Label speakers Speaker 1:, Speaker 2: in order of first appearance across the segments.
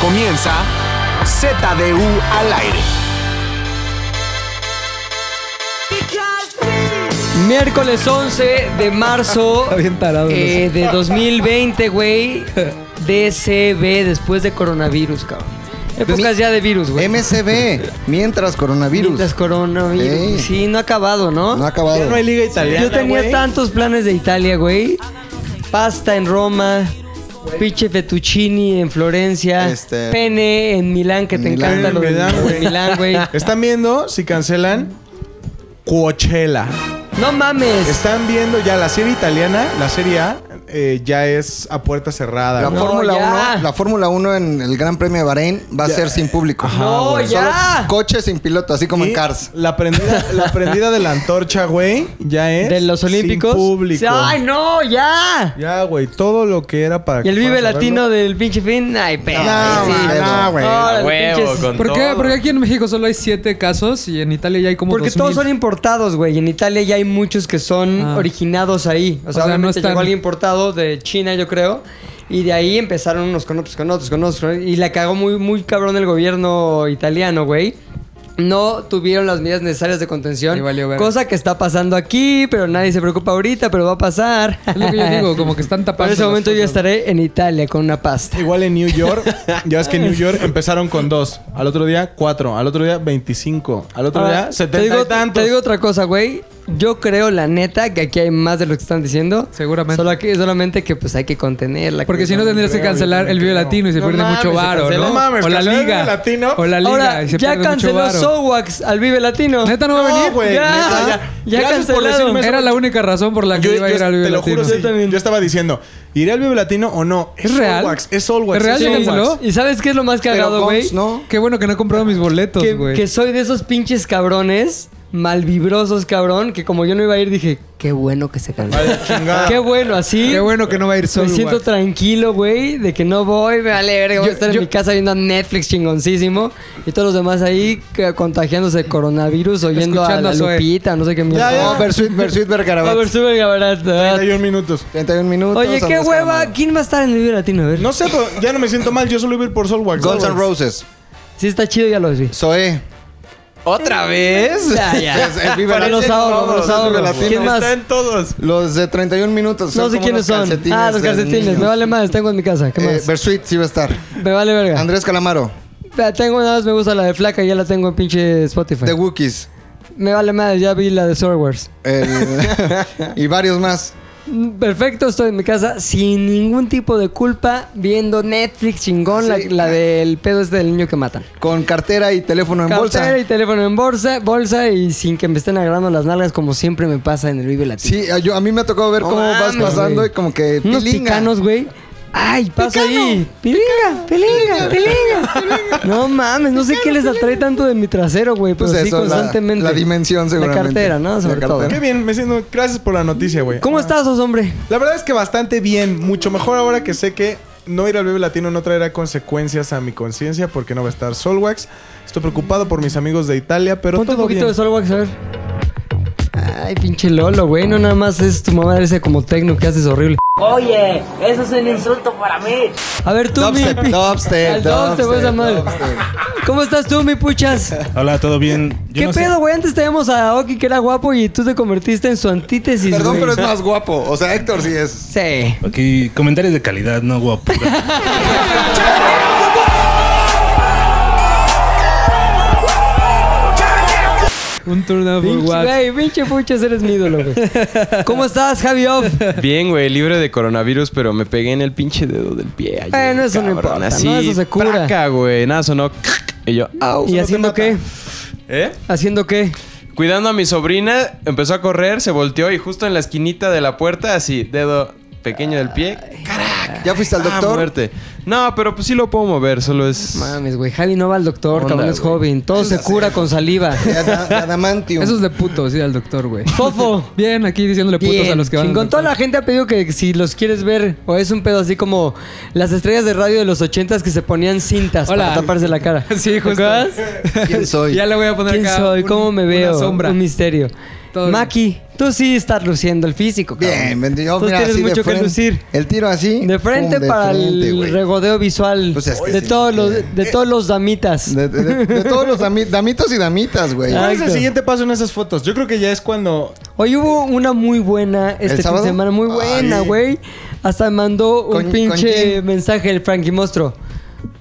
Speaker 1: Comienza ZDU al aire.
Speaker 2: Miércoles 11 de marzo
Speaker 3: bien tarado.
Speaker 2: eh, de 2020, güey. DCB, después de coronavirus, cabrón.
Speaker 4: Eh, pues,
Speaker 2: Épocas ya de virus, güey.
Speaker 4: MCB, mientras coronavirus.
Speaker 2: Mientras coronavirus.
Speaker 4: Ey.
Speaker 2: Sí, no ha acabado, ¿no?
Speaker 4: Eh. No ha acabado.
Speaker 3: no hay liga italiana.
Speaker 2: Yo tenía
Speaker 3: güey.
Speaker 2: tantos planes de Italia, güey. Pasta en Roma, pinche fettuccini en Florencia,
Speaker 4: Este-
Speaker 2: pene en Milán, que
Speaker 4: En
Speaker 2: te
Speaker 4: Milán.
Speaker 2: encanta lo de
Speaker 3: En Milán, güey.
Speaker 2: en Milán, güey.
Speaker 3: Están viendo si cancelan Coachella.
Speaker 2: No mames.
Speaker 3: Están viendo ya la serie italiana, la serie A, eh, ya es a puerta cerrada.
Speaker 4: La
Speaker 3: güey.
Speaker 2: No,
Speaker 4: Fórmula
Speaker 2: ya.
Speaker 4: 1, la Fórmula 1 en el Gran Premio de Bahrein va a ser sin público.
Speaker 2: No,
Speaker 4: güey.
Speaker 2: ya.
Speaker 4: Solo coches sin piloto, así como
Speaker 3: Y
Speaker 4: en Cars.
Speaker 3: La prendida, la prendida de la antorcha, güey, ya es.
Speaker 2: de los
Speaker 3: sin
Speaker 2: Olímpicos.
Speaker 3: público.
Speaker 2: Ay, no, ya.
Speaker 3: Ya, güey, todo lo que era para.
Speaker 2: Y el
Speaker 3: que
Speaker 2: Vive
Speaker 3: fuera
Speaker 2: Latino del pinche fin. Ay, pero.
Speaker 3: cerrado.
Speaker 2: sí.
Speaker 4: man,
Speaker 3: No,
Speaker 4: no,
Speaker 3: no, güey.
Speaker 2: Órale,
Speaker 5: Huevo,
Speaker 2: pinches.
Speaker 5: con
Speaker 6: ¿Por qué?
Speaker 5: todo.
Speaker 6: Porque aquí en México solo hay siete casos y en Italia ya hay como
Speaker 2: Porque
Speaker 6: 2000.
Speaker 2: todos son importados, güey. En Italia ya hay muchos que son
Speaker 6: Ah.
Speaker 2: originados ahí. O sea,
Speaker 6: O sea, no
Speaker 2: obviamente
Speaker 6: están-
Speaker 2: llegó alguien importado de China, yo creo. Y de ahí empezaron unos con otros, con otros, con otros. con otros. Y la cagó muy, muy cabrón el gobierno italiano, güey. No tuvieron las medidas necesarias de contención.
Speaker 6: Sí, valió verga.
Speaker 2: cosa que está pasando aquí, pero nadie se preocupa ahorita, pero va a pasar.
Speaker 6: Es lo que yo digo, como que están tapando.
Speaker 2: Para ese
Speaker 6: las
Speaker 2: momento yo
Speaker 6: cosas.
Speaker 2: estaré en Italia con una pasta.
Speaker 3: Igual en New York, ya es que en New York empezaron con dos. Al otro día, cuatro. Al otro día, veinticinco. Al otro
Speaker 2: Ahora,
Speaker 3: día, setenta
Speaker 2: Ah, te digo,
Speaker 3: y tantos.
Speaker 2: te digo otra cosa, güey. Yo creo, la neta, que aquí hay más de lo que están diciendo.
Speaker 6: Seguramente.
Speaker 2: Solo que- solamente que pues hay que contenerla.
Speaker 6: Porque
Speaker 2: que
Speaker 6: si no tendrías que
Speaker 3: creo,
Speaker 6: cancelar
Speaker 3: yo
Speaker 6: el Vive
Speaker 3: creo.
Speaker 6: Latino y se
Speaker 2: No
Speaker 6: pierde
Speaker 2: mames,
Speaker 6: mucho
Speaker 2: se
Speaker 6: varo,
Speaker 2: cancela.
Speaker 3: No
Speaker 6: ¿no?
Speaker 3: mames,
Speaker 6: o la
Speaker 3: cancelar el
Speaker 6: liga.
Speaker 3: Vive Latino.
Speaker 6: O la liga
Speaker 2: Ahora,
Speaker 6: y
Speaker 2: ya
Speaker 6: se pierde mucho
Speaker 2: canceló
Speaker 6: varo.
Speaker 2: Sowax al Vive Latino.
Speaker 6: Neta no va a venir.
Speaker 3: güey,
Speaker 2: ya,
Speaker 3: neta,
Speaker 2: ya, ya
Speaker 3: Gracias por
Speaker 2: cancelado.
Speaker 3: decirme eso,
Speaker 6: Era la única razón por la que
Speaker 3: Yo,
Speaker 6: iba a ir
Speaker 3: yo-
Speaker 6: al Vive
Speaker 3: te lo
Speaker 6: Latino.
Speaker 3: juro, sí. yo estaba diciendo, ¿iré al Vive Latino o no?
Speaker 6: ¿Es real?
Speaker 3: Solwax, es Solwax.
Speaker 6: ¿Es real?
Speaker 3: Solwax.
Speaker 6: canceló?
Speaker 2: ¿Y sabes qué es lo más cagado, güey?
Speaker 4: Cons, ¿no?
Speaker 6: Qué bueno que no he comprado mis boletos,
Speaker 2: Que,
Speaker 6: güey.
Speaker 2: que soy de esos pinches cabrones, malvibrosos cabrón, que como yo no iba a ir dije, qué bueno que se canceló.
Speaker 3: Ay, chingada.
Speaker 2: Qué bueno, así.
Speaker 6: Qué bueno que no va a ir solo.
Speaker 2: Me siento tranquilo, güey, de que no voy, me vale verga, voy a
Speaker 6: Yo-
Speaker 2: estar en
Speaker 6: yo-
Speaker 2: mi casa viendo Netflix chingoncísimo y todos los demás ahí que- contagiándose de coronavirus o yendo a
Speaker 6: Escuchando
Speaker 2: la
Speaker 6: a Zoe.
Speaker 2: Lupita, no sé qué mierda.
Speaker 3: ya.
Speaker 4: No, Versuit, Versuit,
Speaker 2: A ver,
Speaker 4: Vergarabat.
Speaker 2: sube, camarada.
Speaker 3: 31 minutos.
Speaker 4: 31 minutos.
Speaker 2: Oye, qué
Speaker 4: Andrés
Speaker 2: hueva,
Speaker 4: Calamaro.
Speaker 2: ¿quién va a estar en el video latino? A ver.
Speaker 3: No sé, pero ya no me siento mal. Yo solo iba a ir por Solwax.
Speaker 4: Guns N'
Speaker 3: Solwax.
Speaker 4: Roses.
Speaker 2: Sí está chido, ya lo vi.
Speaker 4: Zoe.
Speaker 5: ¿Otra vez?
Speaker 2: Ya, ya.
Speaker 4: Es- es Vive
Speaker 2: Para los
Speaker 4: Latino,
Speaker 2: ahorros,
Speaker 4: todos,
Speaker 2: los
Speaker 4: es Vive
Speaker 2: ahorros.
Speaker 4: Latino.
Speaker 2: ¿Quién más?
Speaker 5: Está en todos.
Speaker 4: Los de 31 minutos.
Speaker 2: No sé
Speaker 4: como
Speaker 2: quiénes
Speaker 4: unos
Speaker 2: son.
Speaker 4: calcetines
Speaker 2: Ah, los
Speaker 4: de
Speaker 2: calcetines.
Speaker 4: niños.
Speaker 2: Me vale más, tengo en mi casa. ¿Qué
Speaker 4: Eh,
Speaker 2: más? Ah.
Speaker 4: Versuit sí va a estar.
Speaker 2: Me vale verga.
Speaker 4: Andrés Calamaro.
Speaker 2: Tengo nada más, me gusta la de Flaca, ya la tengo en pinche Spotify.
Speaker 4: The Wookiees.
Speaker 2: Me vale más, ya vi la de Star Wars.
Speaker 4: el- y varios más.
Speaker 2: Mm, Perfecto, estoy en mi casa sin ningún tipo de culpa viendo Netflix chingón, la,
Speaker 4: Sí.
Speaker 2: la del pedo este del niño que matan.
Speaker 4: Con cartera y teléfono en
Speaker 2: Cartera
Speaker 4: bolsa.
Speaker 2: y teléfono en bolsa, bolsa y sin que me estén agarrando las nalgas como siempre me pasa en el Vive Latino.
Speaker 4: Sí, a, yo- a mí me ha tocado ver
Speaker 2: No
Speaker 4: cómo vas
Speaker 2: mames,
Speaker 4: pasando
Speaker 2: güey.
Speaker 4: y como que
Speaker 2: Unos
Speaker 4: pilinga.
Speaker 2: picanos, güey. Ay, pasa ahí. Pilinga, pilinga, pilinga. No mames, no sé qué les atrae tanto de mi trasero, güey, pero
Speaker 4: Pues
Speaker 2: sí
Speaker 4: eso, la-
Speaker 2: constantemente.
Speaker 4: la dimensión, seguramente.
Speaker 2: La cartera, ¿no?
Speaker 4: La
Speaker 2: Sobre todo.
Speaker 4: cartera.
Speaker 3: Qué bien, me siento. Gracias por la noticia, güey.
Speaker 2: ¿Cómo estás, os hombre?
Speaker 3: La verdad es que bastante bien. Mucho mejor ahora que sé que no ir al Vive Latino no traerá consecuencias a mi conciencia porque no va a estar Solwax. Estoy preocupado por mis amigos de Italia, pero
Speaker 2: Ponte un
Speaker 3: todo
Speaker 2: poquito
Speaker 3: bien.
Speaker 2: de Solwax, a ver. Ay, pinche Lolo, güey. No nada más es tu mamá ese como tecno que haces horrible.
Speaker 7: Oye, eso es un insulto para mí.
Speaker 2: A ver, tú, mi.
Speaker 4: Dubstep, dubstep,
Speaker 2: Al dubstep,
Speaker 4: dubstep,
Speaker 2: esa madre.
Speaker 4: dubstep.
Speaker 2: ¿Cómo estás tú, mi puchas?
Speaker 8: Hola, ¿todo bien? Yo
Speaker 2: ¿Qué
Speaker 8: no sé-
Speaker 2: pedo, güey? Antes teníamos a Oki que era guapo y tú te convertiste en su antítesis.
Speaker 4: Perdón,
Speaker 2: güey.
Speaker 4: pero es más guapo. O sea, Héctor sí es.
Speaker 2: Sí.
Speaker 8: Aquí, comentarios de calidad, no guapo.
Speaker 6: Un turno por
Speaker 2: Pinche,
Speaker 6: WhatsApp.
Speaker 2: Güey, pinche puchas, eres mi ídolo, güey. ¿Cómo estás, Javi Off?
Speaker 5: Bien, güey, libre de coronavirus, pero me pegué en el pinche dedo del pie. Ayer,
Speaker 2: Bueno, eso no importa, ¿no? Eso se cura.
Speaker 5: praca, güey. Nada, sonó. Y yo, "Ah, au.
Speaker 2: ¿Y haciendo qué?
Speaker 5: ¿Eh?
Speaker 2: ¿Haciendo qué?
Speaker 5: Cuidando a mi sobrina, empezó a correr, se volteó y justo en la esquinita de la puerta, así, dedo pequeño del pie.
Speaker 4: ¿Ya fuiste al
Speaker 5: ah,
Speaker 4: doctor?
Speaker 5: muerte. No, pero pues sí lo puedo mover, solo
Speaker 3: Pues,
Speaker 5: es.
Speaker 2: Mames, güey. Javi no va al doctor,
Speaker 5: Onda,
Speaker 2: cabrón, es
Speaker 5: güey.
Speaker 2: joven. Todo se cura con saliva.
Speaker 4: De ada- de Adamantium.
Speaker 6: Eso es de putos ir al doctor, güey.
Speaker 2: Fofo.
Speaker 6: Bien, aquí diciéndole putos
Speaker 2: Bien,
Speaker 6: a los que van. al
Speaker 2: chingón.
Speaker 6: doctor.
Speaker 2: toda la gente ha pedido que si los quieres ver, o es un pedo así como las estrellas de radio de los ochentas que se ponían cintas
Speaker 6: Hola.
Speaker 2: para taparse la cara.
Speaker 6: Sí,
Speaker 2: ¿Te
Speaker 6: justo.
Speaker 2: acuerdas?
Speaker 4: ¿Quién soy?
Speaker 6: Ya le voy a poner
Speaker 2: ¿Quién
Speaker 6: acá
Speaker 2: soy?
Speaker 6: un-
Speaker 2: ¿Cómo me veo?
Speaker 6: Una sombra.
Speaker 2: Un misterio.
Speaker 6: Todo
Speaker 2: Maki, tú sí estás luciendo el físico, cabrón.
Speaker 4: Bien, bendigo.
Speaker 2: Tú
Speaker 4: mira,
Speaker 2: tienes
Speaker 4: así
Speaker 2: mucho
Speaker 4: de
Speaker 2: que
Speaker 4: frente.
Speaker 2: lucir.
Speaker 4: El tiro así.
Speaker 2: De frente
Speaker 4: pum, de
Speaker 2: para
Speaker 4: frente,
Speaker 2: el
Speaker 4: güey.
Speaker 2: regodeo visual
Speaker 4: Pues es que
Speaker 2: de,
Speaker 4: sí,
Speaker 2: todos
Speaker 4: que-
Speaker 2: los, de todos los damitas.
Speaker 4: De, de- de- de todos los dami- damitos y damitas, güey.
Speaker 2: Ah,
Speaker 3: ¿Cuál es el
Speaker 2: Exacto.
Speaker 3: siguiente paso en esas fotos? Yo creo que ya es cuando.
Speaker 2: Hoy hubo una muy buena este fin de
Speaker 4: sábado?
Speaker 2: semana, muy buena,
Speaker 4: Ay.
Speaker 2: güey. Hasta mandó un
Speaker 4: ¿Con- con
Speaker 2: pinche
Speaker 4: quién?
Speaker 2: mensaje el Frankie Mostro.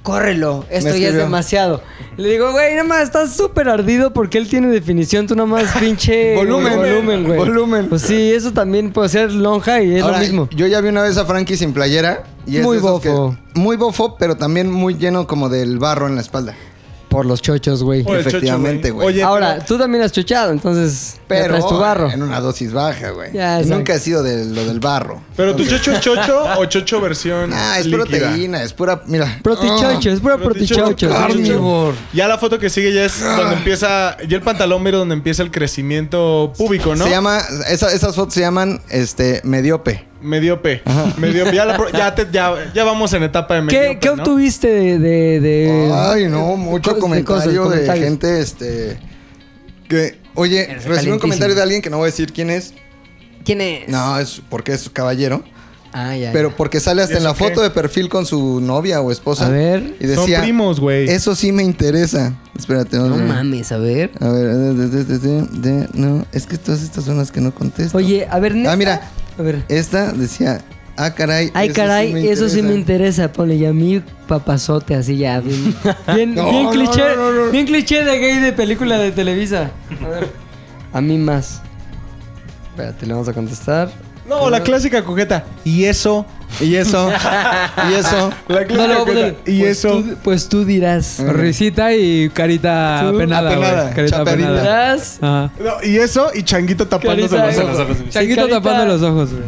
Speaker 2: Córrelo, esto ya es
Speaker 4: escribió.
Speaker 2: demasiado. Le digo, güey, nada más estás súper ardido porque él tiene definición, tú nada más pinche
Speaker 4: Volumen.
Speaker 2: volumen, güey.
Speaker 4: Volumen.
Speaker 2: Pues sí, eso también puede ser lonja y es
Speaker 4: Ahora,
Speaker 2: lo mismo.
Speaker 4: Yo ya vi una vez a Frankie sin playera. Y es
Speaker 2: Muy
Speaker 4: de esos que-
Speaker 2: bofo.
Speaker 4: muy bofo, pero también muy lleno como del barro en la espalda.
Speaker 2: Por los chochos, güey.
Speaker 3: Por el chocho,
Speaker 4: Efectivamente, güey.
Speaker 3: Oye,
Speaker 2: Ahora,
Speaker 3: pero-
Speaker 2: tú también has chochado, entonces ya
Speaker 4: Pero
Speaker 2: traes tu barro.
Speaker 4: en una dosis baja, güey.
Speaker 2: Ya,
Speaker 4: Y
Speaker 2: exacto.
Speaker 4: Nunca he sido de lo del barro.
Speaker 3: Pero tu chocho es chocho o chocho versión.
Speaker 4: Ah, es
Speaker 3: líquida?
Speaker 4: proteína, es pura, mira. Ah.
Speaker 2: Protichocho, es pura protichocho.
Speaker 4: Carnívoro.
Speaker 3: Ya la foto que sigue ya es
Speaker 4: Ah.
Speaker 3: donde empieza. Ya el pantalón, mira donde empieza el crecimiento púbico, ¿no?
Speaker 4: Se llama, esa- esas fotos se llaman este mediope.
Speaker 3: Mediope. Mediope. Ya, la pro- ya, te- ya- ya vamos en etapa de mediope.
Speaker 2: ¿Qué, ¿qué
Speaker 3: ¿no?
Speaker 2: obtuviste de, de- de-
Speaker 4: Ay, no,
Speaker 2: de
Speaker 4: mucho
Speaker 2: cosas,
Speaker 4: comentario de,
Speaker 2: comentarios?
Speaker 4: gente, este. Que, oye, recibí
Speaker 2: calentísimo.
Speaker 4: un comentario de alguien que no voy a decir quién es.
Speaker 2: ¿Quién es?
Speaker 4: No, es porque es caballero.
Speaker 2: Ah, ya.
Speaker 4: Pero porque sale
Speaker 3: ¿Y
Speaker 4: hasta en
Speaker 3: eso
Speaker 4: la foto
Speaker 3: qué?
Speaker 4: de perfil con su novia o esposa.
Speaker 2: A ver.
Speaker 4: Y decía,
Speaker 3: Son primos, güey.
Speaker 4: Eso sí me interesa. Espérate,
Speaker 2: ya.
Speaker 4: no,
Speaker 2: No mames, a ver.
Speaker 4: A ver, de- de- de- de- de- no, es que todas estas son las que no contesto.
Speaker 2: Oye, a ver, neta.
Speaker 4: Ah, mira.
Speaker 2: A ver.
Speaker 4: Esta decía, ah, caray.
Speaker 2: Ay,
Speaker 4: eso
Speaker 2: caray,
Speaker 4: me
Speaker 2: eso sí me
Speaker 4: interesa.
Speaker 2: interesa, ponle ya mi papazote así ya. Bien, bien,
Speaker 4: No,
Speaker 2: bien
Speaker 4: no,
Speaker 2: cliché.
Speaker 4: no, no, no.
Speaker 2: Bien cliché de gay de película de Televisa. A ver. A mí más. Espérate, le vamos a contestar.
Speaker 3: No, la clásica coqueta. Y eso.
Speaker 4: Y eso, y eso.
Speaker 3: La
Speaker 2: No,
Speaker 3: clásica
Speaker 2: no,
Speaker 3: coqueta.
Speaker 2: pues,
Speaker 3: Y
Speaker 2: pues
Speaker 3: eso.
Speaker 2: tú- pues tú dirás.
Speaker 6: bien. Risita y carita
Speaker 2: Tú,
Speaker 6: penada,
Speaker 4: apenada,
Speaker 6: Carita
Speaker 4: chaperita.
Speaker 6: penada.
Speaker 2: Dirás.
Speaker 6: Ajá.
Speaker 3: No, y eso y Changuito tapándose
Speaker 2: Carita
Speaker 3: los
Speaker 2: de-
Speaker 3: ojos.
Speaker 6: Changuito
Speaker 2: Carita-
Speaker 6: tapando los ojos, güey.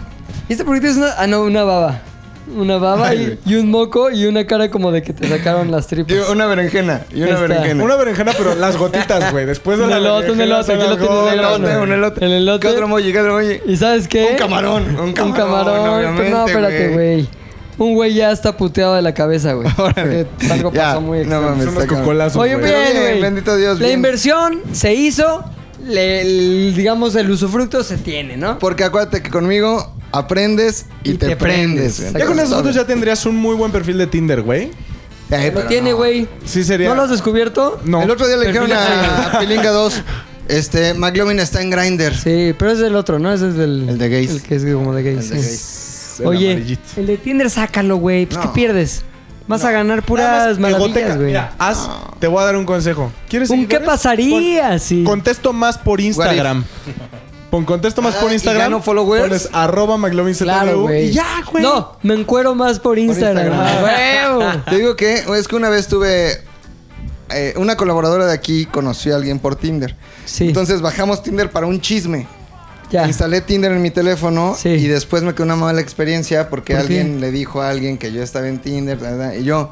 Speaker 2: Y este proyecto es una. Ah, no, una baba. Una baba y, y un moco y una cara como de que te sacaron las tripas.
Speaker 4: Y una berenjena, y una
Speaker 2: Esta.
Speaker 4: berenjena.
Speaker 3: Una berenjena, pero las gotitas, güey. Después de
Speaker 2: Un
Speaker 3: la
Speaker 2: elote, un
Speaker 3: berenjena,
Speaker 2: elote,
Speaker 3: son
Speaker 2: aquí
Speaker 3: las
Speaker 2: lo tiene negro,
Speaker 3: gotas,
Speaker 2: ¿no?
Speaker 3: güey.
Speaker 4: un elote.
Speaker 2: El elote.
Speaker 4: ¿Qué otro molle? ¿Qué otro molle?
Speaker 2: ¿Y sabes qué?
Speaker 4: Un camarón, un
Speaker 2: Un
Speaker 4: camarón,
Speaker 2: camarón. Pero no,
Speaker 4: obviamente,
Speaker 2: espérate,
Speaker 4: güey.
Speaker 2: güey. Un güey ya está puteado de la cabeza, güey.
Speaker 4: Órale.
Speaker 2: Porque Algo
Speaker 4: Ya,
Speaker 2: pasó muy
Speaker 4: no
Speaker 2: extraño.
Speaker 3: Son
Speaker 4: mames.
Speaker 3: los
Speaker 4: Está cabrón.
Speaker 3: cocolazos,
Speaker 2: Oye,
Speaker 3: güey.
Speaker 4: Pero
Speaker 2: bien,
Speaker 4: bien,
Speaker 2: güey.
Speaker 4: bendito Dios,
Speaker 2: La
Speaker 4: bien.
Speaker 2: inversión se hizo, le- el- digamos, el usufructo se tiene, ¿no?
Speaker 4: Porque acuérdate que conmigo aprendes y,
Speaker 2: Y
Speaker 4: te,
Speaker 2: te prendes.
Speaker 4: prendes.
Speaker 3: Ya con esas fotos ya tendrías un muy buen perfil de Tinder, güey.
Speaker 4: Eh,
Speaker 2: Lo
Speaker 4: pero
Speaker 2: tiene,
Speaker 4: no.
Speaker 2: güey.
Speaker 3: Sí sería.
Speaker 2: ¿No lo has descubierto?
Speaker 3: No.
Speaker 4: El otro día le dijeron
Speaker 2: Perfil
Speaker 4: a Pilinga 2, este, McLovin está en Grindr.
Speaker 2: Sí, pero es del otro, ¿no? Ese es del...
Speaker 4: El de gays.
Speaker 2: El que es como de gays.
Speaker 4: El de
Speaker 2: sí.
Speaker 4: gays.
Speaker 3: El
Speaker 2: Oye,
Speaker 3: amarillito.
Speaker 2: el de Tinder sácalo, güey. Pues, ¿Qué
Speaker 4: No.
Speaker 2: pierdes? Vas a ganar
Speaker 3: Nada
Speaker 2: puras
Speaker 3: más
Speaker 2: maravillas,
Speaker 3: egoteca.
Speaker 2: güey.
Speaker 3: Mira, haz- te voy a dar un consejo. ¿Quieres
Speaker 2: ¿Un qué
Speaker 3: seguidores?
Speaker 2: pasaría si...?
Speaker 3: Pon- contesto más por Instagram. Pon contesto más por
Speaker 4: Ah, ¿y
Speaker 3: Instagram.
Speaker 4: ya no followers?
Speaker 3: Pones arroba McLovinZW
Speaker 2: Claro, güey.
Speaker 3: y ya, güey.
Speaker 2: No, me encuero más por Instagram. Ah,
Speaker 4: Instagram.
Speaker 2: ¡Huevo!
Speaker 4: Te digo que es que una vez tuve eh, una colaboradora de aquí conoció a alguien por Tinder.
Speaker 2: Sí,
Speaker 4: Entonces bajamos Tinder para un chisme.
Speaker 2: ya.
Speaker 4: Instalé Tinder en mi teléfono
Speaker 2: Sí.
Speaker 4: y después me quedó una mala experiencia porque
Speaker 2: ¿Por qué?
Speaker 4: alguien le dijo a alguien que yo estaba en Tinder bla, bla, y yo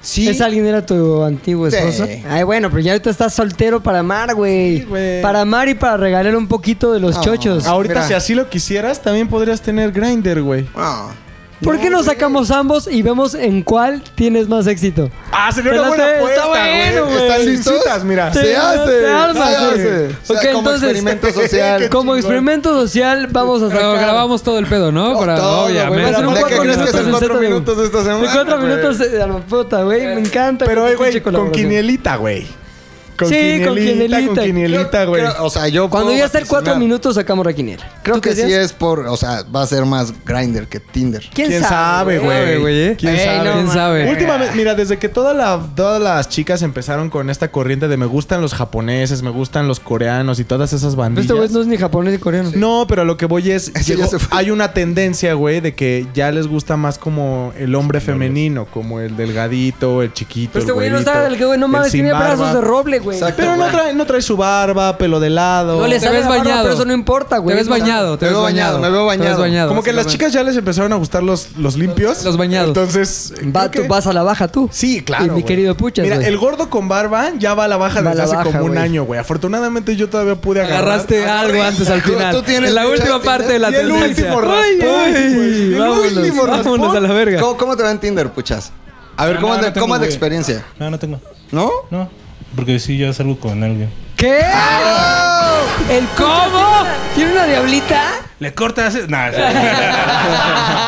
Speaker 4: sí
Speaker 2: ¿Esa alguien era tu antiguo
Speaker 4: Sí.
Speaker 2: esposo? Ay, bueno, pero ya ahorita estás soltero para amar, güey.
Speaker 3: Sí, güey.
Speaker 2: para amar y para regalar un poquito de los
Speaker 4: No.
Speaker 2: chochos.
Speaker 4: Ah,
Speaker 3: Ahorita,
Speaker 4: Mira.
Speaker 3: si así lo quisieras, también podrías tener Grinder, güey.
Speaker 4: Ah,
Speaker 2: ¿Por qué no sacamos ambos y vemos en cuál tienes más éxito?
Speaker 3: Ah, sería una
Speaker 2: Pero
Speaker 3: buena
Speaker 2: te-
Speaker 3: apuesta,
Speaker 2: está bueno,
Speaker 3: güey.
Speaker 2: güey.
Speaker 3: Están
Speaker 4: ¿Listos?
Speaker 3: listitas, mira.
Speaker 2: Sí.
Speaker 4: se hace,
Speaker 2: se arma,
Speaker 4: se
Speaker 2: sí.
Speaker 4: hace. O
Speaker 2: Ok,
Speaker 4: sea, como
Speaker 2: entonces-
Speaker 4: experimento social.
Speaker 2: Como
Speaker 3: chingón.
Speaker 2: experimento social, vamos a sacar.
Speaker 6: Pero grabamos todo el pedo, ¿no?
Speaker 4: Oh,
Speaker 6: Para,
Speaker 4: todo, güey,
Speaker 6: obviamente.
Speaker 2: Va a ser un
Speaker 4: ¿De qué
Speaker 2: cuatro
Speaker 4: crees que
Speaker 2: minutos
Speaker 4: es
Speaker 2: en
Speaker 4: el cuatro
Speaker 2: Z de U.
Speaker 4: minutos de esta semana?
Speaker 2: De cuatro
Speaker 4: güey?
Speaker 2: minutos de a la puta, güey. Me encanta.
Speaker 3: Pero,
Speaker 2: esta
Speaker 3: oye, güey,
Speaker 2: pinche
Speaker 3: con
Speaker 2: colaboración.
Speaker 3: quinielita, güey.
Speaker 2: Sí, con
Speaker 3: Con
Speaker 2: quinielita.
Speaker 3: quinielita, güey.
Speaker 4: Creo- O sea, yo
Speaker 2: Cuando
Speaker 4: puedo
Speaker 2: ya está el cuatro
Speaker 4: vaticinar.
Speaker 2: minutos, sacamos la quiniela.
Speaker 4: Creo
Speaker 2: ¿Tú
Speaker 4: que
Speaker 2: qué
Speaker 4: sí
Speaker 2: decías?
Speaker 4: es por, o sea, va a ser más Grinder que Tinder.
Speaker 2: ¿Quién,
Speaker 3: ¿Quién sabe,
Speaker 6: Sabe, güey, ¿eh?
Speaker 3: ¿Quién
Speaker 2: Ey,
Speaker 3: sabe?
Speaker 2: no
Speaker 6: ¿Quién
Speaker 2: mames.
Speaker 6: sabe?
Speaker 3: Últimamente, mira, desde que toda la- todas las chicas empezaron con esta corriente de me gustan los japoneses, me gustan los coreanos y todas esas
Speaker 2: Pero Este güey
Speaker 3: bandillas.
Speaker 2: no es ni japonés ni coreano.
Speaker 3: No, pero a lo que voy es.
Speaker 4: Ese
Speaker 3: llegó-
Speaker 4: ya se fue.
Speaker 3: hay una tendencia, güey, de que ya les gusta más como el hombre femenino, como el delgadito, el chiquito.
Speaker 2: Pero este
Speaker 3: el
Speaker 2: güey no
Speaker 3: güerito,
Speaker 2: sabe del que, güey. No
Speaker 3: el
Speaker 2: mames,
Speaker 3: sin
Speaker 2: tiene
Speaker 3: barba.
Speaker 2: brazos de roble, güey.
Speaker 4: Exacto.
Speaker 3: Pero no trae, no trae su barba, pelo de lado.
Speaker 2: No le
Speaker 6: Te
Speaker 2: sale
Speaker 6: ves
Speaker 2: la barba,
Speaker 6: bañado.
Speaker 2: pero eso no importa, güey.
Speaker 6: Te ves
Speaker 2: No sabe.
Speaker 6: bañado, te
Speaker 4: Me
Speaker 6: ves
Speaker 4: veo bañado,
Speaker 6: bañado.
Speaker 4: me veo
Speaker 6: Te ves
Speaker 4: bañado.
Speaker 6: bañado.
Speaker 3: como que las chicas ya les empezaron a gustar los, los limpios.
Speaker 6: Los bañados.
Speaker 3: Entonces.
Speaker 2: Va,
Speaker 3: creo que-
Speaker 2: tú vas a la baja tú.
Speaker 3: Sí, claro.
Speaker 2: Y mi
Speaker 3: güey.
Speaker 2: querido Puchas,
Speaker 3: Mira,
Speaker 2: güey.
Speaker 3: el gordo con barba ya va a la baja
Speaker 2: Va a
Speaker 3: desde
Speaker 2: la
Speaker 3: hace
Speaker 2: baja,
Speaker 3: como un
Speaker 2: güey.
Speaker 3: año, güey. Afortunadamente yo todavía pude agarrar.
Speaker 6: Agarraste algo antes al
Speaker 4: Tú-
Speaker 6: final.
Speaker 4: tú tienes
Speaker 6: en la
Speaker 4: mucha
Speaker 6: última
Speaker 4: actitud.
Speaker 6: parte de la
Speaker 3: Y el
Speaker 6: tendencia.
Speaker 3: último raspón,
Speaker 6: Ay, ay,
Speaker 3: güey. El
Speaker 6: vámonos,
Speaker 3: último
Speaker 6: vámonos a la verga.
Speaker 4: ¿Cómo, cómo te va en Tinder, puchas? A ver,
Speaker 8: Ah,
Speaker 4: ¿cómo,
Speaker 8: no,
Speaker 4: es de,
Speaker 8: no tengo,
Speaker 4: cómo es de
Speaker 8: güey.
Speaker 4: experiencia?
Speaker 8: No, no tengo.
Speaker 4: ¿No?
Speaker 8: No. Porque sí, ya salgo con alguien.
Speaker 2: ¿Qué? ¿El cómo? ¿Tiene una diablita?
Speaker 8: Le cortas. Nada.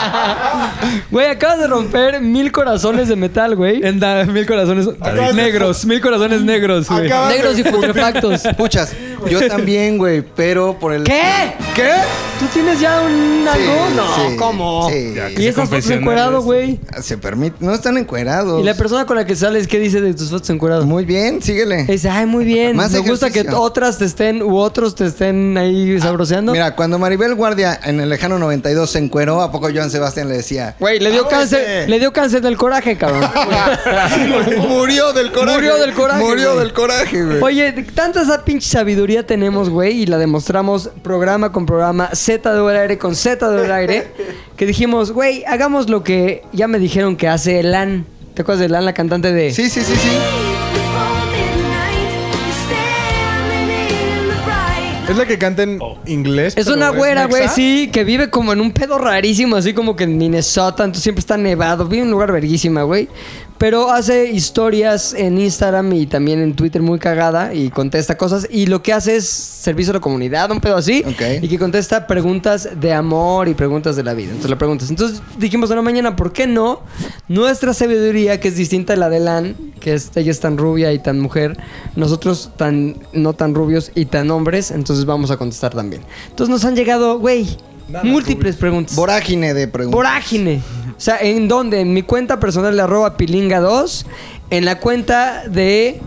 Speaker 2: Güey, acabas de romper mil corazones de metal, güey.
Speaker 6: En da- mil corazones
Speaker 3: Acabas de-
Speaker 6: negros, mil corazones negros, güey.
Speaker 3: Acabas de-
Speaker 2: Negros y putrefactos.
Speaker 4: Puchas, yo también, güey, pero por el...
Speaker 2: ¿Qué?
Speaker 4: ¿Qué?
Speaker 2: ¿Tú tienes ya un
Speaker 4: Sí,
Speaker 2: algo? no,
Speaker 4: sí,
Speaker 2: ¿cómo?
Speaker 4: sí.
Speaker 8: Ya,
Speaker 2: Y
Speaker 8: que
Speaker 2: esas
Speaker 8: se
Speaker 2: fotos encuerado, güey.
Speaker 4: Se permite, no están encuerados.
Speaker 2: Y la persona con la que sales, ¿qué dice de tus fotos encueradas?
Speaker 4: Muy bien, síguele.
Speaker 2: Es, ay, muy bien.
Speaker 4: Más
Speaker 2: Me gusta que
Speaker 4: ejercicio.
Speaker 2: otras te estén u otros te estén ahí sabroseando.
Speaker 4: Mira, cuando Maribel Guardia en el lejano 92 se encueró, ¿a poco Joan Sebastián le decía?
Speaker 2: Güey, le dio
Speaker 3: Ah,
Speaker 2: cáncer,
Speaker 3: ese.
Speaker 2: le dio cáncer del coraje, cabrón.
Speaker 4: Murió del coraje.
Speaker 2: Murió del coraje,
Speaker 4: Murió
Speaker 2: güey.
Speaker 4: del coraje, güey.
Speaker 2: Oye, tanta esa pinche sabiduría tenemos, güey, y la demostramos programa con programa, Z de aire con Z de aire, que dijimos, güey, hagamos lo que ya me dijeron que hace Elan. ¿Te acuerdas de Elan, la cantante de
Speaker 4: Sí, sí, sí, sí.
Speaker 3: Es la que canta en inglés.
Speaker 2: Es
Speaker 3: pero
Speaker 2: una güera, güey,
Speaker 3: mexa.
Speaker 2: sí, que vive como en un pedo rarísimo, así como que en Minnesota, entonces siempre está nevado, vive en un lugar verguísima, güey. Pero hace historias en Instagram y también en Twitter muy cagada y contesta cosas. Y lo que hace es servicio a la comunidad, un pedo así.
Speaker 4: Ok.
Speaker 2: Y que contesta preguntas de amor y preguntas de la vida. Entonces le preguntas. Entonces dijimos una mañana, ¿por qué no? Nuestra sabiduría, que es distinta a la de Lan, que es- ella es tan rubia y tan mujer, nosotros tan no tan rubios y tan hombres, entonces vamos a contestar también. Entonces nos han llegado, güey, múltiples preguntas.
Speaker 4: Vorágine de preguntas.
Speaker 2: Vorágine. O sea, ¿en dónde? En mi cuenta personal de arroba pilinga2, en la cuenta de...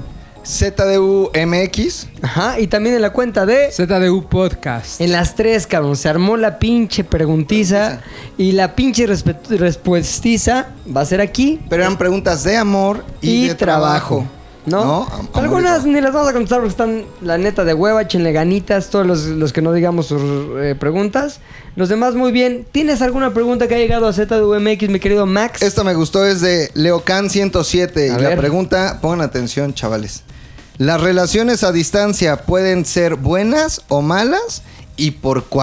Speaker 4: ZDUMX.
Speaker 2: Ajá, y también en la cuenta de...
Speaker 6: ZDU Podcast.
Speaker 2: En las tres, cabrón, se armó la pinche preguntiza y la pinche respe- respuestiza va a ser aquí
Speaker 4: Pero eran preguntas de amor y,
Speaker 2: y,
Speaker 4: de
Speaker 2: trabajo.
Speaker 4: trabajo. Ah,
Speaker 2: ¿No? Pues
Speaker 4: Am-
Speaker 2: Algunas
Speaker 4: amor
Speaker 2: ni las vamos a contestar porque están la neta de hueva, chenle ganitas, todos los, los que no digamos sus eh, preguntas. Los demás muy bien. ¿Tienes alguna pregunta que ha llegado a ZDUMX, mi querido Max?
Speaker 4: y- Esta me gustó, es de Leocan 107.
Speaker 2: A
Speaker 4: y la
Speaker 2: ver.
Speaker 4: pregunta, pongan atención, chavales. ¿Las relaciones a distancia pueden ser buenas o malas y por qué?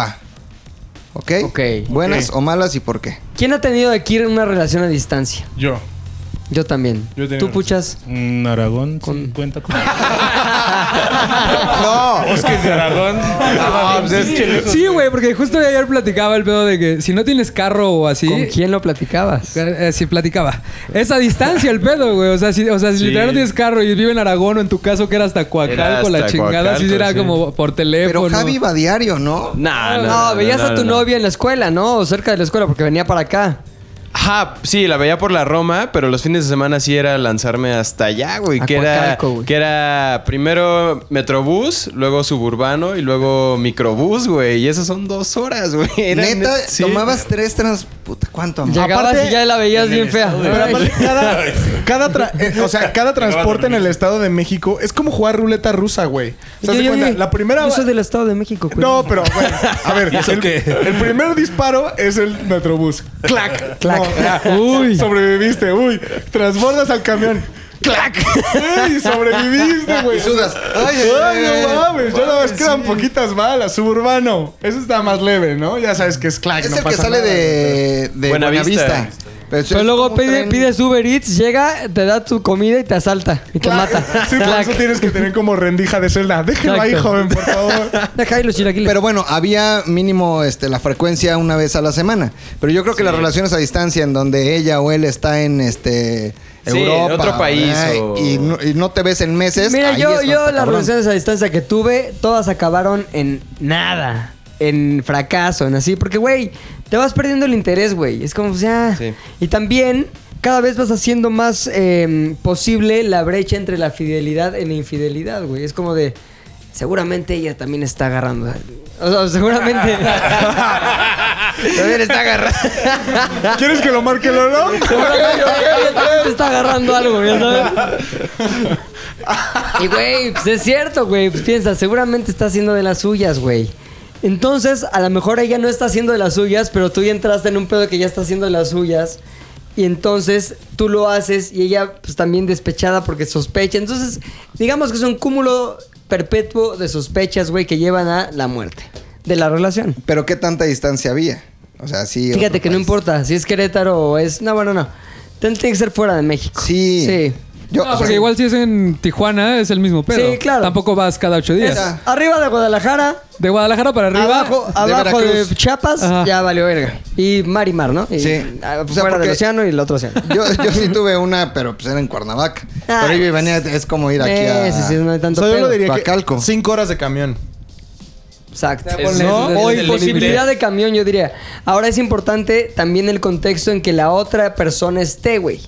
Speaker 4: ¿Ok?
Speaker 2: Ok.
Speaker 4: Buenas o malas y por qué.
Speaker 2: ¿Quién ha tenido aquí una relación a distancia?
Speaker 8: Yo.
Speaker 2: Yo también.
Speaker 8: Yo he tenido
Speaker 2: ¿Tú
Speaker 8: una
Speaker 2: puchas?
Speaker 8: Mm, Aragón.
Speaker 2: Con-
Speaker 8: sí, Cuenta con.
Speaker 4: No,
Speaker 8: Bosques de Aragón.
Speaker 3: Ah, pues
Speaker 6: Sí, güey, porque justo ayer platicaba el pedo de que si no tienes carro o así.
Speaker 2: ¿Con quién lo platicabas?
Speaker 6: Eh, sí, platicaba. Es a distancia el pedo, güey. O sea, si, o sea, si
Speaker 5: Sí.
Speaker 6: literal no tienes carro y vive en Aragón o en tu caso que era hasta
Speaker 5: Era
Speaker 6: Coacalco,
Speaker 5: hasta
Speaker 6: la chingada, sí
Speaker 5: Coacalco,
Speaker 6: era
Speaker 5: sí.
Speaker 6: como por teléfono.
Speaker 4: pero Javi va diario, ¿no?
Speaker 5: Nah,
Speaker 2: no, veías a tu novia en la escuela, ¿no? O cerca de la escuela, porque venía para acá.
Speaker 5: Ajá, sí, la veía por la Roma, pero los fines de semana sí era lanzarme hasta allá, güey.
Speaker 2: A
Speaker 5: Que era,
Speaker 2: Coacalco, güey.
Speaker 5: que era primero Metrobús, luego suburbano y luego microbús, güey. Y esas son dos horas, güey. Era
Speaker 4: Neta,
Speaker 5: net- sí.
Speaker 4: tomabas tres trans... Puta, ¿cuánto amor?
Speaker 2: Llegabas
Speaker 3: Aparte-
Speaker 2: y ya la veías bien fea.
Speaker 3: Pero
Speaker 2: Ay.
Speaker 3: aparte, cada, cada tra- eh, o sea, cada transporte en el Estado de México es como jugar ruleta rusa, güey. O sea,
Speaker 2: Yo-
Speaker 3: haz de
Speaker 2: yo-
Speaker 3: cuenta,
Speaker 2: yo-
Speaker 3: la primera...
Speaker 2: Yo soy del Estado de México, güey.
Speaker 3: No, pero güey, a ver,
Speaker 8: eso
Speaker 3: el,
Speaker 8: qué?
Speaker 3: el primer disparo es el Metrobús. Clac,
Speaker 2: Clac.
Speaker 3: uy, sobreviviste, uy. Transbordas al camión. Clac. Uy, sobreviviste, güey.
Speaker 4: Y sudas.
Speaker 3: Ay,
Speaker 4: Ay, ay, ay, ay.
Speaker 3: no mames, ya nada más quedan poquitas balas, suburbano. Eso está más leve, ¿no? Ya sabes que es clac,
Speaker 4: Es
Speaker 3: no
Speaker 4: el que
Speaker 3: pasa
Speaker 4: sale
Speaker 3: nada.
Speaker 4: de, de
Speaker 5: Buenavista.
Speaker 4: Buenavista. Pero, eso
Speaker 2: Pero
Speaker 4: es
Speaker 2: luego
Speaker 4: como un
Speaker 2: pide,
Speaker 4: tren.
Speaker 2: pides Uber Eats, llega, te da tu comida y te asalta. Y te mata.
Speaker 3: Sí, por
Speaker 2: Clac.
Speaker 3: eso tienes que tener como rendija de celda. Déjelo ahí,
Speaker 2: Exacto.
Speaker 3: joven, por favor.
Speaker 2: Deja ahí los chilaquiles.
Speaker 4: Pero bueno, había mínimo este, la frecuencia una vez a la semana. Pero yo creo que las relaciones a distancia, en donde ella o él está en este
Speaker 5: Sí,
Speaker 4: Europa,
Speaker 5: en otro país o-
Speaker 4: y, no, y no te ves en meses.
Speaker 2: Mira,
Speaker 4: ahí
Speaker 2: yo,
Speaker 4: es
Speaker 2: yo las
Speaker 4: hasta cabrón.
Speaker 2: relaciones a distancia que tuve, todas acabaron en nada. En fracaso, en así. Porque, güey, te vas perdiendo el interés, güey. Es como, o sea...
Speaker 5: Sí.
Speaker 2: Y también cada vez vas haciendo más eh, posible la brecha entre la fidelidad y la infidelidad, güey. Es como de... Seguramente ella también está agarrando. O sea, seguramente... también está agarrando.
Speaker 3: ¿Quieres que lo marque el oro?
Speaker 2: Seguramente ella también te está agarrando algo, ya sabes. Y güey, pues es cierto, güey. Pues piensa, seguramente está haciendo de las suyas, güey. Entonces, a lo mejor ella no está haciendo de las suyas, pero tú ya entraste en un pedo que ya está haciendo de las suyas. Y entonces tú lo haces y ella pues también despechada porque sospecha. Entonces, digamos que es un cúmulo perpetuo de sospechas, güey, que llevan a la muerte de la relación.
Speaker 4: Pero qué tanta distancia había. O sea, sí.
Speaker 2: Fíjate
Speaker 4: otro
Speaker 2: que no
Speaker 4: país.
Speaker 2: importa si es Querétaro o es. No, bueno, no. Tiene que ser fuera de México.
Speaker 4: Sí.
Speaker 2: Sí.
Speaker 4: Yo,
Speaker 6: No, porque igual si es en Tijuana es el mismo pedo.
Speaker 2: Sí, claro.
Speaker 6: Tampoco vas cada ocho días.
Speaker 4: Esa.
Speaker 2: Arriba de Guadalajara,
Speaker 6: De Guadalajara para arriba.
Speaker 2: abajo,
Speaker 4: de
Speaker 2: abajo de,
Speaker 4: Veracruz.
Speaker 2: Chiapas,
Speaker 6: Ajá.
Speaker 2: ya valió verga. Y mar y mar, ¿no? Y,
Speaker 4: Sí.
Speaker 2: ah,
Speaker 4: O sea,
Speaker 2: fuera del
Speaker 4: porque-
Speaker 2: océano y el otro océano.
Speaker 4: Yo, yo sí tuve una, pero pues era en Cuernavaca.
Speaker 2: Ah,
Speaker 4: Por ahí venía, es como ir aquí
Speaker 2: Eh,
Speaker 4: a...
Speaker 2: sí, sí, no hay tanto
Speaker 3: O sea, yo
Speaker 2: pedo.
Speaker 3: lo diría que
Speaker 4: Bacalco.
Speaker 3: cinco horas de camión.
Speaker 2: Exacto.
Speaker 5: Ponle,
Speaker 6: No,
Speaker 5: ese es el-
Speaker 2: O
Speaker 5: ese es el
Speaker 2: imposibilidad
Speaker 5: límite.
Speaker 2: de camión, yo diría. Ahora es importante también el contexto en que la otra persona esté, güey.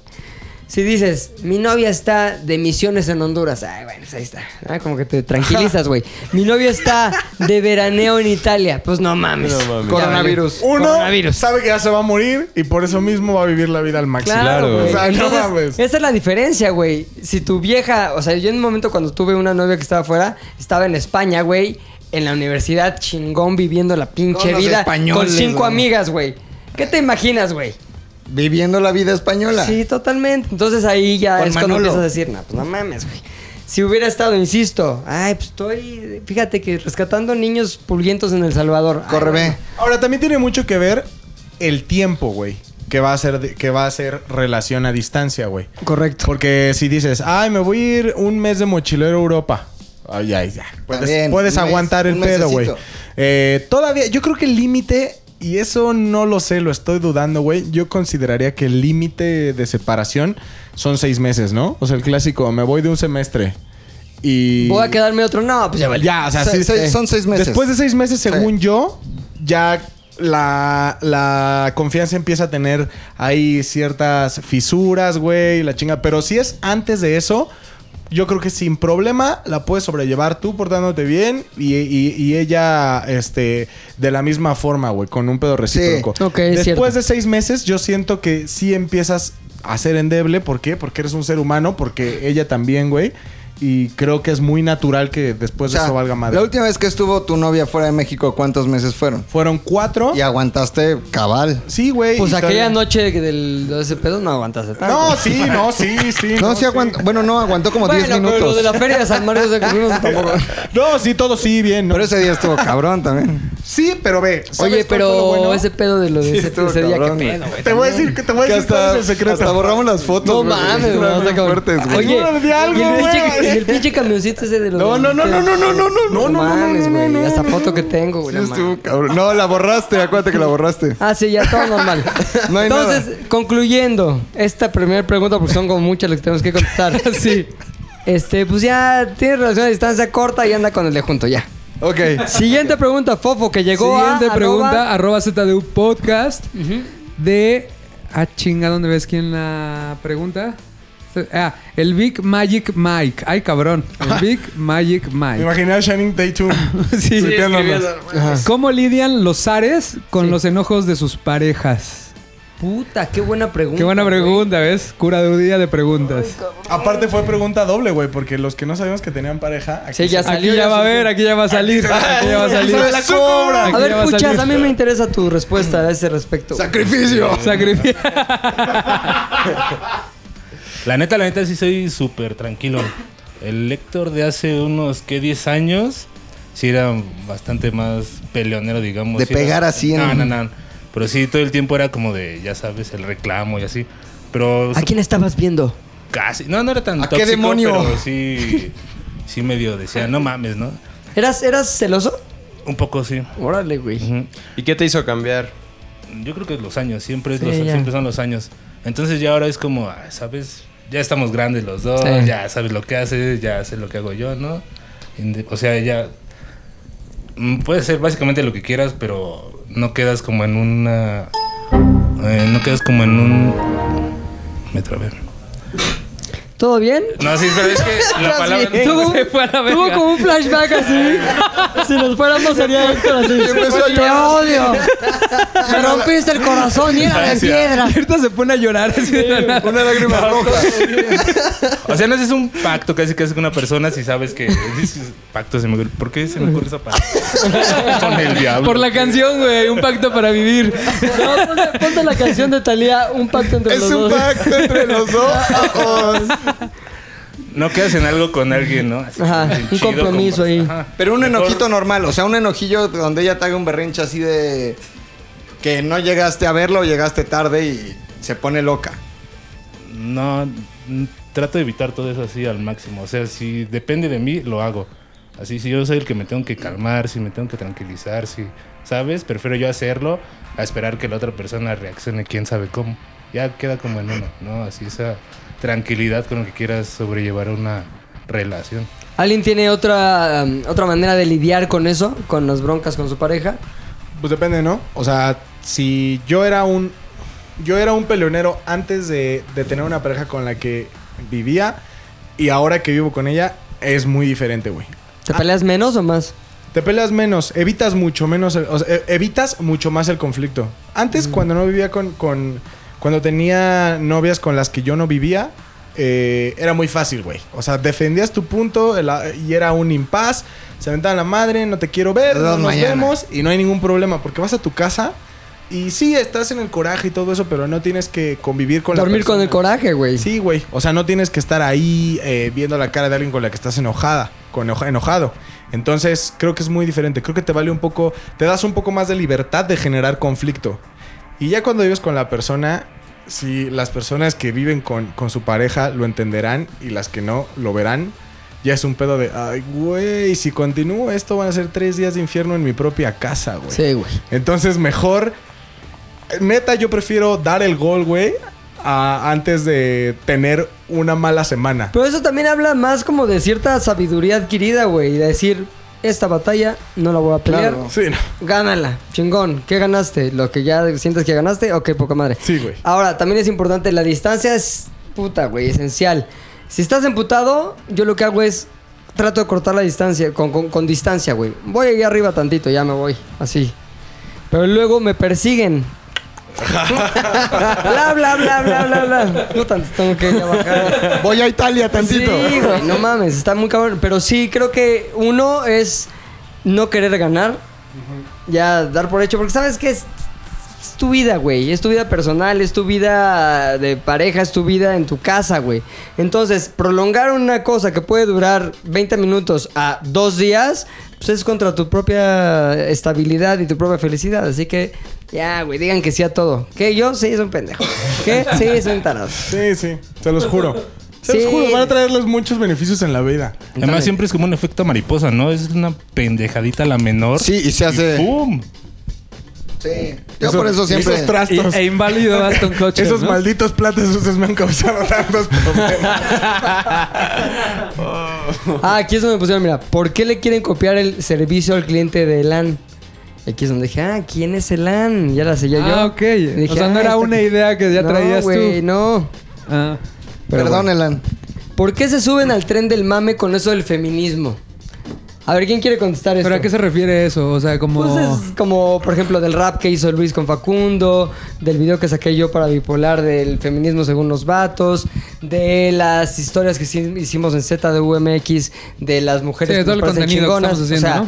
Speaker 2: Si dices, mi novia está de misiones en Honduras, ay, bueno, pues ahí está. Ah, como que te tranquilizas, güey. Mi novia está de veraneo en Italia, pues no mames.
Speaker 4: Coronavirus.
Speaker 3: Uno sabe que ya se va a morir y por eso mismo va a vivir la vida al máximo.
Speaker 5: Claro,
Speaker 2: Claro, güey.
Speaker 5: o
Speaker 3: sea, no
Speaker 2: Entonces,
Speaker 3: mames.
Speaker 2: Esa es la diferencia, güey. Si tu vieja, o sea, yo en un momento cuando tuve una novia que estaba afuera, estaba en España, güey, en la universidad chingón viviendo la pinche
Speaker 4: Con los
Speaker 2: vida con
Speaker 4: españoles,
Speaker 2: cinco
Speaker 4: güey.
Speaker 2: amigas, güey. ¿Qué te imaginas, güey?
Speaker 4: Viviendo la vida española.
Speaker 2: Sí, totalmente. Entonces ahí ya
Speaker 4: Con
Speaker 2: es cuando
Speaker 4: Manolo.
Speaker 2: empiezas a decir, no, pues no mames, güey. Si hubiera estado, insisto, ay, pues estoy, fíjate que rescatando niños pulguientos en El Salvador. Ay,
Speaker 4: Corre,
Speaker 2: bueno.
Speaker 4: ve.
Speaker 3: Ahora también tiene mucho que ver el tiempo, güey, que va a ser de- que va a ser relación a distancia, güey.
Speaker 2: Correcto.
Speaker 3: Porque si dices, "Ay, me voy a ir un mes de mochilero a Europa." Ay, ay, ya. Puedes,
Speaker 4: También,
Speaker 3: puedes
Speaker 4: un mes,
Speaker 3: aguantar el
Speaker 4: un
Speaker 3: pedo, güey.
Speaker 4: mesecito.
Speaker 3: Eh, todavía yo creo que el límite y eso no lo sé, lo estoy dudando, güey. Yo consideraría que el límite de separación son seis meses, ¿no? O sea, el clásico, me voy de un semestre y
Speaker 2: Voy a quedarme otro, no, pues ya vale.
Speaker 3: ya, o sea,
Speaker 4: Se-
Speaker 3: sí,
Speaker 4: se-
Speaker 3: sí.
Speaker 4: son seis meses.
Speaker 3: Después de seis meses, según yo, ya la, la confianza empieza a tener ahí ciertas fisuras, güey, la chinga. Pero si es antes de eso, yo creo que sin problema la puedes sobrellevar tú portándote bien y, y- y ella, este, de la misma forma, güey, con un pedo recíproco.
Speaker 2: ok, es cierto.
Speaker 3: Después de seis meses, yo siento que sí empiezas a ser endeble. ¿Por qué? Porque eres un ser humano, porque ella también, güey. Y creo que es muy natural que después
Speaker 4: O
Speaker 3: de
Speaker 4: sea,
Speaker 3: Pues eso valga madre.
Speaker 4: La última vez que estuvo tu novia fuera de México, ¿cuántos meses fueron?
Speaker 3: Fueron cuatro.
Speaker 4: Y aguantaste cabal.
Speaker 3: Sí, güey.
Speaker 2: Pues
Speaker 3: y
Speaker 2: aquella
Speaker 3: todavía-
Speaker 2: noche del, de ese pedo no aguantaste tanto.
Speaker 3: No, sí, no, sí, sí.
Speaker 4: No, sí aguantó. Bueno, no, aguantó como
Speaker 2: bueno,
Speaker 4: 10
Speaker 2: pero lo
Speaker 4: minutos.
Speaker 2: de la feria de San Mario de que fuimos tampoco.
Speaker 3: No, sí, todo sí, bien. ¿no?
Speaker 4: Pero ese día estuvo cabrón también.
Speaker 3: Sí, pero ve. ¿sabes
Speaker 2: Oye,
Speaker 3: cuál fue lo
Speaker 2: pero
Speaker 3: bueno?
Speaker 2: ese pedo de lo de ese,
Speaker 4: estuvo
Speaker 2: ese día, qué
Speaker 4: cabrón,
Speaker 2: pedo,
Speaker 4: güey.
Speaker 2: güey.
Speaker 3: Te voy a decir que te voy a
Speaker 4: Que
Speaker 3: decir cuál es el secreto.
Speaker 4: hasta borramos las fotos.
Speaker 2: No
Speaker 4: güey.
Speaker 2: mames, güey.
Speaker 4: Estaban
Speaker 2: está
Speaker 4: bien
Speaker 2: cabrón.
Speaker 4: fuertes, güey.
Speaker 2: Oye,
Speaker 3: Ayúdame de algo,
Speaker 2: y el pinche,
Speaker 3: güey.
Speaker 2: y el pinche camioncito ese de los.
Speaker 3: No, no, no, no, no, no, no, no, no, no, no,
Speaker 2: mames,
Speaker 3: no, no,
Speaker 2: güey.
Speaker 3: no,
Speaker 2: Esa
Speaker 3: no,
Speaker 2: foto que tengo, güey.
Speaker 4: Sí
Speaker 2: no
Speaker 4: estuvo
Speaker 2: mames.
Speaker 4: cabrón. No, la borraste. Acuérdate que la borraste.
Speaker 2: Ah, sí, ya todo normal.
Speaker 4: No hay nada.
Speaker 2: Entonces, concluyendo esta primera pregunta, porque son como muchas las que tenemos que contestar. sí. Este, pues ya tiene relación a distancia corta y anda con el de junto, ya.
Speaker 4: Ok.
Speaker 2: Siguiente pregunta, Fofo, que llegó
Speaker 6: Siguiente
Speaker 2: a.
Speaker 6: pregunta,
Speaker 2: arroba-
Speaker 6: arroba ZDU Podcast. De. Ah, chinga, ¿dónde ves quién la pregunta? Ah, el Big Magic Mike. Ay, cabrón. El Big Magic
Speaker 3: Me
Speaker 6: Mike.
Speaker 3: imaginé a Shining Tatum.
Speaker 6: Sí.
Speaker 3: tuiteándonos.
Speaker 6: ¿Cómo lidian los zares con los enojos de sus parejas?
Speaker 2: Puta, qué buena pregunta.
Speaker 6: Qué buena
Speaker 2: güey.
Speaker 6: pregunta, ¿ves? Cura de un día de preguntas.
Speaker 3: Aparte fue pregunta doble, güey, porque los que no sabíamos que tenían pareja. aquí
Speaker 2: Sí, ya
Speaker 6: Aquí
Speaker 2: salió.
Speaker 6: ya va a
Speaker 2: surgió.
Speaker 6: ver, aquí ya va a salir. Aquí ya va a salir.
Speaker 3: ¡La
Speaker 2: A
Speaker 3: cobra!
Speaker 6: Aquí ya
Speaker 2: ver,
Speaker 6: va a
Speaker 2: puchas,
Speaker 6: salir.
Speaker 2: a mí me interesa tu respuesta a ese respecto. güey.
Speaker 4: Sacrificio.
Speaker 6: Sacrificio.
Speaker 8: La neta, la neta, sí soy súper tranquilo. El Héctor de hace unos, ¿qué? 10 años, sí era bastante más peleonero, digamos.
Speaker 4: De
Speaker 8: sí era-
Speaker 4: pegar así en-
Speaker 8: No, no, no. Pero sí, todo el tiempo era como de, ya sabes, el reclamo y así. Pero
Speaker 2: ¿A quién estabas viendo?
Speaker 8: casi. No, no era tan
Speaker 4: ¿A qué
Speaker 8: tóxico,
Speaker 4: demonio?
Speaker 8: pero sí, sí medio decía, no mames, ¿no?
Speaker 2: ¿Eras, eras celoso?
Speaker 8: Un poco sí.
Speaker 2: Órale, güey.
Speaker 8: Ujú.
Speaker 5: ¿Y qué te hizo cambiar?
Speaker 8: Yo creo que los años, siempre, es
Speaker 2: Sí,
Speaker 8: los-
Speaker 2: ya.
Speaker 8: siempre son los años. Entonces ya ahora es como, ah, ¿sabes? Ya estamos grandes los dos,
Speaker 2: Sí.
Speaker 8: ya sabes lo que haces, ya sé lo que hago yo, ¿no? Inde- O sea, ya mm, puedes hacer básicamente lo que quieras, pero no quedas como en una... eh, no quedas como en un... Me trabé.
Speaker 2: ¿Todo bien?
Speaker 8: No, sí, pero es que la palabra...
Speaker 2: Tuvo,
Speaker 6: Se fue a la
Speaker 2: tuvo
Speaker 6: verga.
Speaker 2: como un flashback así. si nos fuéramos sería Héctor así.
Speaker 4: Empezó a
Speaker 2: Te odio. Me rompiste el corazón y era de
Speaker 8: Gracias.
Speaker 2: piedra.
Speaker 6: Ahorita se pone a llorar. así de la nada.
Speaker 4: Una lágrima roja.
Speaker 8: O sea, no es un pacto casi casi con una persona si sabes que... dices, Pacto se me ocurre. ¿Por qué se me ocurre esa palabra? con el diablo.
Speaker 6: Por la canción, güey. Un pacto para vivir.
Speaker 2: No, ponte, ponte la canción de Talía, un pacto entre
Speaker 4: Es
Speaker 2: los
Speaker 4: un
Speaker 2: dos.
Speaker 4: pacto entre los dos.
Speaker 8: No quedas en algo con alguien, ¿no? Así,
Speaker 2: Ajá,
Speaker 8: bien
Speaker 2: un compromiso
Speaker 8: compa-
Speaker 2: ahí.
Speaker 8: Ajá.
Speaker 4: Pero un
Speaker 8: Mejor-
Speaker 4: enojito normal, o sea, un enojillo donde ella te haga un berrinche así de que no llegaste a verlo, llegaste tarde y se pone loca.
Speaker 8: No, mm, trato de evitar todo eso así al máximo. O sea, si depende de mí, lo hago. Así, si yo soy el que me tengo que calmar, si me tengo que tranquilizar, si, ¿sabes? Prefiero yo hacerlo a esperar que la otra persona reaccione, quién sabe cómo. Ya queda como en uno, ¿no? Así esa tranquilidad con la que quieras sobrellevar una relación.
Speaker 2: ¿Alguien tiene otra, um, otra manera de lidiar con eso? ¿Con las broncas con su pareja?
Speaker 3: Pues depende, ¿no? O sea, si yo era un. Yo era un peleonero antes de, de tener una pareja con la que vivía. Y ahora que vivo con ella, es muy diferente, güey.
Speaker 2: ¿Te peleas menos o más?
Speaker 3: Te peleas menos, evitas mucho menos, el- o sea, e- evitas mucho más el conflicto.
Speaker 2: Mm.
Speaker 3: Antes, cuando no vivía con, con- Cuando tenía novias con las que yo no vivía, eh, era muy fácil, güey. O sea, defendías tu punto el- y era un impas. Se aventaban la madre, no te quiero ver,
Speaker 4: Nos
Speaker 3: no
Speaker 4: vemos
Speaker 3: nos
Speaker 4: mañana.
Speaker 3: vemos y no hay ningún problema porque vas a tu casa y sí, estás en el coraje y todo eso, pero no tienes que convivir con la
Speaker 2: Dormir con el
Speaker 3: persona.
Speaker 2: coraje, güey.
Speaker 3: Sí, güey. O sea, no tienes que estar ahí eh, viendo la cara de alguien con la que estás enojada, con enoja- enojado. Entonces, creo que es muy diferente. Creo que te vale un poco, te das un poco más de libertad de generar conflicto. Y ya cuando vives con la persona, si las personas que viven con, con su pareja lo entenderán y las que no lo verán, ya es un pedo de, ay, güey, si continúo esto van a ser tres días de infierno en mi propia casa, güey.
Speaker 2: Sí, güey.
Speaker 3: Entonces, mejor. Neta, yo prefiero dar el gol, güey, a- antes de tener una mala semana.
Speaker 2: Pero eso también habla más como de cierta sabiduría adquirida, güey. De decir, esta batalla no la voy a pelear.
Speaker 4: Claro.
Speaker 3: Sí, no.
Speaker 2: Gánala, chingón. ¿Qué ganaste? ¿Lo que ya sientes que ganaste? Ok, poca madre.
Speaker 3: Sí, güey.
Speaker 2: Ahora, también es importante, la distancia es puta, güey, esencial. Si estás emputado, yo lo que hago es trato de cortar la distancia, con, con- con distancia, güey. Voy ahí arriba tantito, ya me voy, así. Pero luego me persiguen. bla, bla, bla, bla, bla, bla. Puta, entonces tengo que ya bajar.
Speaker 4: Voy a Italia tantito.
Speaker 2: Sí, güey, no mames, está muy cabrón. Pero sí, creo que uno es no querer ganar, ya dar por hecho, porque sabes que es, es tu vida, güey. Es tu vida personal, es tu vida de pareja, es tu vida en tu casa, güey. Entonces, prolongar una cosa que puede durar 20 minutos a dos días, pues es contra tu propia estabilidad y tu propia felicidad. Así que, ya, güey, digan que sí a todo. ¿Qué? Yo sí, es un pendejo. ¿Qué? Sí, es un tarado.
Speaker 3: Sí, sí. Se los juro. Se
Speaker 2: Sí.
Speaker 3: los juro, van a traerles muchos beneficios en la vida.
Speaker 8: Además, siempre es como un efecto mariposa, ¿no? Es una pendejadita la menor.
Speaker 4: Sí, y se hace-
Speaker 8: y ¡Pum!
Speaker 4: Sí. Yo por eso siempre.
Speaker 3: Esos trastos.
Speaker 6: Y- e inválido Aston Kutcher.
Speaker 3: esos
Speaker 6: ¿no?
Speaker 3: malditos platos sucios me han causado tantos problemas.
Speaker 2: Ah, aquí es donde me pusieron, mira, ¿por qué le quieren copiar el servicio al cliente de LAN? Y Aquí es donde dije, ah, ¿quién es Elan? Ya la sellé yo.
Speaker 6: Ah, ok.
Speaker 2: Y dije,
Speaker 6: O sea, no era
Speaker 2: esta-
Speaker 6: una idea que ya traías
Speaker 2: no, güey,
Speaker 6: tú.
Speaker 2: No,
Speaker 6: Ah.
Speaker 2: Pero
Speaker 4: Perdón,
Speaker 2: bueno.
Speaker 4: Elan.
Speaker 2: ¿Por qué se suben al tren del mame con eso del feminismo? A ver, ¿quién quiere contestar esto?
Speaker 6: ¿Pero a qué se refiere eso? O sea, como...
Speaker 2: Pues es como, por ejemplo, del rap que hizo Luis con Facundo, del video que saqué yo para Bipolar del feminismo según los vatos, de las historias que sí- hicimos en ZDUMX, de las mujeres
Speaker 6: Sí,
Speaker 2: que nos
Speaker 6: todo el
Speaker 2: parecen
Speaker 6: contenido que
Speaker 2: chingonas.
Speaker 6: estamos haciendo,
Speaker 2: o sea,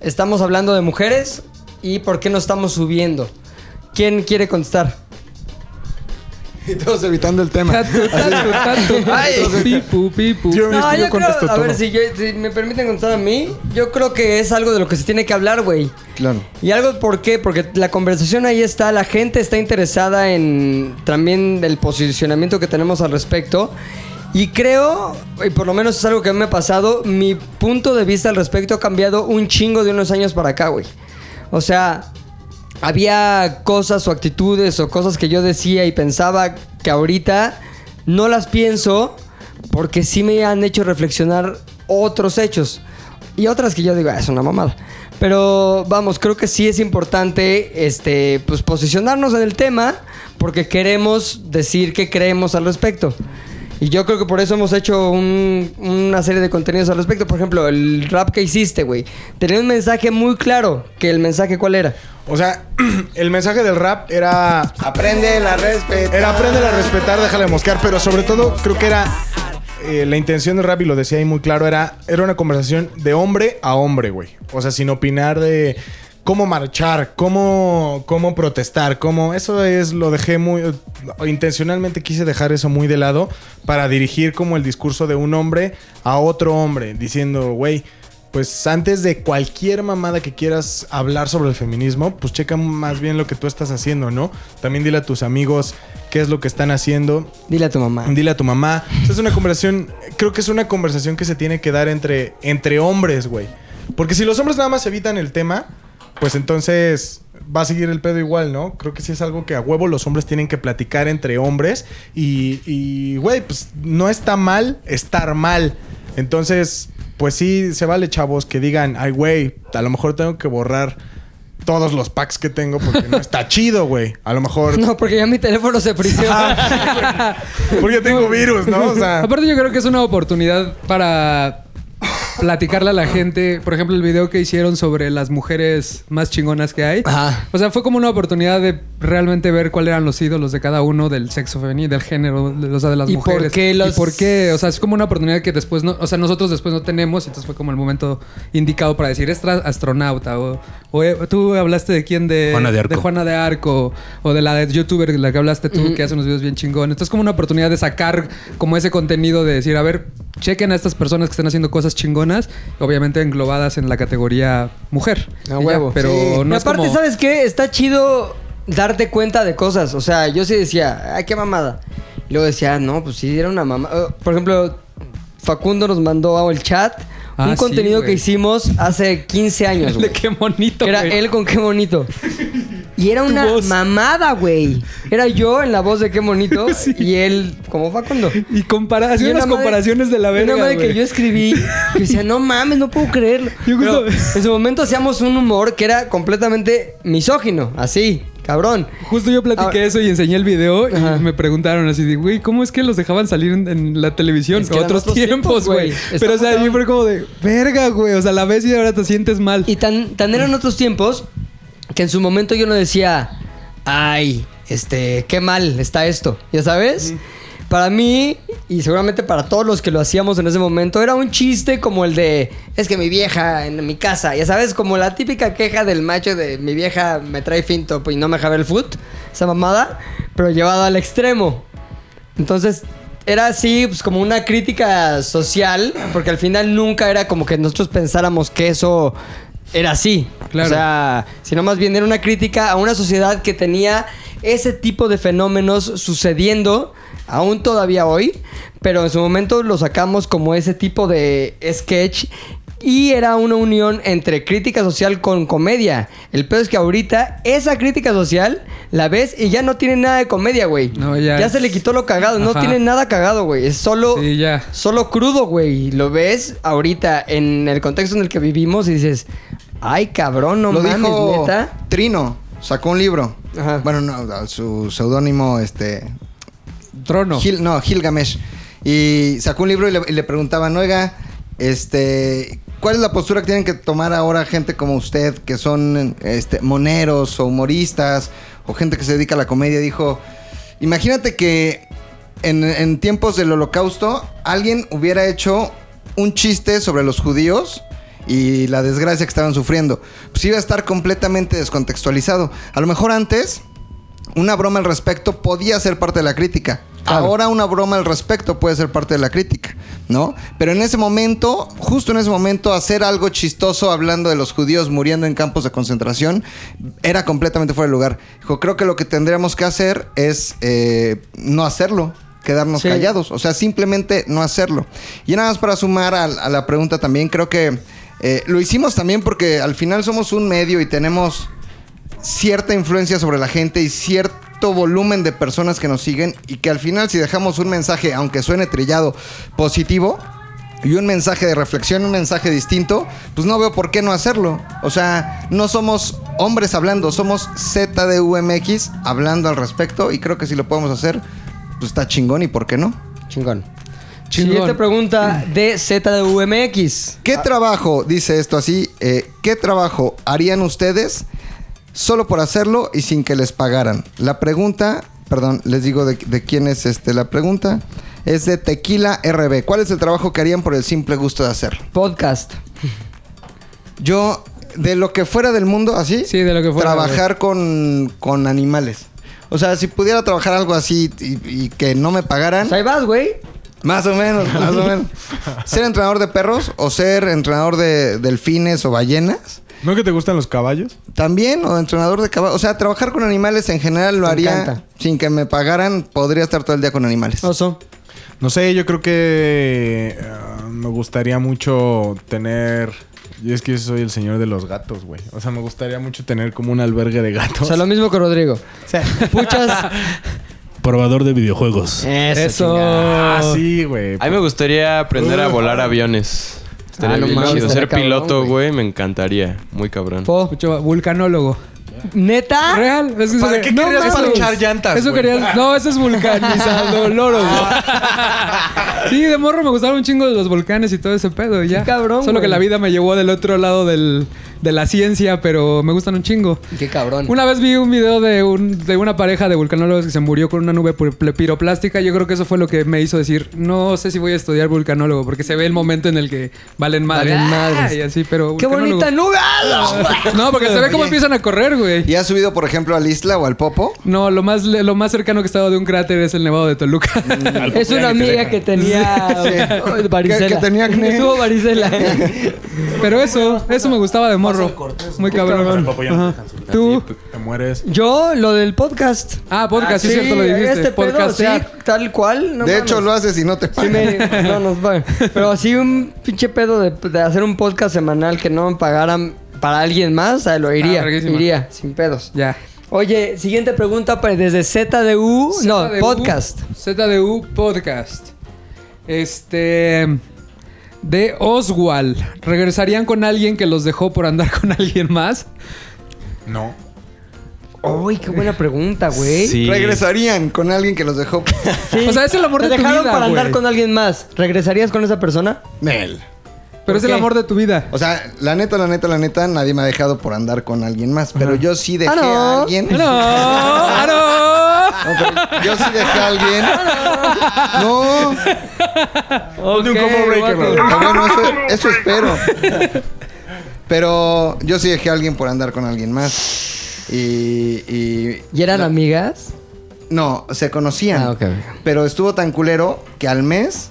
Speaker 6: ¿no?
Speaker 2: estamos hablando de mujeres y por qué no estamos subiendo. ¿Quién quiere contestar?
Speaker 4: Y todos evitando el tema.
Speaker 6: Tatu, tatu, tatu, tatu, pipu, pipu.
Speaker 3: Yo- es que este, yo contesto
Speaker 2: a ver,
Speaker 3: todo.
Speaker 2: si, yo- si me permiten contestar a mí, yo creo que es algo de lo que se tiene que hablar, güey.
Speaker 4: Claro.
Speaker 2: Y algo por qué, porque la conversación ahí está, la gente está interesada en también el posicionamiento que tenemos al respecto. Y creo, y por lo menos es algo que a mí me ha pasado, mi punto de vista al respecto ha cambiado un chingo de unos años para acá, güey. O sea, había cosas o actitudes o cosas que yo decía y pensaba que ahorita no las pienso porque sí me han hecho reflexionar otros hechos y otras que yo digo, "Ah, es una mamada. Pero vamos, creo que sí es importante este pues posicionarnos en el tema porque queremos decir qué creemos al respecto. Y yo creo que por eso hemos hecho un- una serie de contenidos al respecto. Por ejemplo, el rap que hiciste, güey. Tenía un mensaje muy claro. ¿Que el mensaje cuál era?
Speaker 3: O sea, el mensaje del rap era
Speaker 4: Aprende la respeto.
Speaker 3: Era aprende a respetar, déjala de moscar, pero sobre todo creo que era eh, la intención de Rap y lo decía ahí muy claro, era, era una conversación de hombre a hombre, güey. O sea, sin opinar de cómo marchar, cómo, cómo protestar, cómo... Eso es, lo dejé muy... Intencionalmente quise dejar eso muy de lado para dirigir como el discurso de un hombre a otro hombre, diciendo, güey, pues antes de cualquier mamada que quieras hablar sobre el feminismo, pues checa más bien lo que tú estás haciendo, ¿no? También dile a tus amigos qué es lo que están haciendo.
Speaker 2: Dile a tu mamá.
Speaker 3: Dile a tu mamá. O sea, es una conversación, creo que es una conversación que se tiene que dar entre, entre hombres, güey. Porque si los hombres nada más evitan el tema, pues entonces va a seguir el pedo igual, ¿no? Creo que sí es algo que a huevo los hombres tienen que platicar entre hombres. Y, y, güey, pues no está mal estar mal. Entonces, pues sí, se vale, chavos, que digan, ay, güey, a lo mejor tengo que borrar todos los packs que tengo porque no está chido, güey. A lo mejor...
Speaker 2: No, porque ya mi teléfono se
Speaker 6: Ah,
Speaker 2: prisiona.
Speaker 3: Porque tengo virus, ¿no? O sea...
Speaker 6: Aparte yo creo que es una oportunidad para platicarle a la gente, por ejemplo, el video que hicieron sobre las mujeres más chingonas que hay.
Speaker 2: Ajá.
Speaker 6: O sea, fue como una oportunidad de realmente ver cuáles eran los ídolos de cada uno del sexo femenino, del género, de, o sea, de las
Speaker 2: ¿Y por
Speaker 6: mujeres.
Speaker 2: qué los-
Speaker 6: ¿Y por qué? O sea, es como una oportunidad que después no, o sea, nosotros después no tenemos, entonces fue como el momento indicado para decir, es tra- astronauta o, o, eh, tú hablaste de quién de
Speaker 8: Juana de Arco.
Speaker 6: Juana de Arco o de la de youtuber de la que hablaste tú que hace unos videos bien chingón. Entonces como una oportunidad de sacar como ese contenido de decir, a ver, chequen a estas personas que están haciendo cosas chingonas, obviamente englobadas en la categoría mujer.
Speaker 2: A
Speaker 6: Y ya,
Speaker 2: huevo.
Speaker 6: pero
Speaker 2: Sí.
Speaker 6: no
Speaker 2: Y
Speaker 6: es
Speaker 2: aparte,
Speaker 6: como-
Speaker 2: ¿sabes qué? Está chido darte cuenta de cosas. O sea, yo sí decía, ay, qué mamada. Y luego decía, no, pues sí, era una mamada. por ejemplo, Facundo nos mandó al chat
Speaker 6: Ah,
Speaker 2: un
Speaker 6: sí,
Speaker 2: contenido
Speaker 6: güey.
Speaker 2: que hicimos hace 15 años.
Speaker 6: de
Speaker 2: güey.
Speaker 6: qué bonito.
Speaker 2: Era
Speaker 6: güey.
Speaker 2: él con qué bonito. Y era una
Speaker 6: voz.
Speaker 2: mamada, güey. Era yo en la voz de qué bonito y él como Facundo.
Speaker 6: Y compara, hacía
Speaker 2: Y
Speaker 6: unas
Speaker 2: una madre-
Speaker 6: comparaciones de la
Speaker 2: y
Speaker 6: verga.
Speaker 2: Una madre que
Speaker 6: güey.
Speaker 2: yo escribí, que decía, no mames, no puedo creerlo.
Speaker 6: Yo justo-
Speaker 2: Pero en su momento hacíamos un humor que era completamente misógino, así, cabrón.
Speaker 6: Justo yo platiqué
Speaker 2: Ah.
Speaker 6: eso y enseñé el video y
Speaker 2: Ajá.
Speaker 6: me preguntaron así de, güey, ¿cómo es que los dejaban salir en, en la televisión?
Speaker 2: Es que eran
Speaker 6: otros
Speaker 2: otros
Speaker 6: tiempos,
Speaker 2: tiempos,
Speaker 6: güey.
Speaker 2: güey.
Speaker 6: Pero, o
Speaker 2: Está
Speaker 6: sea,
Speaker 2: muy
Speaker 6: yo fue como de, verga, güey. O sea, la ves y ahora te sientes mal.
Speaker 2: Y tan, tan eran otros tiempos que en su momento yo no decía, ay, este, qué mal está esto, ya sabes. Para mí, y seguramente para todos los que lo hacíamos en ese momento, era un chiste como el de, es que mi vieja en mi casa, ya sabes, como la típica queja del macho de mi vieja me trae finto y no me deja ver el foot, esa mamada, pero llevado al extremo. Entonces, era así, pues como una crítica social, porque al final nunca era como que nosotros pensáramos que eso era así.
Speaker 6: Claro.
Speaker 2: O sea, sino más bien era una crítica a una sociedad que tenía ese tipo de fenómenos sucediendo aún todavía hoy, pero en su momento lo sacamos como ese tipo de sketch y era una unión entre crítica social con comedia. El peor es que ahorita esa crítica social la ves y ya no tiene nada de comedia, güey.
Speaker 6: No, ya
Speaker 2: ya
Speaker 6: es-
Speaker 2: se le quitó lo cagado. No
Speaker 6: Ajá.
Speaker 2: tiene nada cagado, güey. Es solo,
Speaker 6: Sí, ya.
Speaker 2: solo crudo, güey. Lo ves ahorita en el contexto en el que vivimos y dices, ay, cabrón, no
Speaker 4: lo
Speaker 2: mames,
Speaker 4: dijo
Speaker 2: neta.
Speaker 4: Trino, sacó un libro.
Speaker 2: Ajá.
Speaker 4: Bueno, no, su seudónimo, este,
Speaker 6: Trono.
Speaker 4: Gil- no, Gilgamesh. Y sacó un libro y le, y le preguntaban, oiga, este, ¿cuál es la postura que tienen que tomar ahora gente como usted, que son este, moneros o humoristas o gente que se dedica a la comedia? Dijo, imagínate que en, en tiempos del holocausto alguien hubiera hecho un chiste sobre los judíos. Y la desgracia que estaban sufriendo. Pues iba a estar completamente descontextualizado. A lo mejor antes, una broma al respecto podía ser parte de la crítica. Ahora una broma al respecto puede ser parte de la crítica, ¿no? Pero en ese momento, justo en ese momento, hacer algo chistoso hablando de los judíos muriendo en campos de concentración era completamente fuera de lugar. Dijo, creo que lo que tendríamos que hacer es eh, no hacerlo, quedarnos
Speaker 2: Sí.
Speaker 4: callados, o sea, simplemente no hacerlo. Y nada más para sumar a, a la pregunta también, creo que eh, lo hicimos también porque al final somos un medio y tenemos cierta influencia sobre la gente y cierto volumen de personas que nos siguen y que al final si dejamos un mensaje, aunque suene trillado, positivo y un mensaje de reflexión, un mensaje distinto, pues no veo por qué no hacerlo. O sea, no somos hombres hablando, somos ZDUMX hablando al respecto y creo que si lo podemos hacer, pues está chingón y por qué no.
Speaker 2: Chingón.
Speaker 6: Chingón.
Speaker 2: Siguiente pregunta de ZDUMX.
Speaker 4: ¿Qué
Speaker 6: Ah.
Speaker 4: trabajo, dice esto así, eh, qué trabajo harían ustedes solo por hacerlo y sin que les pagaran? La pregunta, perdón, les digo de, de quién es este, la pregunta, es de Tequila RB. ¿Cuál es el trabajo que harían por el simple gusto de hacerlo?
Speaker 2: Podcast.
Speaker 4: Yo, de lo que fuera del mundo, así,
Speaker 6: Sí, de lo que fuera,
Speaker 4: trabajar con, con animales. O sea, si pudiera trabajar algo así y, y que no me pagaran...
Speaker 2: Pues ahí vas, güey.
Speaker 4: Más o menos, más o menos. Ser entrenador de perros o ser entrenador de delfines o ballenas
Speaker 3: ¿No que te gustan los caballos?
Speaker 4: También, o de entrenador de caballos. O sea, trabajar con animales en general lo haría
Speaker 2: encanta.
Speaker 4: sin que me pagaran. Podría estar todo el día con animales.
Speaker 2: Oso.
Speaker 3: No sé, yo creo que eh, me gustaría mucho tener... Y es que yo soy el señor de los gatos, güey. O sea, me gustaría mucho tener como un albergue de gatos.
Speaker 2: O sea, lo mismo que Rodrigo. Puchas.
Speaker 8: Probador de videojuegos.
Speaker 2: Eso.
Speaker 6: Eso.
Speaker 2: chingada.
Speaker 3: Ah, sí, güey.
Speaker 5: A mí me gustaría aprender a volar aviones. Estaría
Speaker 2: Ah, no
Speaker 5: bien
Speaker 2: mames,
Speaker 5: chido.
Speaker 2: estaría
Speaker 5: Ser
Speaker 2: cabrón,
Speaker 5: piloto,
Speaker 2: güey.
Speaker 5: güey, me encantaría. Muy cabrón.
Speaker 2: Po.
Speaker 6: Mucho vulcanólogo.
Speaker 2: ¿Neta?
Speaker 6: Real. Es que eso
Speaker 3: ¿Para
Speaker 6: que-
Speaker 3: qué querías
Speaker 6: mames.
Speaker 3: parchar llantas,
Speaker 6: Eso
Speaker 3: güey?
Speaker 6: querías. No, eso es vulcanizado loro, güey. Sí, de morro me gustaron un chingo de los volcanes y todo ese pedo. y Ya.
Speaker 2: Qué cabrón,
Speaker 6: Solo que
Speaker 2: güey.
Speaker 6: la vida me llevó del otro lado del, de la ciencia, pero me gustan un chingo.
Speaker 2: Qué cabrón.
Speaker 6: Una vez vi un video de, un- de una pareja de vulcanólogos que se murió con una nube pir- pir- piroplástica. Yo creo que eso fue lo que me hizo decir, no sé si voy a estudiar vulcanólogo, porque se ve el momento en el que valen madre.
Speaker 2: Valen madres.
Speaker 6: Y así, pero
Speaker 2: ¡Qué
Speaker 6: vulcanólogo.
Speaker 2: bonita nube! ¡Ah, no!
Speaker 6: No, porque se ve cómo
Speaker 4: Oye.
Speaker 6: empiezan a correr, güey.
Speaker 4: ¿Y has subido, por ejemplo, al Isla o al Popo?
Speaker 6: No, lo más, le- lo más cercano que he estado de un cráter es el Nevado de Toluca.
Speaker 8: Al
Speaker 2: Es una
Speaker 8: popular te
Speaker 2: amiga
Speaker 8: dejan.
Speaker 2: que tenía eh, varicela.
Speaker 4: Que- que tenía acné.
Speaker 2: Tuvo varicela.
Speaker 6: Pero eso, eso me gustaba de morro. Muy
Speaker 8: Al
Speaker 6: cabrón.
Speaker 8: Popo ya no dejan subir.
Speaker 6: Tú.
Speaker 3: Te mueres.
Speaker 2: Yo, lo del podcast.
Speaker 6: Ah, podcast, sí,
Speaker 2: es
Speaker 6: es cierto, lo dijiste.
Speaker 2: Este pedo,
Speaker 6: Podcastear.
Speaker 2: sí, tal cual. no
Speaker 4: de
Speaker 2: mames.
Speaker 4: hecho, lo haces y no te
Speaker 2: Sí
Speaker 4: pagan.
Speaker 2: me- no nos pagan. Pero así un pinche pedo de, de hacer un podcast semanal que no me pagaran para alguien más, ah, lo iría.
Speaker 6: Ah, verguísima.
Speaker 2: iría, sin pedos.
Speaker 6: Ya.
Speaker 2: Oye, siguiente pregunta pues, desde ZDU. no,
Speaker 6: ZDU,
Speaker 2: podcast.
Speaker 6: ZDU Podcast. Este. De Oswald. ¿Regresarían con alguien que los dejó por andar con alguien más?
Speaker 3: No.
Speaker 2: Uy, qué buena pregunta, güey.
Speaker 5: Sí.
Speaker 4: Regresarían con alguien que los dejó.
Speaker 2: Sí.
Speaker 6: O sea, es el amor
Speaker 2: Te
Speaker 6: de tu
Speaker 2: dejaron
Speaker 6: vida,
Speaker 2: para andar
Speaker 6: güey.
Speaker 2: con alguien más. ¿Regresarías con esa persona?
Speaker 4: Nel.
Speaker 6: Pero es el
Speaker 2: qué?
Speaker 6: amor de tu vida.
Speaker 4: O sea, la neta, la neta, la neta, nadie me ha dejado por andar con alguien más. Pero yo sí dejé
Speaker 2: Ah, no.
Speaker 4: a alguien.
Speaker 6: ¡No! ¡Ah,
Speaker 4: No, pero yo sí dejé a alguien. No.
Speaker 6: no!
Speaker 3: un combo breaker,
Speaker 6: guaco.
Speaker 3: Rodrigo.
Speaker 4: Ah, bueno, eso, eso espero. Pero yo sí dejé a alguien por andar con alguien más. Y. ¿Y,
Speaker 2: ¿Y eran
Speaker 4: no,
Speaker 2: amigas?
Speaker 4: No, se conocían.
Speaker 2: Ah, ok.
Speaker 4: Pero estuvo tan culero que al mes.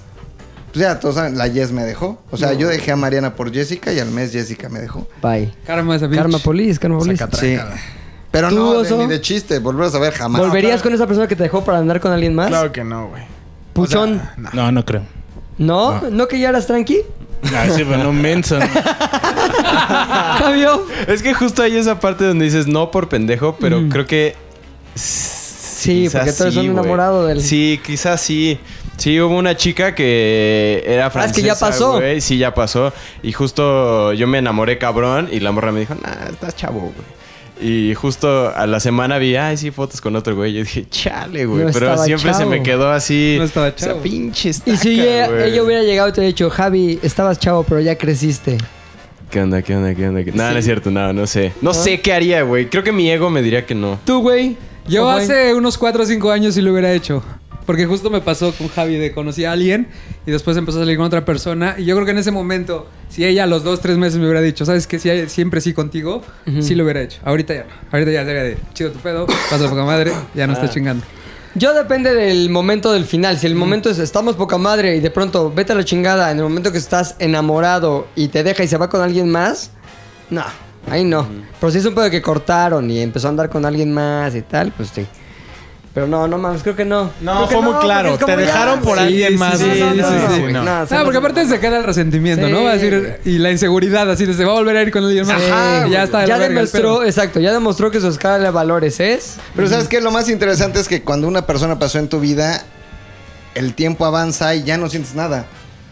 Speaker 4: Pues ya, todos saben, la Jess me dejó. O sea, yo dejé a Mariana por Jessica y al mes Jessica me dejó.
Speaker 2: Bye.
Speaker 6: Karma esa bitch.
Speaker 2: Karma Polis, Karma Polis.
Speaker 4: Sí. Pero
Speaker 2: ¿Tú,
Speaker 4: no, de-
Speaker 2: Oso?
Speaker 4: ni de chiste, volver a saber jamás.
Speaker 2: ¿Volverías con esa persona que te dejó para andar con alguien más?
Speaker 3: Claro que no, güey.
Speaker 2: Puchón.
Speaker 8: No, no creo.
Speaker 2: ¿No? ¿No que ya eras tranqui?
Speaker 8: Ah, sí, pero no menso. ¿no?
Speaker 2: ¿Sabio?
Speaker 5: Es que justo hay esa parte donde dices no por pendejo, pero
Speaker 2: Mm.
Speaker 5: creo que. Sí,
Speaker 2: porque tú eres un enamorado del-
Speaker 5: Sí, quizás sí. Sí, hubo una chica que era
Speaker 2: Ah, es
Speaker 5: francesa.
Speaker 2: que ya pasó.
Speaker 5: güey. Sí, ya pasó. Y justo yo me enamoré cabrón y la morra me dijo, nah, estás chavo, güey. Y justo a la semana vi, ay, sí, fotos con otro güey. Yo dije, chale, güey.
Speaker 2: No
Speaker 5: Pero
Speaker 2: estaba
Speaker 5: siempre se
Speaker 2: chavo.
Speaker 5: me quedó así.
Speaker 6: No estaba
Speaker 5: esa
Speaker 6: chavo.
Speaker 5: pinche estaca,
Speaker 2: Y si ella,
Speaker 5: güey.
Speaker 2: ella hubiera llegado y te hubiera dicho, Javi, estabas chavo, pero ya creciste.
Speaker 5: ¿Qué onda, qué onda, qué onda? qué- No, no es cierto, no, no sé.
Speaker 2: Ah.
Speaker 5: No sé qué haría, güey. Creo que mi ego me diría que no.
Speaker 2: ¿Tú, güey?
Speaker 6: Yo
Speaker 2: Ojo,
Speaker 6: hace unos 4 o 5 años sí lo hubiera hecho. Porque justo me pasó con Javi de conocí a alguien y después empezó a salir con otra persona. Y yo creo que en ese momento, si ella a los dos, tres meses me hubiera dicho, ¿sabes qué? Si hay- siempre sí contigo, sí lo hubiera hecho. Ahorita ya no. Ahorita ya sería de chido tu pedo, pasa poca madre, ya no
Speaker 2: Ah.
Speaker 6: estás chingando.
Speaker 2: Yo depende del momento del final. Si el momento es estamos poca madre y de pronto vete a la chingada en el momento que estás enamorado y te deja y se va con alguien más, no, ahí no. Pero si es un pedo que cortaron y empezó a andar con alguien más y tal, pues sí. Pero no, no mames, creo que no. Creo
Speaker 3: No,
Speaker 2: que
Speaker 3: fue muy
Speaker 2: porque
Speaker 3: claro.
Speaker 2: es como
Speaker 3: Te
Speaker 2: ya-
Speaker 3: dejaron por
Speaker 2: Sí,
Speaker 3: alguien
Speaker 6: sí,
Speaker 3: más.
Speaker 6: sí,
Speaker 3: güey.
Speaker 6: sí, sí, sí,
Speaker 2: güey,
Speaker 3: no.
Speaker 2: no, se
Speaker 6: Ah,
Speaker 2: me hace-
Speaker 6: porque aparte se queda el resentimiento,
Speaker 2: Sí,
Speaker 6: ¿no? Va a decir, y la inseguridad, así de se va a volver a ir con alguien más.
Speaker 2: Sí,
Speaker 6: Y ya está, de
Speaker 2: ya
Speaker 6: la verga el
Speaker 2: demostró,
Speaker 6: pedo.
Speaker 2: exacto, ya demostró que su escala de valores es.
Speaker 4: Pero ¿sabes qué? Lo más interesante es que cuando una persona pasó en tu vida, el tiempo avanza y ya no sientes nada.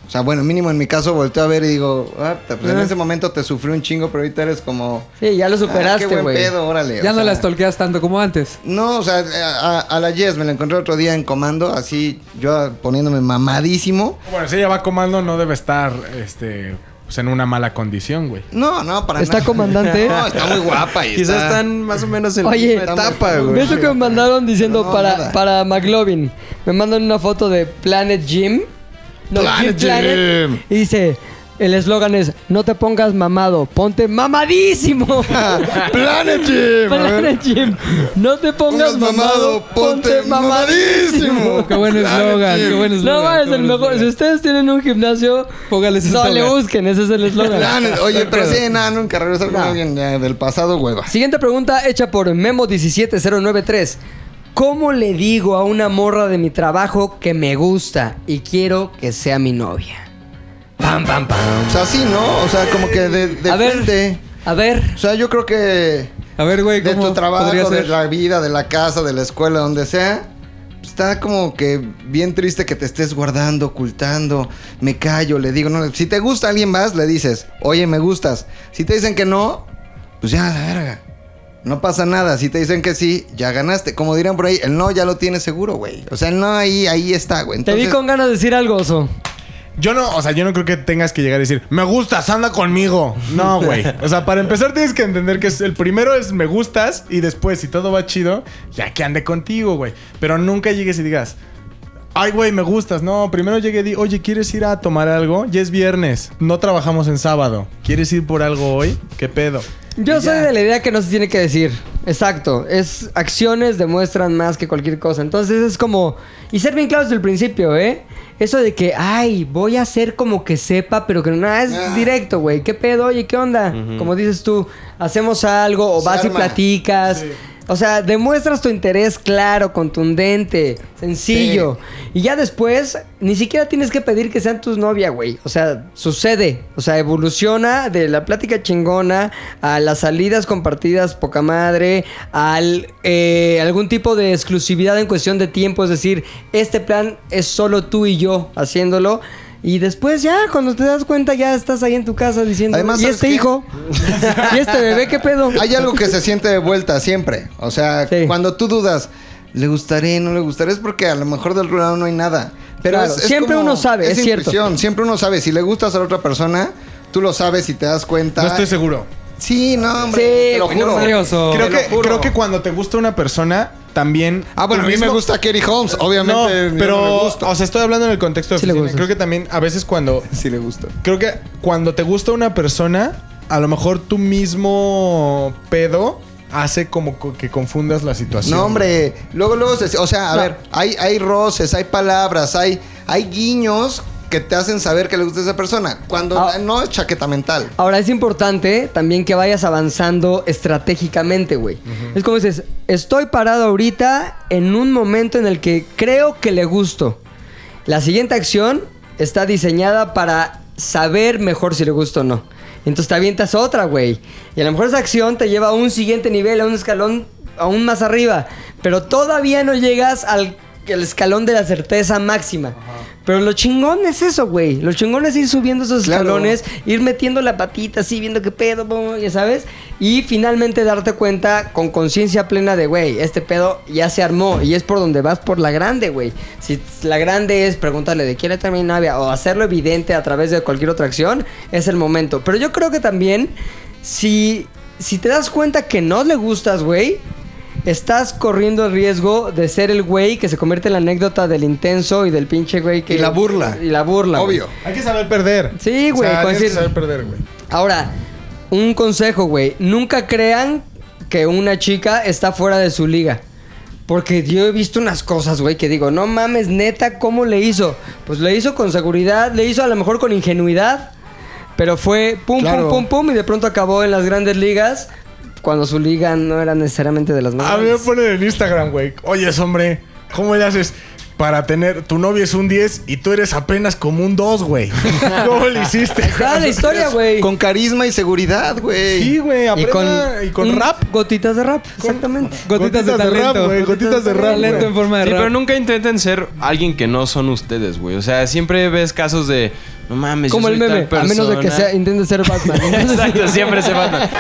Speaker 4: O sea, bueno, mínimo en mi caso volteo a ver y digo, ah, pues en
Speaker 2: Ah.
Speaker 4: ese momento te sufrí un chingo, pero ahorita eres como...
Speaker 2: Sí, ya lo
Speaker 4: "Ah, qué
Speaker 2: superaste,
Speaker 4: buen
Speaker 2: güey.
Speaker 4: pedo, órale.
Speaker 6: Ya
Speaker 4: o
Speaker 6: no
Speaker 4: sea,
Speaker 6: la estolqueas tanto como antes.
Speaker 4: No, o sea, a, a la Jess me la encontré otro día en comando, así yo poniéndome mamadísimo.
Speaker 3: Bueno, si ella va comando, no debe estar este, pues, en una mala condición, güey.
Speaker 4: No, no, para
Speaker 2: Está
Speaker 4: nada.
Speaker 2: comandante.
Speaker 4: No, está muy guapa y
Speaker 5: Quizás
Speaker 4: está-
Speaker 5: están más o menos en
Speaker 2: Oye,
Speaker 5: la misma etapa,
Speaker 4: estamos-
Speaker 5: güey.
Speaker 2: ¿Ves lo que me mandaron diciendo
Speaker 4: No,
Speaker 2: para,
Speaker 4: nada.
Speaker 2: para McLovin? Me mandan una foto de Planet Jim. No, Planet
Speaker 4: Planet
Speaker 2: Planet.
Speaker 4: Gym.
Speaker 2: Y dice, El eslogan es, no te pongas mamado, ponte mamadísimo.
Speaker 4: Planet Gym. a ver.
Speaker 2: Planet Gym. No te pongas,
Speaker 4: Pongas mamado, ponte mamadísimo.
Speaker 6: Qué buen eslogan, qué buen eslogan.
Speaker 2: No,
Speaker 6: qué
Speaker 2: es este el
Speaker 6: buen
Speaker 2: mejor. Si
Speaker 6: eslogan.
Speaker 2: ustedes tienen un gimnasio,
Speaker 6: Póngales ese
Speaker 2: no le
Speaker 6: eslogan.
Speaker 2: busquen, ese es el eslogan.
Speaker 4: Planet- Oye, pero sí, nada, nunca regresar con alguien ya del pasado, hueva.
Speaker 2: Siguiente pregunta hecha por Memo17093. ¿Cómo le digo a una morra de mi trabajo que me gusta y quiero que sea mi novia? Pam, pam,
Speaker 4: O
Speaker 2: pam.
Speaker 4: sea, sí, ¿no? O sea, como que de, de
Speaker 2: A ver.
Speaker 4: frente.
Speaker 2: A ver,
Speaker 4: O sea, yo creo que
Speaker 6: A ver, güey,
Speaker 4: de
Speaker 6: ¿cómo
Speaker 4: tu trabajo,
Speaker 6: podría
Speaker 4: de
Speaker 6: ser?
Speaker 4: la vida, de la casa, de la escuela, donde sea. Está como que bien triste que te estés guardando, ocultando. Me callo, le digo, no, si te gusta alguien más, le dices, oye, me gustas. Si te dicen que no, pues ya, la verga. No pasa nada. Si te dicen que sí, ya ganaste. Como dirán por ahí, el no ya lo tienes seguro, güey. O sea, el no ahí, ahí está, güey.
Speaker 2: te vi
Speaker 4: Entonces-
Speaker 2: con ganas de decir algo, oso.
Speaker 3: Yo no, o sea, yo no creo que tengas que llegar a decir, me gustas, anda conmigo. No, güey. O sea, para empezar tienes que entender que es- el primero es me gustas y después, si todo va chido, ya que ande contigo, güey. Pero nunca llegues y digas, ay, güey, me gustas. No, primero llegué y di, oye, ¿quieres ir a tomar algo? Ya es viernes, no trabajamos en sábado. ¿Quieres ir por algo hoy? ¿Qué pedo?
Speaker 2: Yo soy de la idea que no se tiene que decir. Exacto. Es acciones demuestran más que cualquier cosa. Entonces es como. Y ser bien claro desde el principio, ¿eh? Eso de que, ay, voy a hacer como que sepa, pero que no es
Speaker 4: Ah.
Speaker 2: directo, güey. ¿Qué pedo? Oye, ¿qué onda? Como dices tú, hacemos algo o
Speaker 4: Se
Speaker 2: vas y
Speaker 4: arma.
Speaker 2: platicas. O sea, demuestras tu interés claro, contundente, sencillo. Y ya después, ni siquiera tienes que pedir que sean tus novia, güey. O sea, sucede. O sea, evoluciona de la plática chingona a las salidas compartidas poca madre, al eh, algún tipo de exclusividad en cuestión de tiempo. Es decir, este plan es solo tú y yo haciéndolo. Y después ya, cuando te das cuenta, ya estás ahí en tu casa diciendo,
Speaker 4: Además,
Speaker 2: ¿y
Speaker 4: ¿sabes
Speaker 2: este
Speaker 4: qué?
Speaker 2: hijo? ¿Y este bebé qué pedo?
Speaker 4: Hay algo que se siente de vuelta siempre. O sea,
Speaker 2: Sí.
Speaker 4: cuando tú dudas, ¿le gustaré, no le gustaré? Es porque a lo mejor del lado no hay nada. Pero
Speaker 2: Claro,
Speaker 4: es- es
Speaker 2: siempre
Speaker 4: como-
Speaker 2: uno sabe, es cierto.
Speaker 4: intuición, Siempre uno sabe. Si le gustas a la otra persona, tú lo sabes y te das cuenta.
Speaker 3: No estoy seguro.
Speaker 4: Sí, no, hombre.
Speaker 2: Sí,
Speaker 4: te lo
Speaker 2: güey, no,
Speaker 4: juro.
Speaker 2: en serio,
Speaker 6: Curioso.
Speaker 3: Creo
Speaker 4: Oh, Te lo
Speaker 3: que,
Speaker 4: juro.
Speaker 3: creo que cuando te gusta una persona, también...
Speaker 4: Ah, bueno, a
Speaker 3: tú
Speaker 4: mí me
Speaker 3: mismo-
Speaker 4: gusta Kerry Holmes,
Speaker 3: No,
Speaker 4: obviamente. yo
Speaker 3: pero,
Speaker 4: no le gusta.
Speaker 3: o sea, estoy hablando en el contexto de
Speaker 2: Sí le
Speaker 3: oficina.
Speaker 2: gustas.
Speaker 3: Creo que también a veces cuando
Speaker 4: sí le gusta.
Speaker 3: creo que cuando te gusta una persona, a lo mejor tu mismo pedo hace como co- que confundas la situación.
Speaker 4: No, hombre. Luego, luego, se- o sea, a ver, hay, hay roces, hay palabras, hay, hay guiños que te hacen saber que le gusta a esa persona. Cuando
Speaker 2: Ah.
Speaker 4: no es chaqueta mental.
Speaker 2: Ahora es importante también que vayas avanzando estratégicamente, güey. Es como dices, estoy parado ahorita en un momento en el que creo que le gusto. La siguiente acción está diseñada para saber mejor si le gusta o no. Entonces te avientas otra, güey. Y a lo mejor esa acción te lleva a un siguiente nivel, a un escalón aún más arriba. Pero todavía no llegas al al escalón de la certeza máxima. Pero lo chingón es eso, güey. Lo chingón es ir subiendo esos
Speaker 4: Claro.
Speaker 2: escalones ir metiendo la patita así, viendo qué pedo, bo, ya sabes. Y finalmente darte cuenta con conciencia plena de, güey, este pedo ya se armó y es por donde vas por la grande, güey. Si la grande es preguntarle de quién está mi novia o hacerlo evidente a través de cualquier otra acción, es el momento. Pero yo creo que también, si, si te das cuenta que no le gustas, güey, estás corriendo el riesgo de ser el güey que se convierte en la anécdota del intenso y del pinche güey que...
Speaker 4: Y la burla.
Speaker 2: Y la burla. güey.
Speaker 4: Obvio.
Speaker 3: Hay que saber perder.
Speaker 2: Sí, güey,
Speaker 3: O sea,
Speaker 2: con
Speaker 3: tienes
Speaker 2: decir-
Speaker 3: que saber perder, güey.
Speaker 2: Ahora, un consejo, güey. Nunca crean que una chica está fuera de su liga. Porque yo he visto unas cosas, güey, que digo, no mames, neta, ¿cómo le hizo? Pues le hizo con seguridad, le hizo a lo mejor con ingenuidad, pero fue pum,
Speaker 4: Claro.
Speaker 2: pum, pum, pum, y de pronto acabó en las grandes ligas, cuando su liga no era necesariamente de las más
Speaker 3: A mí me
Speaker 2: grandes.
Speaker 3: ponen en Instagram, güey. Oye, hombre, ¿cómo le haces? Para tener, tu novia es un 10 y tú eres apenas como un 2, güey. ¿Cómo le hiciste?
Speaker 2: Está la historia, güey.
Speaker 4: Con carisma y seguridad, güey.
Speaker 3: Sí, güey, aprenda- y con,
Speaker 2: mm,
Speaker 3: rap.
Speaker 2: Gotitas de rap, exactamente.
Speaker 6: Gotitas, de
Speaker 3: Gotitas de rap,
Speaker 6: talento.
Speaker 3: güey, gotitas de rap,
Speaker 6: Talento
Speaker 3: güey.
Speaker 6: en forma de
Speaker 5: Sí,
Speaker 6: rap.
Speaker 5: pero nunca intenten ser alguien que no son ustedes, güey. O sea, siempre ves casos de. No mames, yo
Speaker 2: Como el
Speaker 5: soy tal
Speaker 2: meme, a menos de que
Speaker 5: persona".
Speaker 2: sea, intente ser Batman. Entonces,
Speaker 5: Exacto, siempre se matan.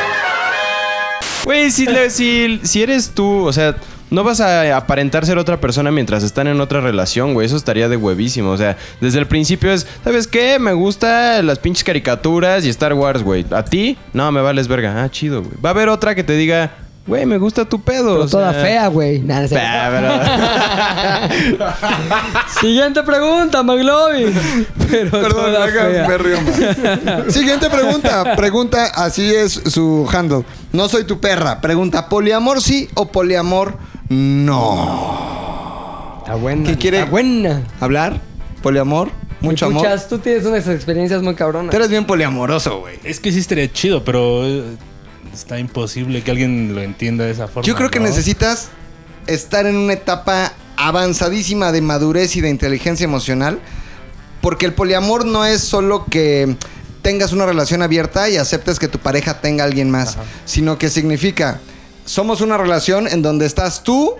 Speaker 5: Güey, si, le- si, si eres tú, o sea, no vas a aparentar ser otra persona mientras están en otra relación, güey. Eso estaría de huevísimo. O sea, desde el principio es, ¿sabes qué? Me gustan las pinches caricaturas y Star Wars, güey. ¿A ti? No, me vales verga. Ah, chido, güey. Va a haber otra que te diga, güey, me gusta tu pedo.
Speaker 2: Pero
Speaker 5: o
Speaker 2: toda
Speaker 5: sea. Ah,
Speaker 2: fea, güey. Nada, no sé. Siguiente pregunta, McLovin.
Speaker 6: Pero
Speaker 4: Perdón,
Speaker 6: toda
Speaker 4: oiga,
Speaker 6: fea.
Speaker 4: me río más. Siguiente pregunta. Pregunta, así es su handle. No soy tu perra. Pregunta, ¿poliamor sí o poliamor no?
Speaker 2: Está buena.
Speaker 4: ¿Qué quiere?
Speaker 2: Está buena.
Speaker 4: ¿Hablar? ¿Poliamor? ¿Mucho amor?
Speaker 2: Escuchas, tú tienes unas experiencias muy cabronas.
Speaker 4: Tú eres bien poliamoroso, güey.
Speaker 8: Es que sí estaría chido, pero eh, está imposible que alguien lo entienda de esa forma.
Speaker 4: Yo creo que
Speaker 8: ¿no?
Speaker 4: necesitas estar en una etapa avanzadísima de madurez y de inteligencia emocional, porque el poliamor no es solo que tengas una relación abierta y aceptes que tu pareja tenga a alguien más, sino que significa, somos una relación en donde estás tú,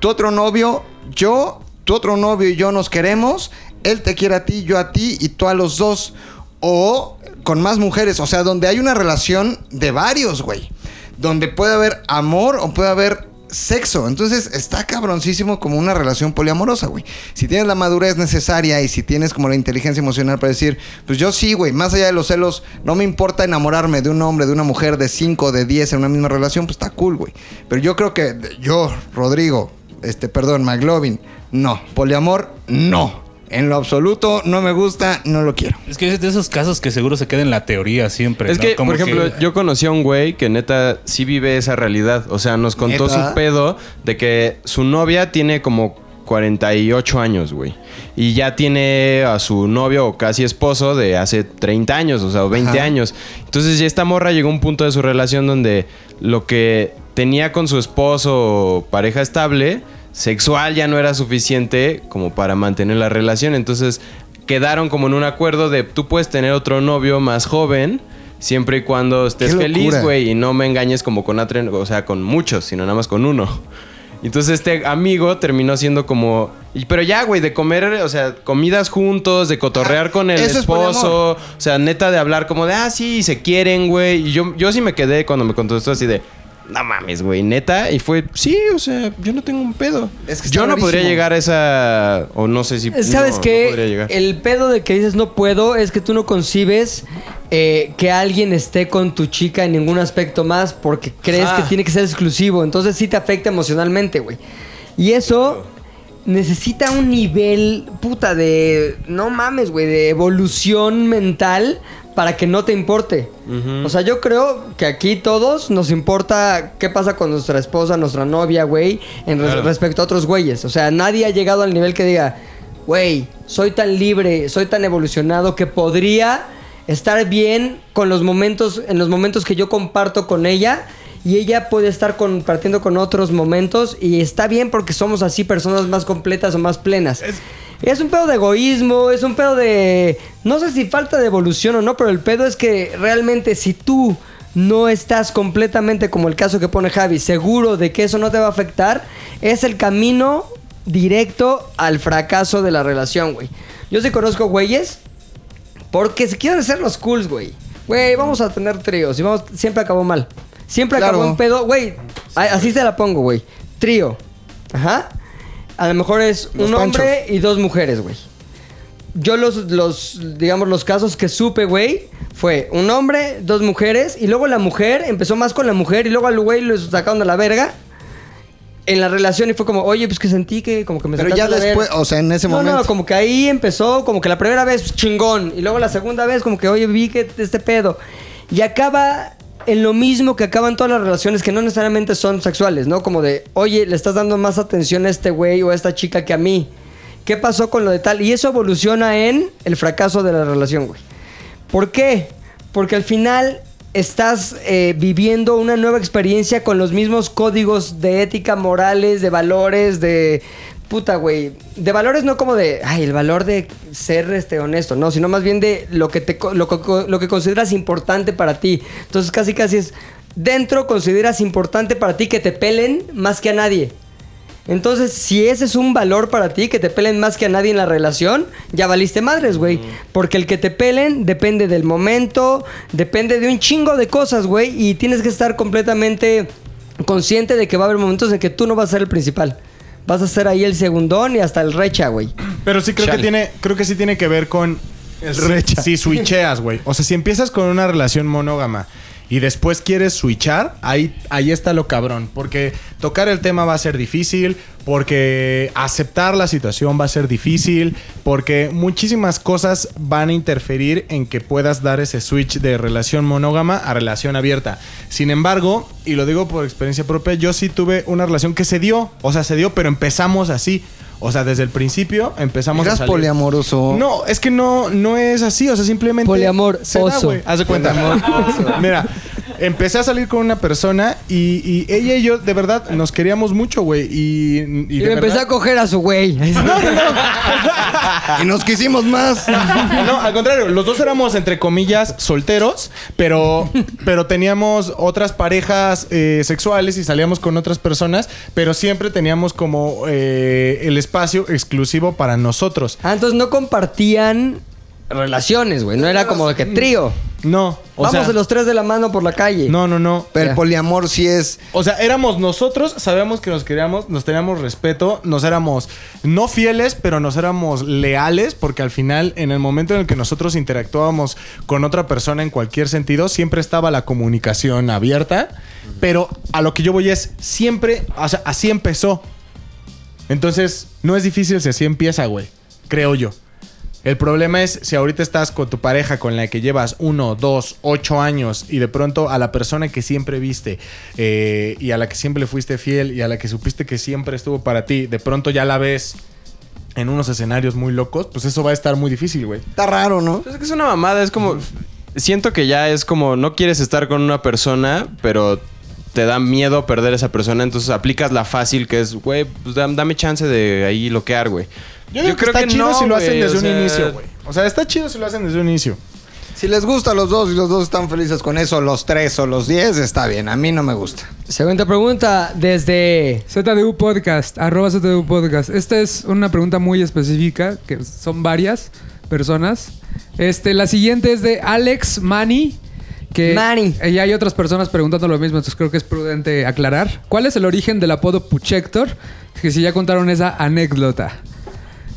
Speaker 4: tu otro novio, yo, tu otro novio y yo nos queremos, él te quiere a ti, yo a ti y tú a los dos, o con más mujeres, o sea, donde hay una relación de varios, güey donde puede haber amor o puede haber sexo. Entonces está cabroncísimo como una relación poliamorosa, güey. Si tienes la madurez necesaria y si tienes como la inteligencia emocional para decir, pues yo sí, güey, más allá de los celos, no me importa enamorarme de un hombre, de una mujer, de 5, de 10 en una misma relación, pues está cool, güey. Pero yo creo que yo, Rodrigo, este, perdón, McLovin, no. Poliamor, no. En lo absoluto, no me gusta, no lo quiero.
Speaker 8: Es que es de esos casos que seguro se queda en la teoría siempre.
Speaker 5: Es
Speaker 8: ¿no?
Speaker 5: que,
Speaker 8: Como
Speaker 5: por ejemplo, yo conocí a un güey que neta sí vive esa realidad. O sea, nos contó
Speaker 4: ¿Neta?
Speaker 5: su pedo de que su novia tiene como 48 años, güey. Y ya tiene a su novio o casi esposo de hace 30 años, o sea, o 20
Speaker 4: Ajá.
Speaker 5: años. Entonces ya esta morra llegó a un punto de su relación donde lo que tenía con su esposo o pareja estable, sexual ya no era suficiente como para mantener la relación. Entonces quedaron como en un acuerdo de tú puedes tener otro novio más joven. Siempre y cuando estés
Speaker 4: ¡Qué
Speaker 5: feliz,
Speaker 4: locura!
Speaker 5: güey, y no me engañes como con atre- o sea, con muchos, sino nada más con uno. Entonces este amigo terminó siendo como... y- Pero ya, güey, de comer, o sea, comidas juntos, de cotorrear
Speaker 4: Ah,
Speaker 5: con el
Speaker 4: eso es poliamor.
Speaker 5: esposo, o sea, neta de hablar como de, ah, sí, se quieren, güey. Y yo, yo sí me quedé cuando me contestó así de, no mames, güey, neta. Y fue, sí, o sea, yo no tengo un pedo.
Speaker 4: Es que está
Speaker 5: yo no
Speaker 4: rarísimo.
Speaker 5: podría llegar a esa, o no sé si...
Speaker 2: Eh, ¿Sabes
Speaker 5: no, no podría
Speaker 2: qué?
Speaker 5: llegar.
Speaker 2: el pedo de que dices no puedo es que tú no concibes eh, que alguien esté con tu chica en ningún aspecto más porque crees
Speaker 5: Ah.
Speaker 2: que tiene que ser exclusivo. Entonces sí te afecta emocionalmente, güey. Y eso necesita un nivel, puta, de... No mames, güey, de evolución mental para que no te importe. O sea, yo creo que aquí todos nos importa qué pasa con nuestra esposa, nuestra novia, güey, en res- respecto a otros güeyes. O sea, nadie ha llegado al nivel que diga, güey, soy tan libre, soy tan evolucionado que podría estar bien con los momentos, en los momentos que yo comparto con ella. Y ella puede estar compartiendo con otros momentos y está bien porque somos así personas más completas o más plenas. Es, un pedo de egoísmo, es un pedo de... No sé si falta de evolución o no, pero el pedo es que realmente si tú no estás completamente como el caso que pone Javi, seguro de que eso no te va a afectar, es el camino directo al fracaso de la relación, güey. Yo sí conozco güeyes porque se quieren hacer los cools, güey. Güey, vamos a tener tríos y vamos, siempre acabó mal. Siempre acabó
Speaker 4: Claro.
Speaker 2: en pedo, güey. a- Así te la pongo, güey. Trío. Ajá. A lo mejor es
Speaker 4: Los
Speaker 2: un
Speaker 4: panchos.
Speaker 2: hombre y dos mujeres, güey. Yo los, los, digamos, los casos que supe, güey, fue un hombre, dos mujeres, y luego la mujer, empezó más con la mujer, y luego al güey lo sacaron a la verga en la relación y fue como, oye, pues que sentí que como que me
Speaker 4: Pero
Speaker 2: sacaste
Speaker 4: ya
Speaker 2: a la
Speaker 4: después,
Speaker 2: verga".
Speaker 4: o sea, en ese
Speaker 2: No,
Speaker 4: momento.
Speaker 2: no, como que ahí empezó, como que la primera vez pues, chingón, y luego la segunda vez como que, oye, vi que este pedo. Y acaba en lo mismo que acaban todas las relaciones que no necesariamente son sexuales, ¿no? Como de, oye, le estás dando más atención a este güey o a esta chica que a mí. ¿Qué pasó con lo de tal? Y eso evoluciona en el fracaso de la relación, güey. ¿Por qué? Porque al final estás eh, viviendo una nueva experiencia con los mismos códigos de ética, morales, de valores, de... Puta, güey. De valores no como de... Ay, el valor de ser este, honesto, no, sino más bien de lo que, te, co- lo, co- lo que consideras importante para ti. Entonces casi casi es... Dentro consideras importante para ti que te pelen más que a nadie. Entonces, si ese es un valor para ti, que te pelen más que a nadie en la relación, ya valiste madres, güey. Porque el que te pelen depende del momento, depende de un chingo de cosas, güey. Y tienes que estar completamente consciente de que va a haber momentos en que tú no vas a ser el principal. Vas a ser ahí el segundón y hasta el recha, güey.
Speaker 3: Pero sí creo que tiene, creo que sí tiene que ver con si, si switcheas, güey. O sea, si empiezas con una relación monógama y después quieres switchar, ahí, ahí está lo cabrón. Porque tocar el tema va a ser difícil, porque aceptar la situación va a ser difícil, porque muchísimas cosas van a interferir en que puedas dar ese switch de relación monógama a relación abierta. Sin embargo, y lo digo por experiencia propia, yo sí tuve una relación que se dio, o sea, se dio, pero empezamos así. O sea, desde el principio empezamos a
Speaker 4: Eras
Speaker 3: salir.
Speaker 4: poliamoroso.
Speaker 3: No, es que no, no es así. O sea, simplemente.
Speaker 2: Poliamor,
Speaker 3: se da,
Speaker 2: oso.
Speaker 3: güey. Haz de cuenta. Mira, empecé a salir con una persona y, y ella y yo, de verdad, nos queríamos mucho, güey. Y, y
Speaker 2: Y
Speaker 3: de
Speaker 2: le empecé a
Speaker 3: verdad-
Speaker 2: coger a su güey.
Speaker 4: Y nos quisimos más.
Speaker 3: No, al contrario, los dos éramos entre comillas solteros, pero, pero teníamos otras parejas eh, sexuales y salíamos con otras personas, pero siempre teníamos como eh, el espacio exclusivo para nosotros.
Speaker 2: Ah, entonces no compartían relaciones, güey. No era como de que trío.
Speaker 3: No, o
Speaker 2: Vamos
Speaker 3: sea,
Speaker 2: de los tres de la mano por la calle.
Speaker 3: no, no, no.
Speaker 4: Pero
Speaker 2: Ya.
Speaker 4: el poliamor sí es.
Speaker 3: O sea, éramos nosotros, sabíamos que nos queríamos, nos teníamos respeto, nos éramos no fieles, pero nos éramos leales, porque al final, en el momento en el que nosotros interactuábamos con otra persona en cualquier sentido, siempre estaba la comunicación abierta. Pero a lo que yo voy es, siempre, o sea, así empezó. Entonces, no es difícil si así empieza, güey. Creo yo. El problema es si ahorita estás con tu pareja con la que llevas uno, dos, ocho años y de pronto a la persona que siempre viste eh, y a la que siempre fuiste fiel y a la que supiste que siempre estuvo para ti, de pronto ya la ves en unos escenarios muy locos, pues eso va a estar muy difícil, güey.
Speaker 4: Está raro, ¿no?
Speaker 5: Pues Es que es una mamada, es como. Siento que ya es como no quieres estar con una persona, pero te da miedo perder esa persona, entonces aplicas la fácil que es, güey, pues dam- dame chance de ahí loquear, güey.
Speaker 3: Yo, digo que está chido si lo hacen
Speaker 5: güey,
Speaker 3: desde
Speaker 5: o sea,
Speaker 3: un inicio, güey. O sea, está chido si lo hacen desde un inicio.
Speaker 4: Si les gusta a los dos y los dos están felices con eso, los tres o los diez, está bien. A mí no me gusta.
Speaker 2: Segunda pregunta, desde...
Speaker 6: ZDU Podcast, arroba ZDU Podcast. Esta es una pregunta muy específica, que son varias personas. Este, la siguiente es de Alex Mani. Que
Speaker 2: Mani.
Speaker 6: Y hay otras personas preguntando lo mismo, entonces creo que es prudente aclarar. ¿Cuál es el origen del apodo Puchector? Que si ya contaron esa anécdota.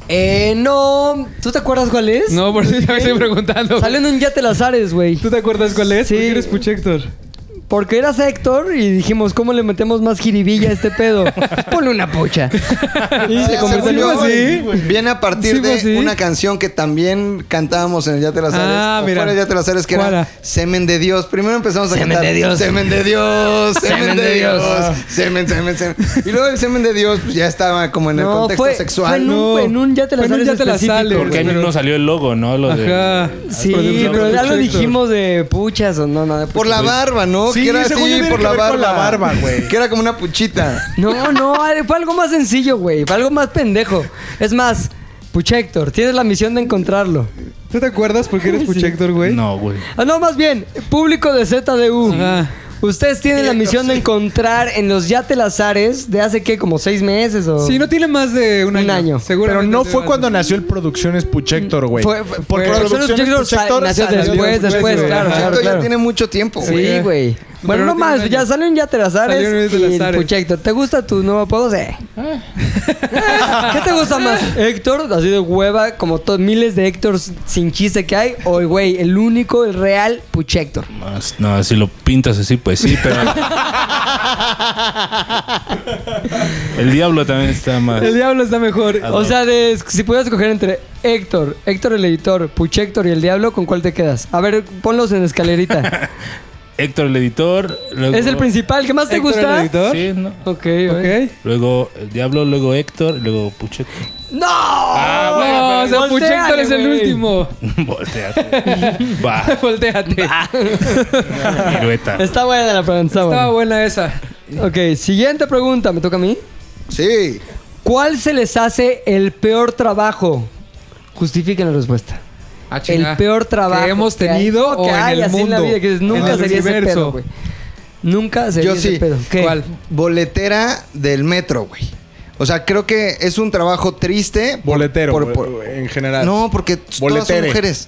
Speaker 2: Eh, no... ¿Tú te acuerdas cuál es?
Speaker 6: No, por eso ya me estoy preguntando.
Speaker 2: Salió en un Yate Lazares, güey.
Speaker 6: ¿Tú te acuerdas cuál es?
Speaker 2: Sí.
Speaker 6: ¿Por qué eres Puchector?
Speaker 2: Porque eras Héctor y dijimos, ¿cómo le metemos más jiribilla a este pedo? Ponle una pucha.
Speaker 6: Y se
Speaker 4: Ah, Ya, según
Speaker 6: convirtió algo
Speaker 4: yo,
Speaker 6: así.
Speaker 4: Viene a partir
Speaker 6: Sí,
Speaker 4: de
Speaker 6: pues, sí.
Speaker 4: una canción que también cantábamos en el Ya te las sabes.
Speaker 6: Ah,
Speaker 4: o
Speaker 6: mira.
Speaker 4: fuera del Ya te las sabes, que
Speaker 6: ¿Cuál
Speaker 4: era
Speaker 6: era?
Speaker 4: Semen de Dios. Primero empezamos a
Speaker 2: Semen
Speaker 4: cantar.
Speaker 2: de Dios.
Speaker 4: Semen de Dios. Semen de Dios. Semen, semen, semen. Y luego el semen de Dios pues, ya estaba como en el contexto sexual.
Speaker 2: fue en, un,
Speaker 6: no.
Speaker 2: en un Yate
Speaker 6: Fue en un
Speaker 2: Lazares
Speaker 6: Yate Lazares,
Speaker 2: específico,
Speaker 8: Porque ahí
Speaker 2: güey.
Speaker 6: pero-
Speaker 8: no salió el logo, ¿no? Lo de-
Speaker 6: Ajá.
Speaker 2: Sí,
Speaker 6: Producción
Speaker 2: pero ya lo
Speaker 6: Puchector.
Speaker 2: dijimos de puchas o no, no. de puchas.
Speaker 4: Por la barba, ¿no?
Speaker 3: Sí,
Speaker 4: que era así,
Speaker 3: según yo tiene
Speaker 4: por
Speaker 3: que
Speaker 4: la
Speaker 3: ver
Speaker 4: barba.
Speaker 3: con la barba, güey.
Speaker 4: Que era como una puchita.
Speaker 2: No, no, Ale, fue algo más sencillo, güey. Fue algo más pendejo. Es más, Puchector, tienes la misión de encontrarlo.
Speaker 6: ¿Tú te acuerdas por qué eres Puchector, güey?
Speaker 8: No, güey.
Speaker 2: Ah, no, más bien, público de ZDU.
Speaker 6: Ajá.
Speaker 2: Ustedes tienen la misión de encontrar en los Yatelazares de hace que como seis meses o.
Speaker 6: Sí, no tiene más de un
Speaker 2: Un
Speaker 6: año.
Speaker 2: año.
Speaker 3: Pero
Speaker 6: Seguramente
Speaker 3: no
Speaker 6: tiene
Speaker 3: fue
Speaker 6: más.
Speaker 3: cuando nació el Producciones Puchector, güey.
Speaker 2: Fue- fue-
Speaker 3: Porque
Speaker 2: fue-
Speaker 3: Producciones
Speaker 2: Puchector sa-
Speaker 3: Puchector
Speaker 2: nació
Speaker 3: salió
Speaker 2: después, después,
Speaker 6: güey.
Speaker 2: claro,
Speaker 6: Ajá.
Speaker 2: claro,
Speaker 4: Esto ya
Speaker 2: claro.
Speaker 4: tiene mucho tiempo, güey.
Speaker 2: Sí, güey. Bueno,
Speaker 6: Pero
Speaker 2: no
Speaker 6: no
Speaker 2: más,
Speaker 6: tiene
Speaker 2: ya
Speaker 6: años.
Speaker 2: salen Yatelazares
Speaker 6: Salieron en
Speaker 2: y el
Speaker 6: Yatelazares.
Speaker 2: Puchector. ¿Te gusta tu nuevo apodo? Sí. ¿Qué te gusta más? ¿Héctor, así de hueva, como to- miles de Héctors sin chiste que hay? ¿O, güey, el único, el real Puchector?
Speaker 8: Más- No, si lo pintas así, pues sí, pero. el diablo también está más.
Speaker 6: El diablo está mejor.
Speaker 2: O sea, de- si pudieras escoger entre Héctor, Héctor el editor, Puchector y el diablo, ¿con cuál te quedas? A ver, ponlos en escalerita.
Speaker 8: Héctor el editor. luego-
Speaker 2: ¿Es el principal? ¿Qué más te
Speaker 6: Pues ¿Héctor el
Speaker 2: gusta?
Speaker 6: editor?
Speaker 8: Sí, ¿no?
Speaker 2: Ok, ok.
Speaker 6: Ok.
Speaker 8: Luego el diablo, luego Héctor, luego Pucheco.
Speaker 2: ¡No!
Speaker 6: Ah, No, o sea,
Speaker 2: Voltéale,
Speaker 6: Puchector es el
Speaker 2: güey.
Speaker 6: último.
Speaker 8: Volteate. Va,
Speaker 6: Volteate.
Speaker 8: pirueta.
Speaker 2: Está buena la pregunta. Está
Speaker 6: Estaba
Speaker 2: buena.
Speaker 6: buena esa.
Speaker 2: Ok, siguiente pregunta, me toca a mí.
Speaker 4: Sí.
Speaker 2: ¿Cuál se les hace el peor trabajo? Justifiquen la respuesta.
Speaker 6: Ah,
Speaker 2: El
Speaker 6: chinga.
Speaker 2: peor trabajo
Speaker 6: que hemos
Speaker 2: hay-
Speaker 6: tenido
Speaker 2: que
Speaker 6: o en
Speaker 2: hay
Speaker 6: el
Speaker 2: así
Speaker 6: mundo.
Speaker 2: la vida, que dices, nunca
Speaker 6: en el
Speaker 2: sería ese
Speaker 6: universo.
Speaker 2: pedo, güey. Nunca sería
Speaker 4: Yo
Speaker 2: ese
Speaker 4: sí.
Speaker 2: pedo. ¿Qué?
Speaker 6: ¿Cuál?
Speaker 4: Boletera del metro, güey. O sea, creo que es un trabajo triste. por-
Speaker 3: Boletero,
Speaker 4: por- por-
Speaker 3: güey, en general.
Speaker 4: No, porque todas son
Speaker 3: Boletere.
Speaker 4: mujeres.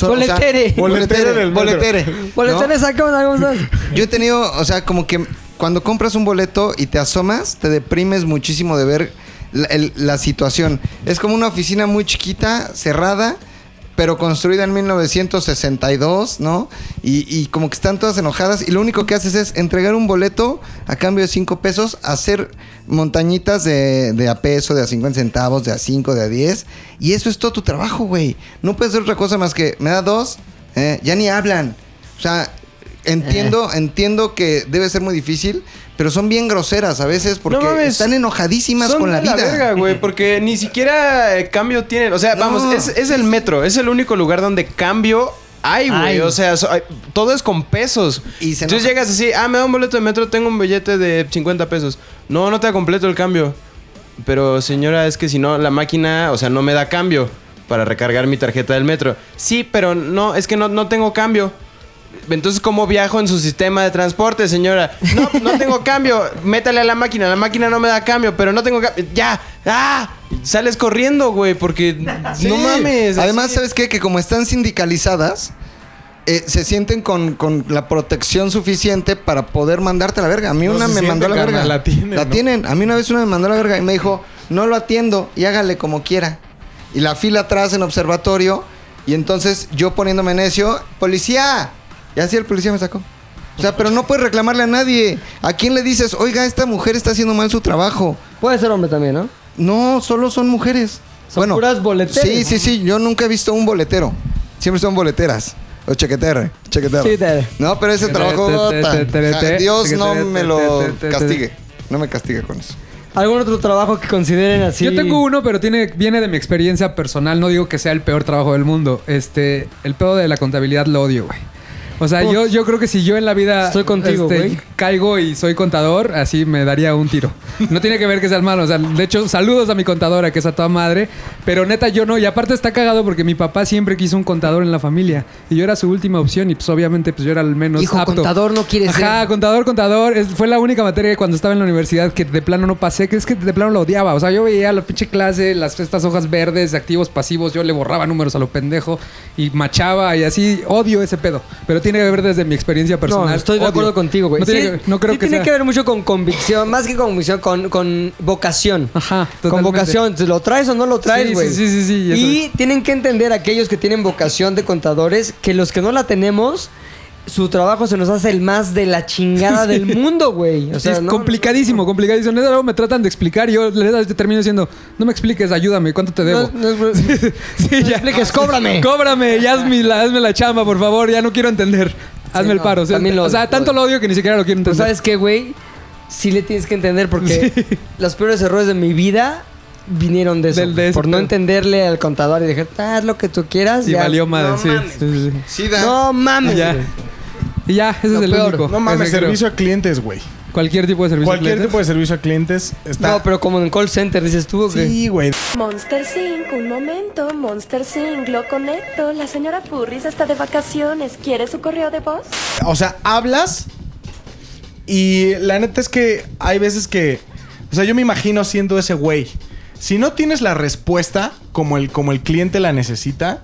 Speaker 2: Boletere.
Speaker 3: Boletere del metro.
Speaker 4: boletere.
Speaker 2: Bueno,
Speaker 4: ¿no?
Speaker 2: ustedes sacan una cosa.
Speaker 4: Yo he tenido, o sea, como que cuando compras un boleto y te asomas, te deprimes muchísimo de ver la, el- la situación. Es como una oficina muy chiquita, cerrada, pero construida en 1962, ¿no? Y, y como que están todas enojadas y lo único que haces es entregar un boleto a cambio de 5 pesos, hacer montañitas de, de a peso, de a 50 centavos, de a 5, de a 10 y eso es todo tu trabajo, güey. No puedes hacer otra cosa más que me da dos, eh, ya ni hablan. O sea,
Speaker 5: Eh.
Speaker 4: entiendo, entiendo que debe ser muy difícil, pero son bien groseras a veces porque
Speaker 5: mames.
Speaker 4: están enojadísimas
Speaker 5: Son
Speaker 4: con la
Speaker 5: de
Speaker 4: vida.
Speaker 5: verga, güey, porque ni siquiera eh, cambio tienen. O sea,
Speaker 4: No.
Speaker 5: vamos, es, es el metro, es el único lugar donde cambio hay,
Speaker 2: Ay.
Speaker 5: güey. O sea, so- ay, todo es con pesos.
Speaker 4: Y se
Speaker 5: Entonces
Speaker 4: enoja.
Speaker 5: llegas así, ah, me da un boleto de metro, tengo un billete de 50 pesos. No, no te da completo el cambio. Pero señora, es que si no, la máquina, o sea, no me da cambio para recargar mi tarjeta del metro. Sí, pero no, es que no, no tengo cambio. Entonces, ¿cómo viajo en su sistema de transporte, señora? No, no tengo cambio. Métale a la máquina. La máquina no me da cambio, pero no tengo cambio. ¡Ya! ¡Ah! Sales corriendo, güey, porque...
Speaker 4: Sí.
Speaker 5: No mames.
Speaker 4: Además,
Speaker 5: así-
Speaker 4: ¿sabes qué? Que como están sindicalizadas, eh, se sienten con, con la protección suficiente para poder mandarte a la verga. A mí
Speaker 3: No
Speaker 4: una
Speaker 3: se
Speaker 4: me
Speaker 3: siente,
Speaker 4: mandó a la
Speaker 3: carnal,
Speaker 4: verga.
Speaker 3: la tienen, ¿no?
Speaker 4: A mí una vez una me mandó a la verga y me dijo, no lo atiendo y hágale como quiera. Y la fila atrás en observatorio. Y entonces yo poniéndome necio, policía. Y así el policía me sacó. O sea, pero no puedes reclamarle a nadie. ¿A quién le dices, oiga, esta mujer está haciendo mal su trabajo?
Speaker 2: Puede ser hombre también, ¿no?
Speaker 4: No, solo son mujeres.
Speaker 2: Son puras boleteras.
Speaker 4: Sí, sí, sí. Yo nunca he visto un boletero. Siempre son boleteras. O chequeterre. Chequeterre.
Speaker 2: Sí, tere.
Speaker 4: No, pero ese trabajo.
Speaker 6: Tere, tere, tere,
Speaker 4: gota.
Speaker 6: tere,
Speaker 4: Dios
Speaker 6: tere,
Speaker 4: no
Speaker 6: tere,
Speaker 4: me
Speaker 6: tere,
Speaker 4: lo
Speaker 6: tere, tere,
Speaker 4: castigue. No me castigue con eso.
Speaker 2: ¿Algún otro trabajo que consideren así?
Speaker 6: Yo tengo uno, pero tiene, viene de mi experiencia personal. No digo que sea el peor trabajo del mundo. Este, el pedo de la contabilidad lo odio, güey. O sea, yo, yo creo que si yo en la vida este,
Speaker 2: Estoy contigo, güey.
Speaker 6: caigo y soy contador, así me daría un tiro. No tiene que ver que seas malo. O sea, de hecho, saludos a mi contadora, que es a toda madre. Pero neta, yo no. Y aparte está cagado porque mi papá siempre quiso un contador en la familia. Y yo era su última opción. Y pues obviamente pues yo era el menos
Speaker 2: Hijo,
Speaker 6: apto.
Speaker 2: contador no quiere ser.
Speaker 6: Ajá, contador, contador. Es- fue la única materia que cuando estaba en la universidad que de plano no pasé, que es que de plano lo odiaba. O sea, yo veía la pinche clase, las estas hojas verdes, activos, pasivos, yo le borraba números a lo pendejo y machaba y así. Odio ese pedo. Pero tiene que ver desde mi experiencia personal.
Speaker 2: No, estoy de
Speaker 6: Odio.
Speaker 2: acuerdo contigo, güey.
Speaker 6: No, tiene
Speaker 2: Sí,
Speaker 6: que- no creo
Speaker 2: sí
Speaker 6: que
Speaker 2: tiene
Speaker 6: sea.
Speaker 2: que ver mucho con convicción, más que con convicción, con, con vocación.
Speaker 6: Ajá,
Speaker 2: Con
Speaker 6: totalmente.
Speaker 2: vocación, Entonces, ¿lo traes o no lo traes,
Speaker 6: Sí,
Speaker 2: güey?
Speaker 6: sí, sí, sí, sí, ya
Speaker 2: y tienen que entender aquellos que tienen vocación de contadores que los que no la tenemos, su trabajo se nos hace el más de la chingada del mundo, güey. O sea,
Speaker 6: es
Speaker 2: no-
Speaker 6: complicadísimo, complicadísimo. Neta, Luego me tratan de explicar y yo neta, yo termino este diciendo, no me expliques, ayúdame, ¿cuánto te debo?
Speaker 2: No, no es-
Speaker 6: sí,
Speaker 2: no expliques, cóbrame.
Speaker 6: Cóbrame, y hazme la, hazme la chamba, por favor, ya no quiero entender. Hazme el
Speaker 2: no,
Speaker 6: paro. O sea,
Speaker 2: también lo
Speaker 6: o sea,
Speaker 2: odio,
Speaker 6: tanto
Speaker 2: lo
Speaker 6: lo odio que ni siquiera lo quiero
Speaker 2: Pero
Speaker 6: entender.
Speaker 2: ¿sabes qué, güey? Sí le tienes que entender porque los peores errores de mi vida vinieron de eso.
Speaker 6: Del- de ese
Speaker 2: por no
Speaker 6: pedo.
Speaker 2: entenderle al contador y dije, "Ah, haz lo que tú quieras.
Speaker 6: Sí,
Speaker 2: ya".
Speaker 6: valió madre, sí, sí, sí, sí.
Speaker 4: Sí, da.
Speaker 2: No mames.
Speaker 6: Ya.
Speaker 2: güey.
Speaker 6: Y ya, ese
Speaker 2: Lo
Speaker 6: es el
Speaker 2: peor.
Speaker 6: único.
Speaker 3: No mames,
Speaker 6: Ese creo.
Speaker 3: servicio a clientes, güey.
Speaker 6: Cualquier tipo de servicio.
Speaker 3: Cualquier
Speaker 6: cliente.
Speaker 3: tipo de servicio a clientes está.
Speaker 2: No, pero como en call center dices tú, ¿o qué?
Speaker 3: Sí, güey.
Speaker 9: Monster Sync, un momento, Monster Sync, lo conecto. La señora Purris está de vacaciones. ¿Quiere su correo de voz?
Speaker 3: O sea, hablas y la neta es que hay veces que... O sea, yo me imagino siendo ese güey. Si no tienes la respuesta como el, como el cliente la necesita,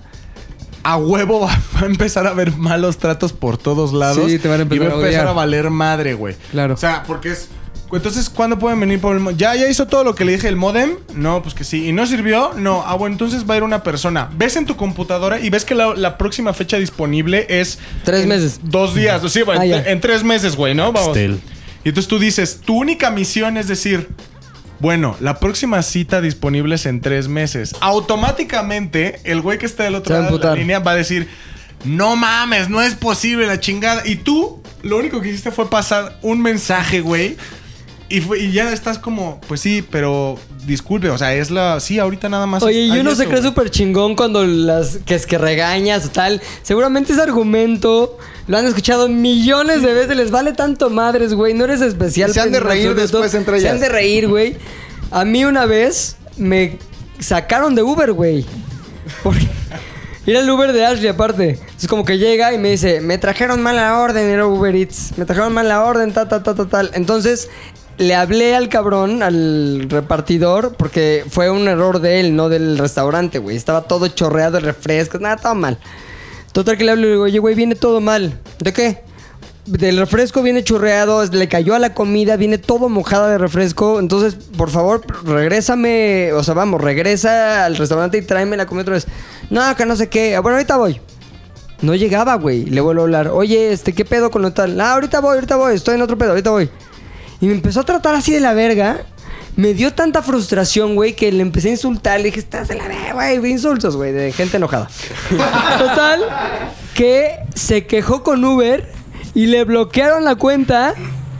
Speaker 3: a huevo va va a empezar a haber malos tratos por todos lados.
Speaker 6: Sí, te van a empezar
Speaker 3: y va a
Speaker 6: a
Speaker 3: empezar
Speaker 6: odiar.
Speaker 3: a, valer madre, güey.
Speaker 6: Claro.
Speaker 3: O sea, porque es... Entonces, ¿cuándo pueden venir por el mo- ¿Ya, ¿Ya hizo todo lo que le dije el modem? No, pues que sí. ¿Y no sirvió? No. Ah, bueno, entonces va a ir una persona. Ves en tu computadora y ves que la, la próxima fecha disponible es...
Speaker 2: Tres
Speaker 3: en
Speaker 2: meses.
Speaker 3: Dos días. Sí, bueno,
Speaker 2: Ah,
Speaker 3: en,
Speaker 2: ya.
Speaker 3: en tres meses, güey, ¿no? Vamos.
Speaker 8: Pastel.
Speaker 3: Y entonces tú dices, tu única misión es decir, bueno, la próxima cita disponible es en tres meses. Automáticamente, el güey que está del
Speaker 2: Se
Speaker 3: otro
Speaker 2: va a
Speaker 3: lado de la
Speaker 2: emputar.
Speaker 3: línea va a decir, no mames, no es posible la chingada. Y tú, lo único que hiciste fue pasar un mensaje, güey. Y, fue- y ya estás como, pues sí, pero disculpe, o sea, es la... Sí, ahorita nada más...
Speaker 2: Oye, y
Speaker 3: hay
Speaker 2: uno se
Speaker 3: eso,
Speaker 2: cree
Speaker 3: güey.
Speaker 2: súper chingón cuando las que es que regañas o tal. Seguramente ese argumento lo han escuchado millones de veces. Les vale tanto madres, güey. No eres especial.
Speaker 4: Y se han de
Speaker 2: pendejo,
Speaker 4: reír
Speaker 2: sobre
Speaker 4: después
Speaker 2: todo.
Speaker 4: entre
Speaker 2: Se
Speaker 4: ellas.
Speaker 2: han de reír, güey. A mí una vez me sacaron de Uber, güey. Porque era el Uber de Ashley aparte. Es como que llega y me dice, me trajeron mala orden, era Uber Eats. Me trajeron mala orden, ta, ta, ta, ta, tal. Entonces le hablé al cabrón, al repartidor, porque fue un error de él, no del restaurante, güey. Estaba todo chorreado de refrescos, nada, todo mal. Total que le hablo y le digo, oye, güey, viene todo mal. ¿De qué? del refresco viene churreado, es- le cayó a la comida, viene todo mojada de refresco. Entonces, por favor, regrésame, o sea, vamos, regresa al restaurante y tráeme la comida otra vez. No, que no sé qué. "Ah, Bueno, ahorita voy. No llegaba, güey. Le vuelvo a hablar. Oye, este, ¿qué pedo con lo tal? Ah, ahorita voy, ahorita voy. Estoy en otro pedo, ahorita voy. Y me empezó a tratar así de la verga. Me dio tanta frustración, güey, que le empecé a insultar. Le dije, estás de la verga, güey. De insultos, güey, de gente enojada. Total, que se quejó con Uber y le bloquearon la cuenta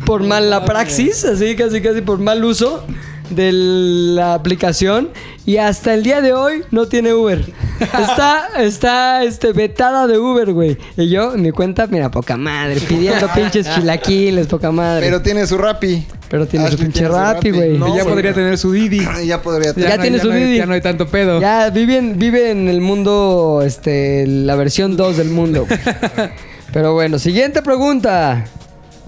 Speaker 2: por mala praxis, así casi casi por mal uso de la aplicación y hasta el día de hoy no tiene Uber. Está está este vetada de Uber, güey. Y yo en mi cuenta, mira, poca madre, pidiendo pinches chilaquiles, poca madre.
Speaker 4: Pero tiene su Rappi.
Speaker 2: Pero tiene
Speaker 4: Ah,
Speaker 2: su
Speaker 4: sí,
Speaker 2: pinche
Speaker 4: tiene su
Speaker 2: rapi,
Speaker 4: Rappi. ah,
Speaker 2: güey.
Speaker 6: Y ya podría tener su Didi.
Speaker 4: Ya podría
Speaker 2: Ya
Speaker 4: tener.
Speaker 6: no-
Speaker 2: tiene su
Speaker 6: no hay-
Speaker 2: Didi.
Speaker 6: Ya no hay tanto pedo.
Speaker 2: Ya vive en, vive en el mundo, este, la versión 2 del mundo. güey. Pero bueno, siguiente pregunta.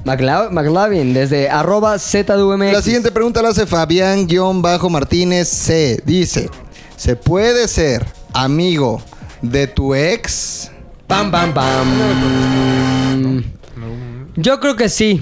Speaker 2: Macla- McLavin, desde arroba ZDUMX.
Speaker 4: La siguiente pregunta la hace Fabián-Martínez C. Dice, ¿se puede ser amigo de tu ex?
Speaker 2: Pam, pam, pam. Yo creo que sí.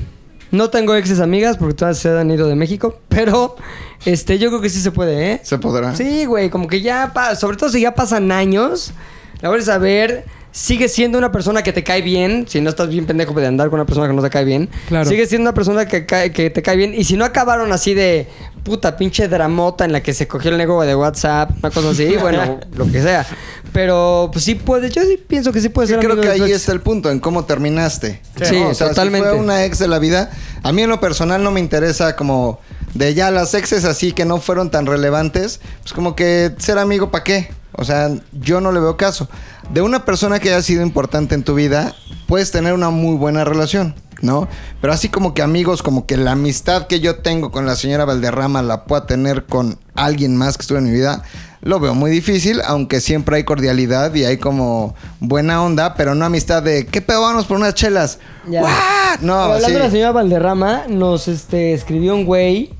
Speaker 2: No tengo exes amigas porque todas se han ido de México, pero este, yo creo que sí se puede, ¿eh?
Speaker 4: ¿Se podrá?
Speaker 2: Sí, güey, como que ya, pa- sobre todo si ya pasan años, la vuelves a ver, sigue siendo una persona que te cae bien, si no estás bien pendejo de andar con una persona que no te cae bien,
Speaker 6: Claro.
Speaker 2: sigue siendo una persona que, cae- que te cae bien, y si no acabaron así de puta pinche dramota en la que se cogió el nego de WhatsApp, una cosa así, bueno, lo que sea, pero pues sí puede, yo sí pienso que sí puede ser.
Speaker 4: Creo
Speaker 2: amigo
Speaker 4: que
Speaker 2: de tu
Speaker 4: ahí
Speaker 2: ex.
Speaker 4: está el punto, en cómo terminaste.
Speaker 2: Sí,
Speaker 4: ¿no? O sea,
Speaker 2: totalmente.
Speaker 4: Si fue una ex de la vida, a mí en lo personal no me interesa como de ya las exes así que no fueron tan relevantes, pues como que ser amigo para qué. O sea, yo no le veo caso. De una persona que haya sido importante en tu vida, puedes tener una muy buena relación, ¿no? Pero así como que amigos, como que la amistad que yo tengo con la señora Valderrama la pueda tener con alguien más que estuvo en mi vida, lo veo muy difícil, aunque siempre hay cordialidad y hay como buena onda, pero no amistad de ¿qué pedo vamos por unas chelas?
Speaker 2: Ya.
Speaker 4: ¡Guau! No,
Speaker 2: Hablando
Speaker 4: sí.
Speaker 2: de la señora Valderrama, nos este, escribió un güey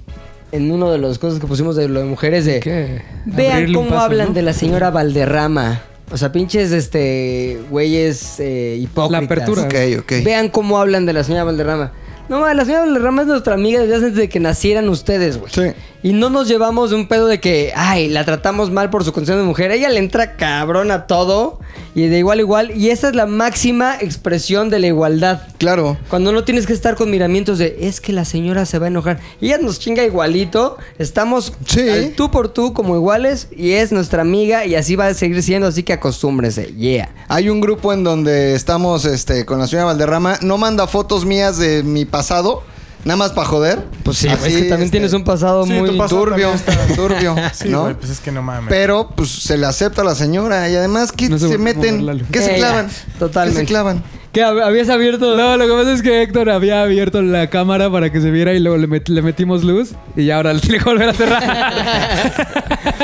Speaker 2: en uno de las cosas que pusimos de lo de mujeres de...
Speaker 6: ¿Qué?
Speaker 2: Vean
Speaker 6: Abrirle un
Speaker 2: cómo
Speaker 6: paso,
Speaker 2: hablan
Speaker 6: ¿no?
Speaker 2: de la señora Valderrama. O sea, pinches este güeyes eh, hipócritas.
Speaker 6: La apertura.
Speaker 4: Ok, ok.
Speaker 2: Vean cómo hablan de la señora Valderrama. No, ma, la señora Valderrama es nuestra amiga desde antes de que nacieran ustedes, güey.
Speaker 4: Sí.
Speaker 2: Y no nos llevamos de un pedo de que, ay, la tratamos mal por su condición de mujer. Ella le entra cabrón a todo y de igual a igual. Y esa es la máxima expresión de la igualdad.
Speaker 4: Claro.
Speaker 2: Cuando no tienes que estar con miramientos de es que la señora se va a enojar. Y Ella nos chinga igualito. Estamos
Speaker 4: Sí.
Speaker 2: al tú por tú como iguales y es nuestra amiga y así va a seguir siendo. Así que acostúmbrense. Yeah.
Speaker 4: Hay un grupo en donde estamos este, con la señora Valderrama. No manda fotos mías de mi pasado, nada más para joder.
Speaker 2: Pues sí,
Speaker 4: Así,
Speaker 2: es que también
Speaker 4: este,
Speaker 2: tienes un pasado
Speaker 3: Sí,
Speaker 2: muy
Speaker 3: tu pasado
Speaker 4: turbio,
Speaker 3: también está-
Speaker 4: turbio,
Speaker 3: Sí,
Speaker 4: ¿no?
Speaker 3: güey, pues es que no mames.
Speaker 4: Pero pues se le acepta a la señora y además que
Speaker 6: No sé
Speaker 4: se,
Speaker 6: cómo
Speaker 4: meten,
Speaker 6: hablarlo.
Speaker 4: que se
Speaker 2: Eh,
Speaker 4: clavan,
Speaker 2: totalmente.
Speaker 4: que se clavan.
Speaker 2: ¿Qué? hab- ¿Habías abierto?
Speaker 6: No, lo que pasa es que Héctor había abierto la cámara para que se viera y luego le, met- le metimos luz y ya ahora le tiene que volver a cerrar.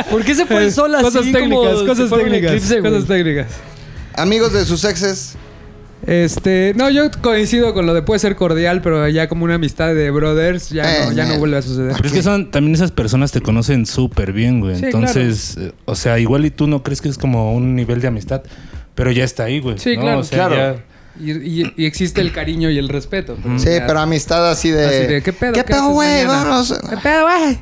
Speaker 2: ¿Por qué se fue el sol así
Speaker 6: Cosas
Speaker 2: como
Speaker 6: técnicas,
Speaker 2: se
Speaker 6: cosas
Speaker 2: fue un
Speaker 6: técnicas.
Speaker 2: eclipse, güey?
Speaker 6: cosas técnicas.
Speaker 4: Amigos de sus exes,
Speaker 6: Este, no, yo coincido con lo de puede ser cordial, pero ya como una amistad de brothers, ya,
Speaker 4: Eh,
Speaker 6: no, ya no
Speaker 4: eh.
Speaker 6: vuelve a suceder.
Speaker 8: Pero es que son, también esas personas te conocen súper bien, güey.
Speaker 6: Sí,
Speaker 8: Entonces, eh, o sea, igual y tú no crees que es como un nivel de amistad, pero ya está ahí, güey.
Speaker 6: Sí,
Speaker 8: ¿no?
Speaker 6: claro,
Speaker 8: O sea,
Speaker 6: claro.
Speaker 8: ya-
Speaker 6: Y, y- y existe el cariño y el respeto.
Speaker 4: sí,
Speaker 6: Mm, ya-
Speaker 4: pero amistad así de,
Speaker 6: Así de, ¿qué pedo?
Speaker 4: ¿Qué,
Speaker 6: ¿Qué haces
Speaker 4: güey?
Speaker 6: mañana?
Speaker 4: Vamos,
Speaker 6: ¿Qué pedo, güey?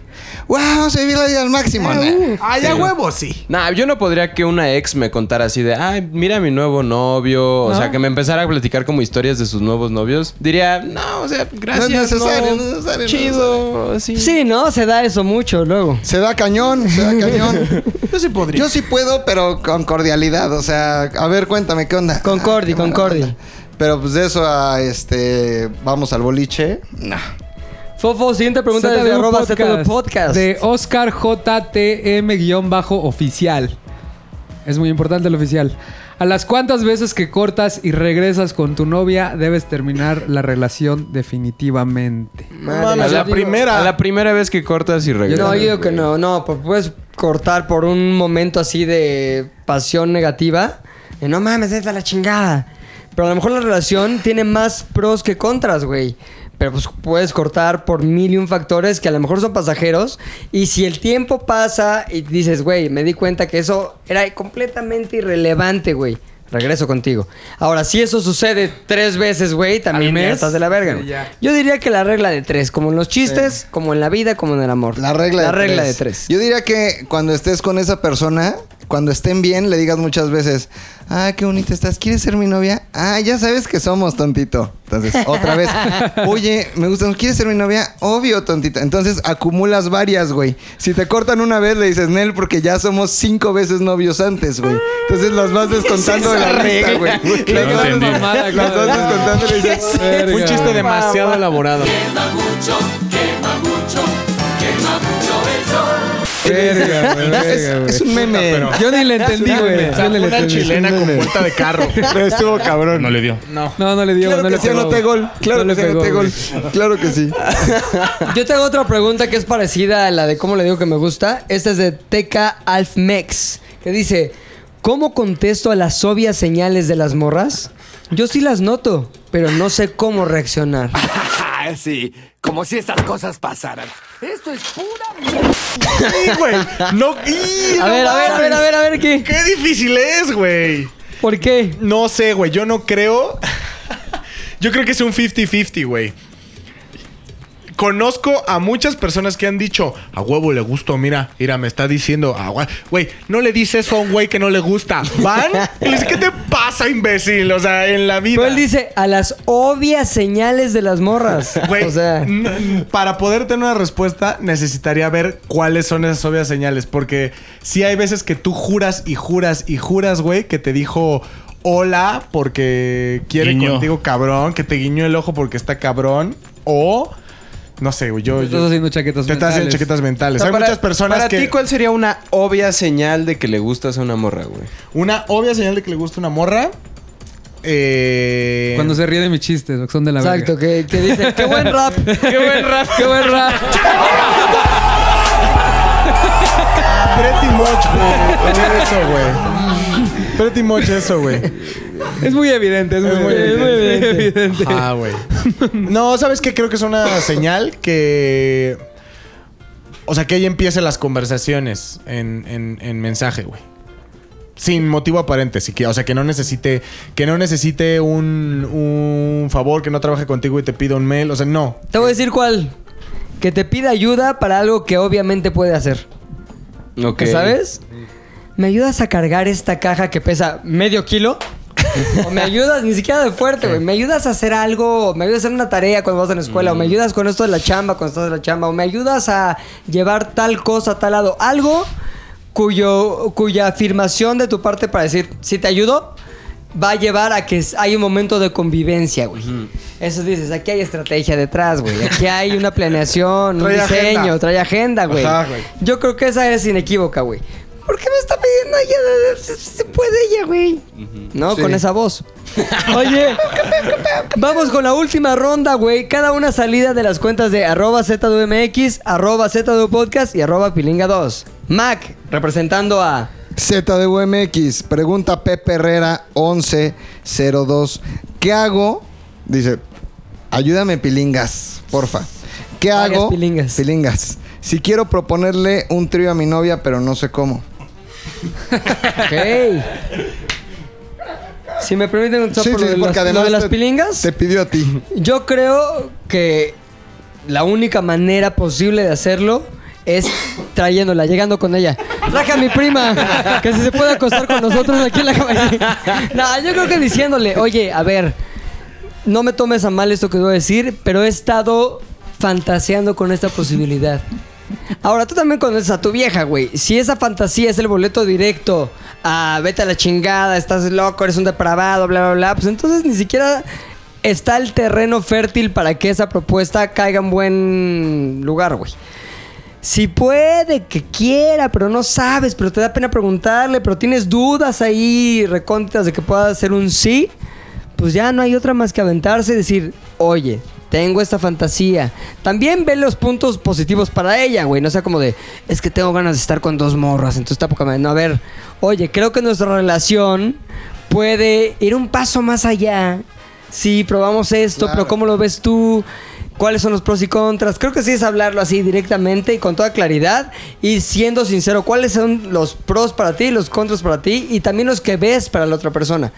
Speaker 4: güey, vamos a vivir la vida al
Speaker 2: Uh,
Speaker 4: máximo. ¿no?
Speaker 1: Ay, a huevo, sí.
Speaker 5: Nah, yo no podría que una ex me contara así de, ay, mira a mi nuevo novio. O sea, que me empezara a platicar como historias de sus nuevos novios. Diría, no, o sea, gracias. No
Speaker 4: necesario, no es necesario,
Speaker 5: Chido, así.
Speaker 2: Sí, ¿no? Se da eso mucho luego.
Speaker 4: Se da cañón, se da cañón.
Speaker 1: Yo sí podría.
Speaker 4: Yo sí puedo, pero con cordialidad. O sea, a ver, cuéntame qué onda.
Speaker 2: Con Cordy,
Speaker 4: Ah, qué
Speaker 2: con
Speaker 4: buena
Speaker 2: Cordy.
Speaker 4: onda. Pero pues de eso a este. Vamos al boliche.
Speaker 2: Fofo, siguiente pregunta
Speaker 6: ZDU
Speaker 2: desde arroba
Speaker 6: Podcast,
Speaker 2: ZDU podcast.
Speaker 6: De Oscar JTM-oficial. Es muy importante el oficial. ¿A las cuántas veces que cortas y regresas con tu novia debes terminar la relación definitivamente?
Speaker 3: No
Speaker 2: Madre,
Speaker 3: mames,
Speaker 5: yo
Speaker 3: la
Speaker 5: digo-
Speaker 3: primera.
Speaker 5: A la primera vez que cortas y regresas.
Speaker 2: No, yo digo que
Speaker 5: güey.
Speaker 2: no, no, pues puedes cortar por un momento así de pasión negativa. de, no mames, es la chingada. Pero a lo mejor la relación tiene más pros que contras, güey. Pero pues puedes cortar por mil y un factores que a lo mejor son pasajeros. Y si el tiempo pasa y dices, güey, me di cuenta que eso era completamente irrelevante, güey. Regreso contigo. Ahora, si eso sucede tres veces, güey, también
Speaker 6: Al
Speaker 2: ya
Speaker 6: mes,
Speaker 2: estás de la verga.
Speaker 6: sí,
Speaker 2: güey.
Speaker 6: ya.
Speaker 2: Yo diría que la regla de tres, como en los chistes, como en la vida, como en el amor.
Speaker 4: La regla
Speaker 2: la
Speaker 4: de
Speaker 2: regla
Speaker 4: tres.
Speaker 2: de tres.
Speaker 4: Yo diría que cuando estés con esa persona, cuando estén bien, le digas muchas veces, ah, qué bonita estás, ¿quieres ser mi novia? Ah, ya sabes que somos, tontito. Entonces, otra vez, oye, me gusta, ¿quieres ser mi novia? Obvio, tontito. Entonces, acumulas varias, güey. Si te cortan una vez, le dices, Nel, porque ya somos cinco veces novios antes, güey. Entonces, las vas descontando de la regla, güey.
Speaker 5: No
Speaker 4: Las vas-
Speaker 5: entendí.
Speaker 4: Las vas descontando y le dices,
Speaker 6: Verga.
Speaker 3: Un chiste demasiado elaborado.
Speaker 6: Verga, güey, verga,
Speaker 4: es,
Speaker 6: güey.
Speaker 4: es un meme.
Speaker 6: Yo ni le entendí, güey. Yo ni le
Speaker 3: Una
Speaker 6: entendí.
Speaker 3: chilena con puerta de carro. Pero estuvo cabrón.
Speaker 8: No le dio.
Speaker 6: No, no le dio,
Speaker 4: Claro
Speaker 6: no
Speaker 4: que
Speaker 6: le
Speaker 4: sí,
Speaker 6: pegó,
Speaker 4: anoté
Speaker 6: güey.
Speaker 4: gol. Claro
Speaker 6: No
Speaker 4: que sí,
Speaker 6: le pegó,
Speaker 4: anoté gol.
Speaker 6: güey.
Speaker 4: Claro que sí.
Speaker 2: Yo tengo otra pregunta que es parecida a la de cómo le digo que me gusta. Esta es de TK Alfmex, que dice, ¿cómo contesto a las obvias señales de las morras? Yo sí las noto, pero no sé cómo reaccionar.
Speaker 1: sí, como si estas cosas pasaran. Esto es pura
Speaker 3: Sí, güey. No. ¡Y,
Speaker 2: A
Speaker 3: no
Speaker 2: ver, a ver, a ver, a ver, a ver, ¿qué?
Speaker 3: Qué difícil es, güey.
Speaker 2: ¿Por qué?
Speaker 3: No sé, güey. Yo no creo. Yo creo que es un 50-50, güey. Conozco a muchas personas que han dicho, a huevo le gusto, mira, mira, me está diciendo, "A hue-". güey, no le dices eso a un güey que no le gusta. Van y le dicen, ¿qué te pasa, imbécil? O sea, en la vida.
Speaker 2: Pero él dice, a las obvias señales de las morras.
Speaker 3: Güey,
Speaker 2: o sea,
Speaker 3: n- para poder tener una respuesta necesitaría ver cuáles son esas obvias señales. Porque sí hay veces que tú juras y juras y juras, güey, que te dijo hola porque quiere
Speaker 8: Guiño.
Speaker 3: contigo cabrón, que te guiñó el ojo porque está cabrón. O, no sé, güey, yo...
Speaker 6: Te estás
Speaker 3: yo-
Speaker 6: haciendo chaquetas
Speaker 3: te estás haciendo
Speaker 6: mentales.
Speaker 3: chaquetas mentales.
Speaker 5: O sea,
Speaker 3: hay
Speaker 5: para-
Speaker 3: muchas personas
Speaker 5: para
Speaker 3: que...
Speaker 5: ti, ¿cuál sería una obvia señal de que le gustas a una morra, güey?
Speaker 3: Una obvia señal de que le gusta una morra... eh,
Speaker 6: Cuando se ríe de mis chistes, que son de la
Speaker 2: exacto,
Speaker 6: verga.
Speaker 2: que, que dice, qué buen rap, qué buen rap, qué buen rap.
Speaker 3: Pretty much, güey. Tener eso, güey. Pretty much eso, güey.
Speaker 6: Es muy evidente, Eh, es muy,
Speaker 3: evidente.
Speaker 6: evidente. evidente.
Speaker 3: Ah, güey. No, ¿sabes qué? Creo que es una señal que. O sea, que ahí empiecen las conversaciones en, en- en mensaje, güey. Sin motivo aparente, sí que, o sea, que no necesite, que no necesite un, un favor, que no trabaje contigo y te pida un mail, o sea, no.
Speaker 2: Te voy a decir cuál. Que te pida ayuda para algo que obviamente puede hacer.
Speaker 5: Ok.
Speaker 2: ¿Sabes? ¿Me ayudas a cargar esta caja que pesa medio kilo? o me ayudas, ni siquiera de fuerte, güey. ¿Me ayudas a hacer algo? ¿Me ayudas a hacer una tarea cuando vas a la escuela? ¿O me ayudas con esto de la chamba cuando estás en la chamba? ¿O me ayudas a llevar tal cosa a tal lado? Algo cuyo, cuya afirmación de tu parte para decir, si te ayudo, va a llevar a que s- hay un momento de convivencia, güey. Eso dices, aquí hay estrategia detrás, güey. Aquí hay una planeación, un
Speaker 3: Trae
Speaker 2: diseño,
Speaker 3: agenda.
Speaker 2: trae agenda, güey.
Speaker 3: Ajá, güey.
Speaker 2: Yo creo que esa es inequívoca, güey. ¿Por qué me está pidiendo ayuda? Se- Se puede ella, güey. No, con esa voz. Oye, vamos con la última ronda, güey. Cada una salida de las cuentas de arroba ZDUMX, arroba ZDUPodcast y arroba Pilinga2. Mac, representando a...
Speaker 4: ZDUMX, pregunta Pepe Herrera 1102. ¿Qué hago? Dice, ayúdame pilingas, porfa. ¿Qué
Speaker 2: Varias
Speaker 4: hago?
Speaker 2: pilingas.
Speaker 4: Pilingas. Si quiero proponerle un trío a mi novia, pero no sé cómo.
Speaker 2: Ok. Si me permiten un
Speaker 4: Sí,
Speaker 2: por lo
Speaker 4: sí,
Speaker 2: de, las, lo de las
Speaker 4: te-
Speaker 2: pilingas.
Speaker 4: Te pidió a ti.
Speaker 2: Yo creo que la única manera posible de hacerlo es trayéndola, llegando con ella. Traje a mi prima, que si se puede acostar con nosotros aquí en la cabaña. No, yo creo que diciéndole, oye, a ver, no me tomes a mal esto que voy a decir, pero he estado fantaseando con esta posibilidad. Ahora, tú también conoces a tu vieja, güey. Si esa fantasía es el boleto directo a vete a la chingada, estás loco, eres un depravado, bla, bla, bla, pues entonces ni siquiera está el terreno fértil para que esa propuesta caiga en buen lugar, güey. Si puede, que quiera, pero no sabes, pero te da pena preguntarle, pero tienes dudas ahí recónditas de que pueda ser un sí, pues ya no hay otra más que aventarse y decir, oye, tengo esta fantasía. También ve los puntos positivos para ella, güey. No sea como de, es que tengo ganas de estar con dos morras, entonces está poca madre. No, a ver, oye, creo que nuestra relación puede ir un paso más allá. Sí, probamos esto, pero ¿cómo lo ves tú? cuáles son los pros y contras. Creo que sí es hablarlo así directamente y con toda claridad y siendo sincero, cuáles son los pros para ti, los contras para ti y también los que ves para la otra persona.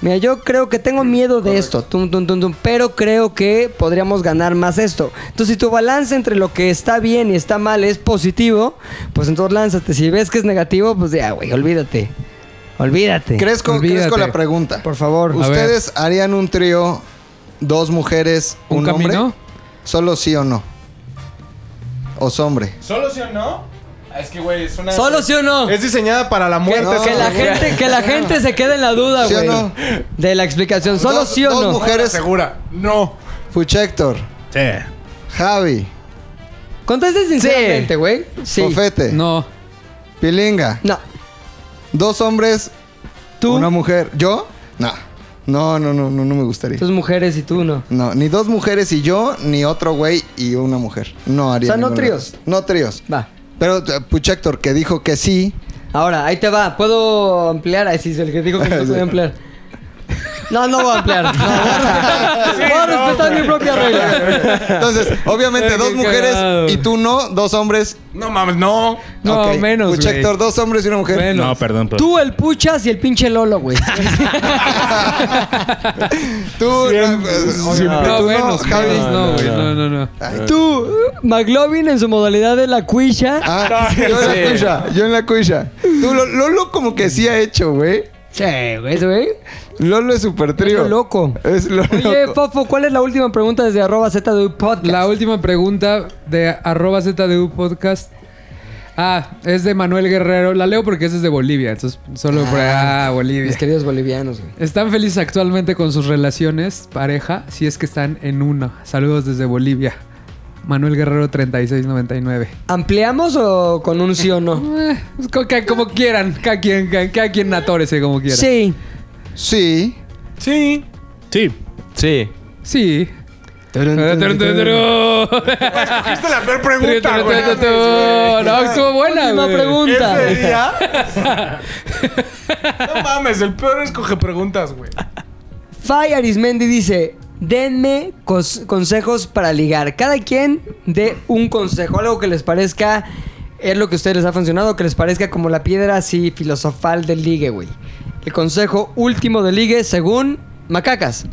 Speaker 2: Mira, yo creo que tengo miedo de esto, tum, tum, tum, tum, pero creo que podríamos ganar más esto. Entonces, si tu balance entre lo que está bien y está mal es positivo, pues entonces lánzate. Si ves que es negativo, pues ya, güey, olvídate. Olvídate.
Speaker 4: Cresco,
Speaker 6: Olvídate.
Speaker 4: Cresco la pregunta.
Speaker 2: Por favor.
Speaker 6: A ver.
Speaker 4: ¿Ustedes harían un trío, dos mujeres, un,
Speaker 6: ¿Un
Speaker 4: hombre?
Speaker 6: camino?
Speaker 4: ¿Solo sí o no? ¿O hombre?
Speaker 3: ¿Solo sí o no? Es que, güey, es una.
Speaker 2: ¿Solo sí o no?
Speaker 3: Es diseñada para la
Speaker 2: Que,
Speaker 3: muerte.
Speaker 4: No,
Speaker 3: esa
Speaker 2: que la
Speaker 3: pregunta.
Speaker 2: gente, que la gente se quede en la duda,
Speaker 4: ¿Sí o
Speaker 2: güey.
Speaker 4: no?
Speaker 2: De la explicación. ¿Solo
Speaker 4: Dos-
Speaker 2: sí o
Speaker 4: dos
Speaker 2: no?
Speaker 4: mujeres.
Speaker 3: Segura. No.
Speaker 4: Fuchector,
Speaker 8: Sí.
Speaker 4: Javi,
Speaker 2: Conteste sinceramente, güey. Sí.
Speaker 4: Fofete,
Speaker 6: No.
Speaker 4: Pilinga.
Speaker 2: No.
Speaker 4: Dos hombres,
Speaker 2: Tú,
Speaker 4: una mujer. ¿Yo? No. No, no, no, no, no me gustaría.
Speaker 2: tus mujeres y tú no.
Speaker 4: No, ni dos mujeres y yo, ni otro güey y una mujer. No haría.
Speaker 2: O sea, no
Speaker 4: ninguna
Speaker 2: tríos.
Speaker 4: de las- No tríos.
Speaker 2: Va.
Speaker 4: Pero eh, Puchector, que dijo que sí.
Speaker 2: Ahora, ahí te va. ¿Puedo ampliar? Ahí sí, el que dijo que no podía ampliar. No, no voy a ampliar. No, voy a respetar, voy a respetar mi propia regla.
Speaker 4: Entonces, obviamente,
Speaker 6: Qué
Speaker 4: dos mujeres
Speaker 6: cagado.
Speaker 4: y tú no, dos hombres.
Speaker 3: No mames, no.
Speaker 6: No,
Speaker 4: Ok.
Speaker 6: menos, güey.
Speaker 4: Puchector, dos hombres y una mujer.
Speaker 6: Menos.
Speaker 8: No, perdón, pero.
Speaker 2: Tú, el Puchas y el pinche Lolo, güey.
Speaker 4: Tú, no, eh,
Speaker 6: No,
Speaker 4: obviamente tú no,
Speaker 6: menos,
Speaker 4: Javi.
Speaker 6: menos, no, güey. No, no, no.
Speaker 2: Tú, McLovin en su modalidad de la cuisha.
Speaker 4: Ah, yo en la cuisha, yo en la cuisha. Tú, Lo- Lolo como que sí ha hecho, güey.
Speaker 2: Sí, güey, ese güey.
Speaker 4: Lolo es super trío.
Speaker 2: Lolo loco.
Speaker 4: Es lo
Speaker 2: Oye,
Speaker 4: loco.
Speaker 2: Fofo, ¿cuál es la última pregunta desde arroba Z de podcast?
Speaker 6: La última pregunta de arroba ZDU podcast. Ah, es de Manuel Guerrero. La leo porque ese es de Bolivia. Entonces, solo para ah, Bolivia.
Speaker 2: Mis queridos bolivianos, güey.
Speaker 6: ¿Están felices actualmente con sus relaciones, pareja? Si es que están en una. Saludos desde Bolivia. Manuel Guerrero 3699.
Speaker 2: ¿Ampliamos o con un sí o no?
Speaker 6: Eh, pues, co- ca- como quieran, cada quien, ca- cada quien atórese como quiera.
Speaker 2: Sí.
Speaker 4: Sí.
Speaker 3: Sí.
Speaker 8: Sí.
Speaker 5: Sí.
Speaker 6: Sí.
Speaker 3: Esta es la peor pregunta, güey.
Speaker 6: No, estuvo buena.
Speaker 2: Última
Speaker 6: güey.
Speaker 2: pregunta.
Speaker 3: Ese día. no mames, el peor escoge preguntas, güey.
Speaker 2: Fay Arismendi dice: Denme cos- consejos para ligar. Cada quien dé un consejo, algo que les parezca es lo que a ustedes les ha funcionado, que les parezca como la piedra así filosofal del ligue, güey. El consejo último del ligue según Macacas.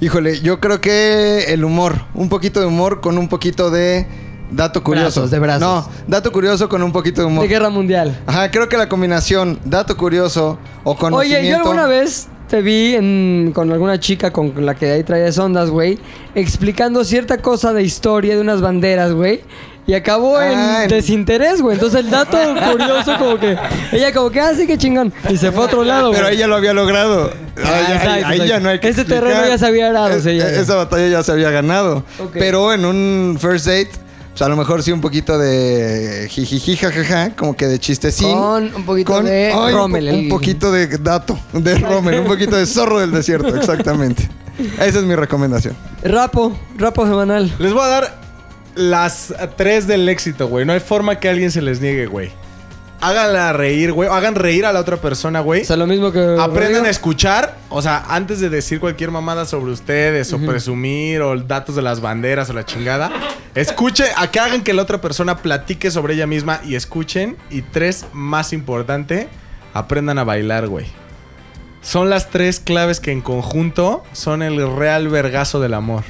Speaker 4: Híjole, yo creo que el humor. Un poquito de humor con un poquito de dato curioso.
Speaker 2: Brazos, de brazos.
Speaker 4: No, dato curioso con un poquito de humor.
Speaker 2: De guerra mundial.
Speaker 4: Ajá, creo que la combinación dato curioso o conocimiento.
Speaker 2: Oye, yo alguna vez te vi en- con alguna chica con la que ahí traías ondas, güey, explicando cierta cosa de historia de unas banderas, güey. Y acabó en
Speaker 4: Ah, en-
Speaker 2: desinterés, güey. Entonces el dato curioso como que... Ella como que, ah, sí, qué chingón. Y se fue a otro lado,
Speaker 4: Pero
Speaker 2: güey.
Speaker 4: ella lo había logrado.
Speaker 2: Ah,
Speaker 4: Ahí- ahí-
Speaker 2: exacto,
Speaker 4: ahí
Speaker 2: exacto.
Speaker 4: ya no hay que
Speaker 2: Ese
Speaker 4: explicar.
Speaker 2: terreno ya se había arado,
Speaker 4: Es-
Speaker 2: sí, ya, ya.
Speaker 4: Esa batalla ya se había ganado.
Speaker 2: Ok.
Speaker 4: Pero en un first date, pues a lo mejor sí un poquito de jijiji, jajaja, como que de chistecín.
Speaker 2: Con un poquito de
Speaker 4: un po-
Speaker 2: Rommel,
Speaker 4: Un,
Speaker 2: el-
Speaker 4: poquito de dato, de Rommel, un poquito de zorro del desierto, exactamente. Esa es mi recomendación.
Speaker 2: Rapo, rapo semanal.
Speaker 3: Les voy a dar las tres del éxito, güey. No hay forma que alguien se les niegue, güey. Háganla reír, güey. Hagan reír a la otra persona, güey.
Speaker 2: O sea, lo mismo que...
Speaker 3: Aprendan a
Speaker 2: Rodrigo.
Speaker 3: escuchar, o sea, antes de decir cualquier mamada sobre ustedes, o presumir, o datos de las banderas, o la chingada, escuche, a que hagan que la otra persona platique sobre ella misma y escuchen. Y tres, más importante, aprendan a bailar, güey. Son las tres claves que en conjunto son el real vergazo del amor.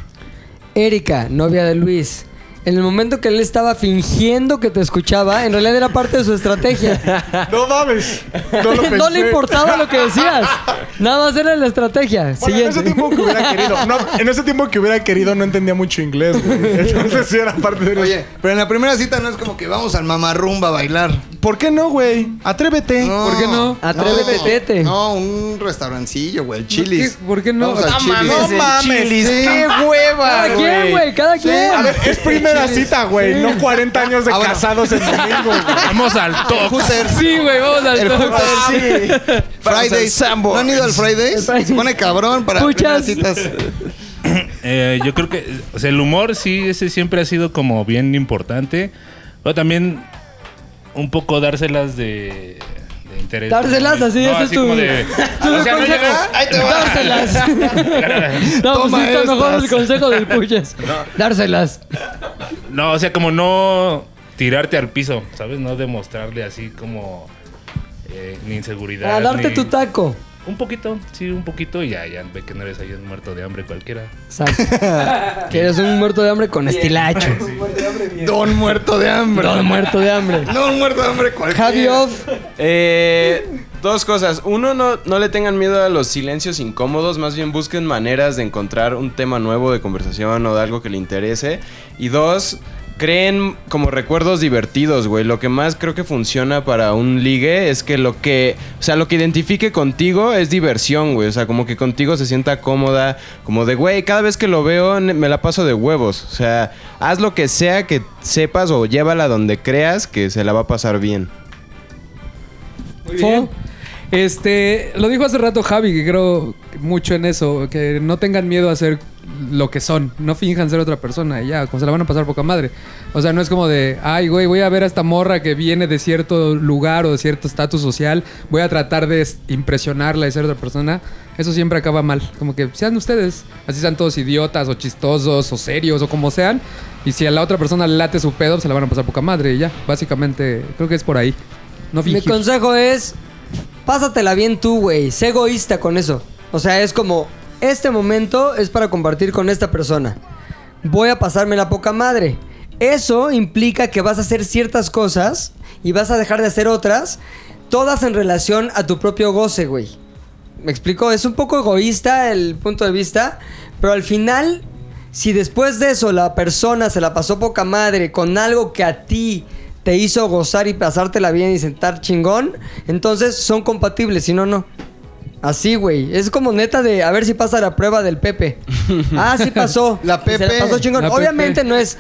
Speaker 2: Erika, novia de Luis. En el momento que él estaba fingiendo que te escuchaba, en realidad era parte de su estrategia.
Speaker 3: No mames. No, lo
Speaker 2: no le
Speaker 3: pensé.
Speaker 2: importaba lo que decías. Nada más era la estrategia.
Speaker 3: Bueno, en ese
Speaker 2: Siguiente.
Speaker 3: tiempo que hubiera querido, no, en ese tiempo que hubiera querido no entendía mucho inglés, güey. Entonces sí era parte de
Speaker 4: Oye, pero en la primera cita no es como que vamos al mamarrumba a bailar.
Speaker 3: ¿Por qué no, güey? Atrévete.
Speaker 6: ¿por qué no?
Speaker 2: Atrévete,
Speaker 4: no,
Speaker 2: tete.
Speaker 4: No, un restaurancillo, güey, el Chili's.
Speaker 6: ¿Por qué- por qué no?
Speaker 4: Vamos al
Speaker 6: No
Speaker 4: Chili's.
Speaker 3: No mames, qué hueva.
Speaker 2: Cada quien, güey, cada quien.
Speaker 3: A ver, es primera cita, güey. No 40 años de
Speaker 4: Ah, bueno.
Speaker 3: casados en domingo.
Speaker 8: Vamos al
Speaker 4: El
Speaker 8: top.
Speaker 4: Hooters.
Speaker 6: Sí, güey, vamos al
Speaker 4: El
Speaker 6: top.
Speaker 4: Hooters. Fridays. ¿No han ido al Fridays?
Speaker 2: El Fridays.
Speaker 4: Se pone cabrón para
Speaker 2: Puchas.
Speaker 4: primeras citas.
Speaker 8: Eh, yo creo que o sea, el humor sí, ese siempre ha sido como bien importante. Pero también un poco dárselas de, de interés.
Speaker 2: Dárselas, así,
Speaker 8: No,
Speaker 2: ese es tu.
Speaker 8: como de-
Speaker 2: tu
Speaker 8: o sea, no
Speaker 2: consejo.
Speaker 8: llegas- ahí te va.
Speaker 2: Dárselas. no, pues sí,
Speaker 4: Toma
Speaker 2: está mejor
Speaker 4: estas.
Speaker 2: el consejo del Puches. Dárselas.
Speaker 8: No, o sea, como no tirarte al piso, ¿sabes? No demostrarle así como eh, ni inseguridad.
Speaker 2: A darte
Speaker 8: ni-
Speaker 2: tu taco.
Speaker 8: Un poquito, sí, un poquito y ya, ya ve que no eres ahí un muerto de hambre cualquiera.
Speaker 2: Exacto. que eres un muerto de hambre con estilacho.
Speaker 4: Don muerto de hambre.
Speaker 2: Todo muerto de hambre.
Speaker 4: Don muerto de hambre cualquiera.
Speaker 2: Javi off.
Speaker 5: Eh, dos cosas. Uno, no, no le tengan miedo a los silencios incómodos. Más bien busquen maneras de encontrar un tema nuevo de conversación o de algo que le interese. Y dos, creen como recuerdos divertidos, güey. Lo que más creo que funciona para un ligue es que lo que, o sea, lo que identifique contigo es diversión, güey. O sea, como que contigo se sienta cómoda, como de, güey, cada vez que lo veo ne- me la paso de huevos. O sea, haz lo que sea que sepas o llévala donde creas que se la va a pasar bien.
Speaker 6: Muy bien. Este, lo dijo hace rato Javi, que creo mucho en eso, que no tengan miedo a ser lo que son, no finjan ser otra persona y ya, como se la van a pasar poca madre. O sea, no es como de, ay, güey, voy a ver a esta morra que viene de cierto lugar o de cierto estatus social, voy a tratar de s- impresionarla y ser otra persona. Eso siempre acaba mal. Como que sean ustedes, así sean todos idiotas o chistosos o serios o como sean, y si a la otra persona le late su pedo, se la van a pasar poca madre y ya. Básicamente, creo que es por ahí. No
Speaker 2: Mi
Speaker 6: fingir.
Speaker 2: consejo es, pásatela bien tú, güey. Sé egoísta con eso. O sea, es como, este momento es para compartir con esta persona. Voy a pasarme la poca madre. Eso implica que vas a hacer ciertas cosas y vas a dejar de hacer otras, todas en relación a tu propio goce, güey. ¿Me explico? Es un poco egoísta el punto de vista, pero al final, si después de eso la persona se la pasó poca madre con algo que a ti te hizo gozar y pasártela bien y sentar chingón, entonces son compatibles, si no, no. Así, güey. Es como neta de a ver si pasa la prueba del Pepe. Ah, sí pasó.
Speaker 4: La
Speaker 2: Y se
Speaker 4: Pepe.
Speaker 2: pasó chingón.
Speaker 6: La
Speaker 2: Obviamente
Speaker 6: Pepe.
Speaker 2: no es, eh,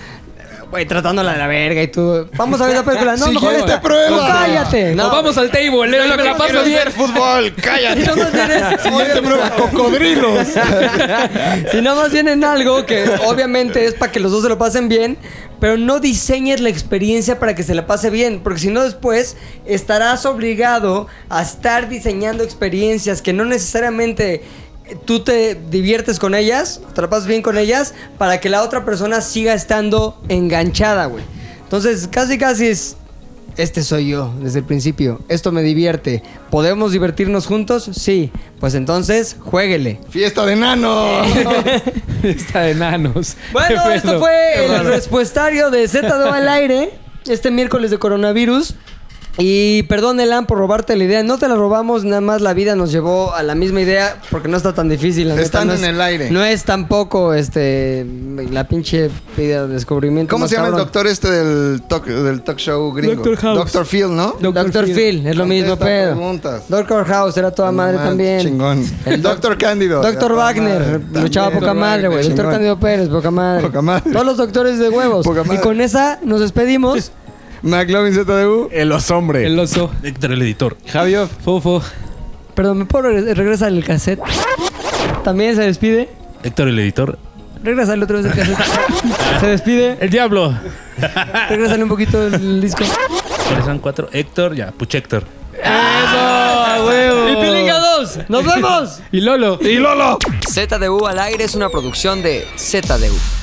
Speaker 2: güey, tratándola de la verga y tú. Vamos a ver la película. No, no,
Speaker 6: Siguiente
Speaker 2: no,
Speaker 4: prueba.
Speaker 2: cállate.
Speaker 6: No,
Speaker 2: No,
Speaker 6: vamos al table, eh, me la paso bien.
Speaker 5: fútbol, cállate.
Speaker 2: Si no más bien es-
Speaker 4: Cocodrilos.
Speaker 2: si no más bien en algo que obviamente es para que los dos se lo pasen bien, pero no diseñes la experiencia para que se la pase bien, porque si no después estarás obligado a estar diseñando experiencias que no necesariamente eh, tú te diviertes con ellas, te la pasas bien con ellas, para que la otra persona siga estando enganchada, güey. Entonces, casi casi es... Este soy yo desde el principio. Esto me divierte. ¿Podemos divertirnos juntos? Sí. Pues entonces, juéguele.
Speaker 4: Fiesta de enanos.
Speaker 2: Eh.
Speaker 6: Está de enanos.
Speaker 2: Bueno,
Speaker 6: Qué
Speaker 2: esto
Speaker 6: pedo.
Speaker 2: fue
Speaker 6: Qué
Speaker 2: el
Speaker 6: raro.
Speaker 2: respuestario de Z2 al aire este miércoles de coronavirus. Y perdón, Elan, por robarte la idea. No te la robamos, nada más la vida nos llevó a la misma idea porque no está tan difícil. la neta,
Speaker 4: Están
Speaker 2: no es-
Speaker 4: en el aire.
Speaker 2: No es tampoco este la pinche idea de descubrimiento.
Speaker 4: ¿Cómo
Speaker 2: más
Speaker 4: se llama el
Speaker 2: cabrón.
Speaker 4: doctor este del talk, del talk show gringo?
Speaker 6: Dr. House.
Speaker 4: Dr. Phil, ¿no?
Speaker 2: Doctor, Phil. es lo mismo,
Speaker 4: Contesta
Speaker 2: pero.
Speaker 4: preguntas.
Speaker 2: Doctor House era toda madre
Speaker 4: Ah,
Speaker 2: también.
Speaker 4: Chingón.
Speaker 2: El
Speaker 4: El
Speaker 2: doctor
Speaker 4: Dr. Cándido.
Speaker 2: Doctor Wagner, luchaba poca madre, güey. Doctor Candido Pérez, poca madre.
Speaker 4: Poca madre.
Speaker 2: Todos los doctores de huevos.
Speaker 4: Poca
Speaker 2: Y
Speaker 4: madre.
Speaker 2: con esa nos despedimos.
Speaker 4: McLovin ZDU.
Speaker 3: El los hombre.
Speaker 6: El oso.
Speaker 8: Héctor, el editor.
Speaker 5: Javio,
Speaker 6: Fofo.
Speaker 2: Perdón, ¿me puedo regre- regresar el cassette? También se despide.
Speaker 8: Héctor, el editor.
Speaker 2: Regresarle otra vez el cassette. se despide.
Speaker 8: El diablo.
Speaker 2: Regresarle un poquito el disco.
Speaker 8: ¿Cuáles son cuatro? Héctor, ya, Puch Héctor.
Speaker 2: ¡Y Pilinga 2! ¡Nos vemos!
Speaker 6: Y Lolo.
Speaker 2: ZDU al aire es una producción de ZDU.